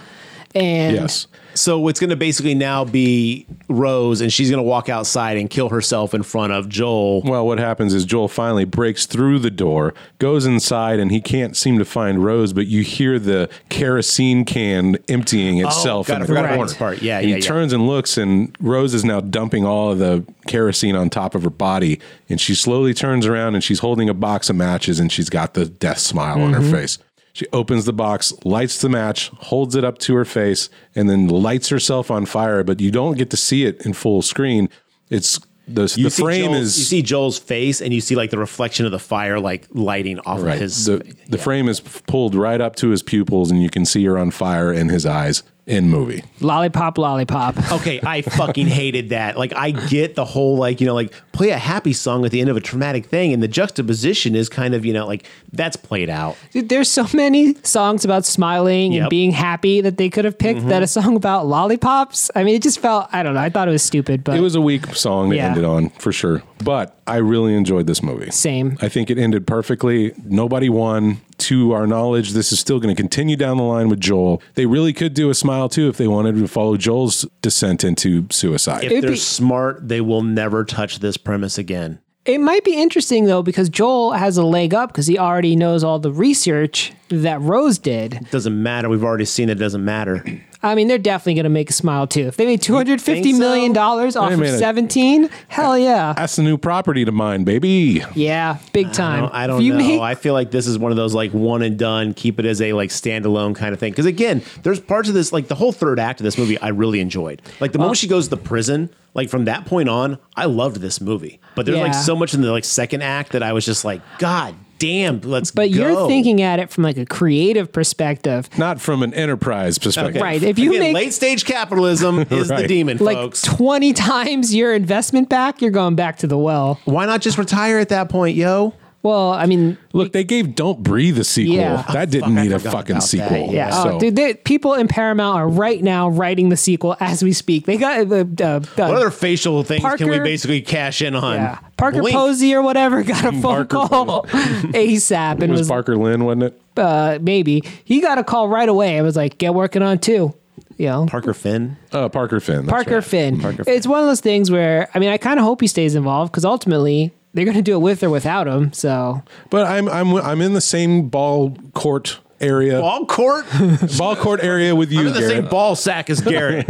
And Yes. So it's going to basically now be Rose, and she's going to walk outside and kill herself in front of Joel. Well, what happens is Joel finally breaks through the door, goes inside, and he can't seem to find Rose, but you hear the kerosene can emptying itself God, in the I Oh, forgot about corner. this part. Yeah, And yeah, he yeah. turns and looks, and Rose is now dumping all of the kerosene on top of her body, and she slowly turns around and she's holding a box of matches, and she's got the death smile on her face. She opens the box, lights the match, holds it up to her face, and then lights herself on fire. But you don't get to see it in full screen. It's the, You the see frame Joel- is you see Joel's face and you see like the reflection of the fire like lighting off right. of his the the frame is pulled right up to his pupils, and you can see her on fire in his eyes in movie. Lollipop, lollipop. Okay, I fucking hated that. Like, I get the whole like you know like play a happy song at the end of a traumatic thing, and the juxtaposition is kind of you know like that's played out. Dude, there's so many songs about smiling and Yep. being happy that they could have picked that Mm-hmm. a song about lollipops. I mean, it just felt, I don't know. I thought it was stupid, but It was a weak song to Yeah. end it on for sure, but I really enjoyed this movie. Same. I think it ended perfectly. Nobody won. To our knowledge, this is still going to continue down the line with Joel. They really could do a smile too if they wanted to follow Joel's descent into suicide. If It'd they're be- smart, they will never touch this premise again. It might be interesting though because Joel has a leg up because he already knows all the research that Rose did. Doesn't matter. We've already seen it. Doesn't matter. I mean, they're definitely going to make a smile too. If they made two hundred fifty so? million dollars off Wait a of minute. seventeen, hell yeah, That's a new property to mine, baby. yeah, big I time. don't, I don't If you know. make- I feel like this is one of those like one and done. Keep it as a like standalone kind of thing. Because again, there's parts of this like the whole third act of this movie I really enjoyed. Like the moment she goes to the prison, like from that point on, I loved this movie. But there's like Yeah. so much in the like second act that I was just like, God damn, let's. but go. you're thinking at it from like a creative perspective. Not from an enterprise perspective. Right. If you Again, make late stage capitalism is the Right. demon, like folks. twenty times your investment back, you're going back to the well. Why not just retire at that point, yo? Well, I mean, Look, they gave Don't Breathe a sequel. Yeah. That didn't fuck, I need a forgot fucking about sequel. that. Yeah. So- oh, dude, they, people in Paramount are right now writing the sequel as we speak. They got the. Uh, uh, What other facial things can we Parker- basically cash in on? yeah. Parker Blink. Posey or whatever got a phone Parker call ASAP and it was, was, Parker Lynn, wasn't it? uh, maybe he got a call right away. It was like, get working on two. You know, Parker Finn. Uh, Parker Finn. that's Parker right. Finn. It's one of those things where I mean, I kind of hope he stays involved because ultimately they're going to do it with or without him. So But I'm I'm I'm in the same ball court area, ball, Ball court. court area with you, I'm in the same Garrett. ball sack as Garrett.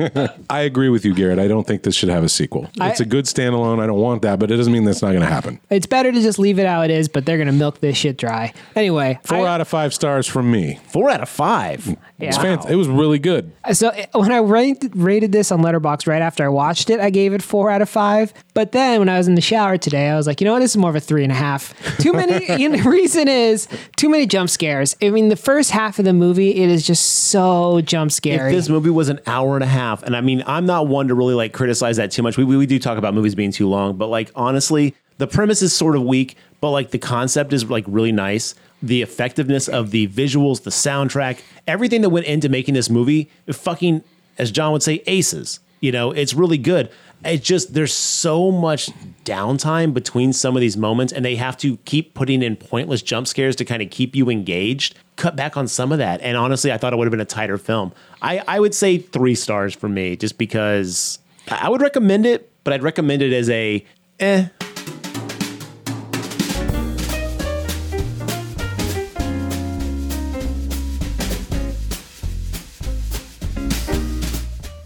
I agree with you, Garrett. I don't think this should have a sequel. I- it's a good standalone. I don't want that, but it doesn't mean that's not going to happen. it's better to just leave it how it is. But they're going to milk this shit dry anyway. Four I- out of five stars from me. Four out of five. It's Yeah. fantastic. It was really good. So uh, when I rated, rated this on Letterbox right after I watched it, I gave it four out of five. But then when I was in the shower today, I was like, you know what? This is more of a three and a half. Too many. and the reason is too many jump scares. I mean, the first half of the movie, it is just so jump If scary. this movie was an hour and a half, and I mean, I'm not one to really like criticize that too much. We, we, we do talk about movies being too long, but like honestly, the premise is sort of weak, but like the concept is like really nice. The effectiveness of the visuals, the soundtrack, everything that went into making this movie, fucking, as John would say, aces. You know, it's really good. It's just there's so much downtime between some of these moments, and they have to keep putting in pointless jump scares to kind of keep you engaged. Cut back on some of that. And honestly, I thought it would have been a tighter film. I, I would say three stars for me, just because I I would recommend it, but I'd recommend it as a eh.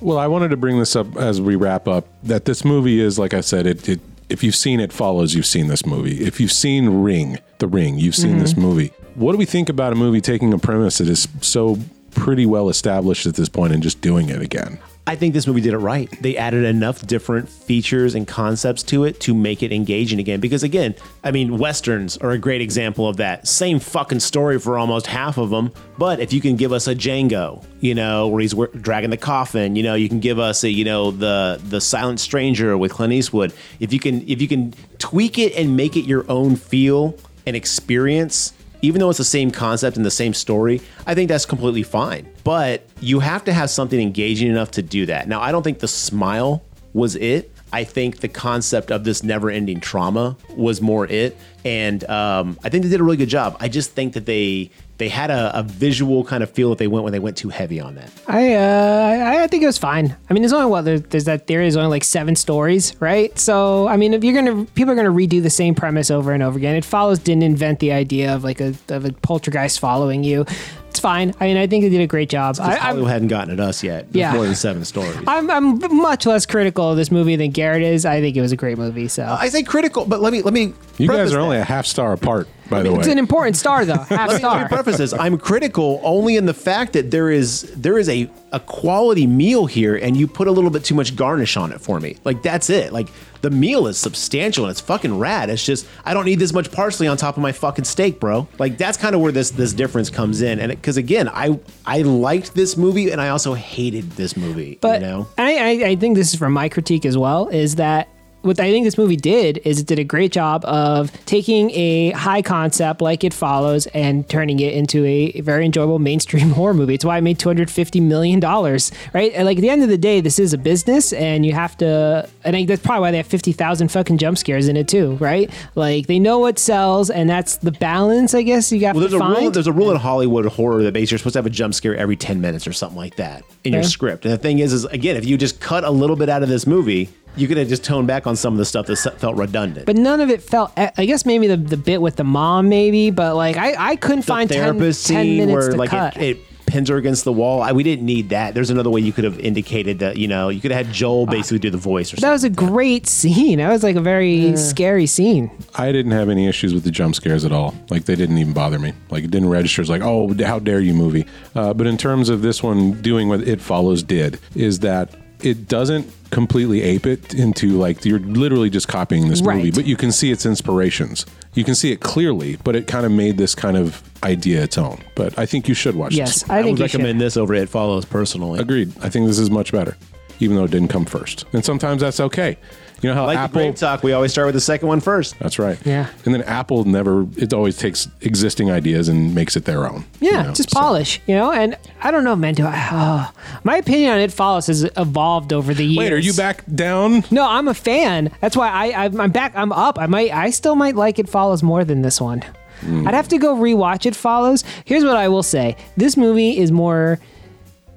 Well, I wanted to bring this up as we wrap up that this movie is, like I said, it, it if you've seen it follows, you've seen this movie. If you've seen Ring, The Ring, you've seen Mm-hmm. this movie. What do we think about a movie taking a premise that is so pretty well established at this point and just doing it again? I think this movie did it right. They added enough different features and concepts to it to make it engaging again. Because again, I mean, westerns are a great example of that. Same fucking story for almost half of them. But if you can give us a Django, you know, where he's wer- dragging the coffin, you know, you can give us a, you know, the the Silent Stranger with Clint Eastwood. If you can, if you can tweak it and make it your own feel and experience, even though it's the same concept and the same story, I think that's completely fine. But you have to have something engaging enough to do that. Now, I don't think the smile was it. I think the concept of this never ending trauma was more it. And um, I think they did a really good job. I just think that they they had a, a visual kind of feel that they went when they went too heavy on that. I uh, I- I think it was fine. I mean, there's only what there, there's that theory is only like seven stories, right? So I mean, if you're gonna people are gonna redo the same premise over and over again. It follows didn't invent the idea of like a of a poltergeist following you. It's fine. I mean, I think they did a great job. I, Because I'm- Hollywood hadn't gotten at us yet. There's Yeah. more than seven stories. I'm I'm much less critical of this movie than Garrett is. I think it was a great movie. So I say critical, but let me let me You preface guys are only that. a half star apart, by the way. It's an important star, though. Half Let me star. preface this. I'm critical only in the fact that there is there is a, a quality meal here, and you put a little bit too much garnish on it for me. Like that's it. Like the meal is substantial and it's fucking rad. It's just I don't need this much parsley on top of my fucking steak, bro. Like that's kind of where this this difference comes in. And because again, I I liked this movie and I also hated this movie. But you know, I, I, I think this is from my critique as well. Is that what I think this movie did is it did a great job of taking a high concept like It Follows and turning it into a very enjoyable mainstream horror movie. It's why it made two hundred fifty million dollars, right? And like at the end of the day, this is a business, and you have to. And I, that's probably why they have fifty thousand fucking jump scares in it too, right? Like they know what sells, and that's the balance, I guess. You got well, to there's a find. rule. There's a rule in Hollywood horror that basically you're supposed to have a jump scare every ten minutes or something like that in your Yeah. script. And the thing is, is again, if you just cut a little bit out of this movie, you could have just toned back on some of the stuff that se- felt redundant. But none of it felt. eh, I guess maybe the, the bit with the mom, maybe. But like I, I couldn't the find 10, therapist 10 scene minutes where to like cut. it, it pins her against the wall, I, we didn't need that. There's another way you could have indicated that. You know, you could have had Joel basically do the voice Uh, or that something. was a great scene. That was like a very scary scene. I didn't have any issues with the jump scares at all. Like they didn't even bother me. Like it didn't register. It's like, oh, how dare you, movie. Uh, but in terms of this one doing what It Follows did, is that it doesn't completely ape it into like you're literally just copying this movie, Right. but you can see its inspirations. You can see it clearly, but it kind of made this kind of idea its own. But I think you should watch this. Yes, I, I, think would you recommend this over It Follows personally. Agreed. I think this is much better, even though it didn't come first. And sometimes that's okay. You know how Like the Apple Grape Talk, we always start with the second one first. That's right. Yeah. And then Apple never, it always takes existing ideas and makes it their own. should. you Yeah, know, just so. polish, you know. And I don't know, man. Do I? Oh, my opinion on it follows has evolved over the years. Wait, are you back down? No, I'm a fan. That's why I, I I'm back. I'm up. I might. I still might like it follows more than this one. Hmm. I'd have to go rewatch it follows. Here's what I will say: this movie is more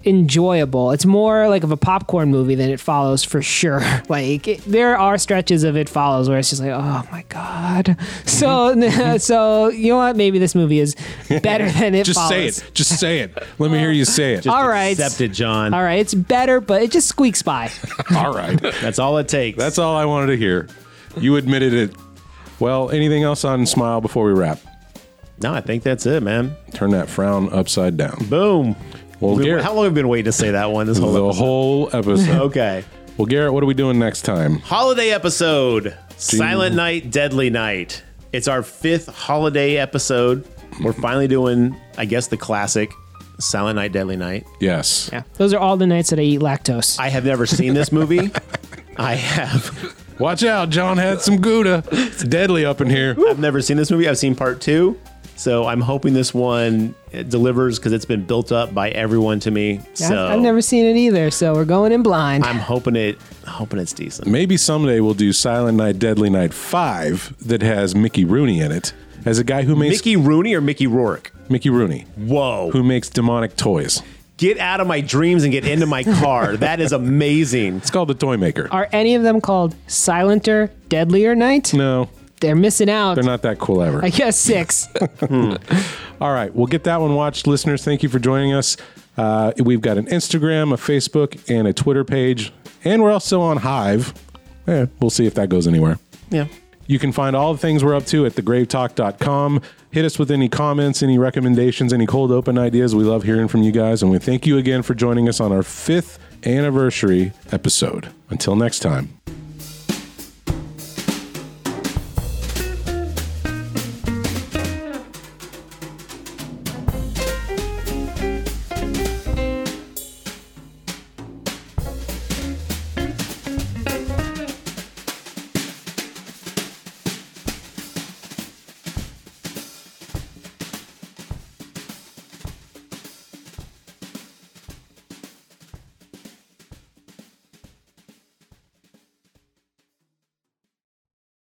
enjoyable. It's more like of a popcorn movie than it follows for sure. Like it, there are stretches of it follows where it's just like, oh my god. Mm-hmm. So so you know what? Maybe this movie is better than it Just follows. say it. Just say it. Let me hear you say it. All right. Accept it, John. All right, it's better, but it just squeaks by. All right. That's all it takes. That's all I wanted to hear. You admitted it. Well, anything else on Smile before we wrap? no, I think that's it, man. Turn that frown upside down. Boom. Well, We- Garrett, how long have we been waiting to say that one? This the whole episode? whole episode. okay. Well, Garrett, what are we doing next time? Holiday episode, Silent Night, Deadly Night. It's our fifth holiday episode. We're finally doing, I guess, the classic Silent Night, Deadly Night. Yes. Yeah. Those are all the nights that I eat lactose. I have never seen this movie. I have. Watch out. John had some Gouda. It's deadly up in here. I've never seen this movie. I've seen part two. So I'm hoping this one uh, delivers because it's been built up by everyone to me. Yeah, So I've never seen it either, so we're going in blind. I'm hoping it. Hoping it's decent. Maybe someday we'll do Silent Night, Deadly Night 5 that has Mickey Rooney in it as a guy who makes Mickey, Mickey Rooney or Mickey Rourke? Rooney, Whoa! who makes demonic toys. Get out of my dreams and get into my car. that is amazing. It's called The Toy Maker. Are any of them called Silenter, Deadlier Night? No, They're missing out. they're not that cool ever. I guess six. All right, we'll get that one watched. Listeners, thank you for joining us. Uh, we've got an Instagram, a Facebook, and a Twitter page, and we're also on Hive. Eh, we'll see if that goes anywhere. Yeah. You can find all the things we're up to at thegravetalk.com. Hit us with any comments, any recommendations, any cold open ideas. We love hearing from you guys. And we thank you again for joining us on our fifth anniversary episode. Until next time.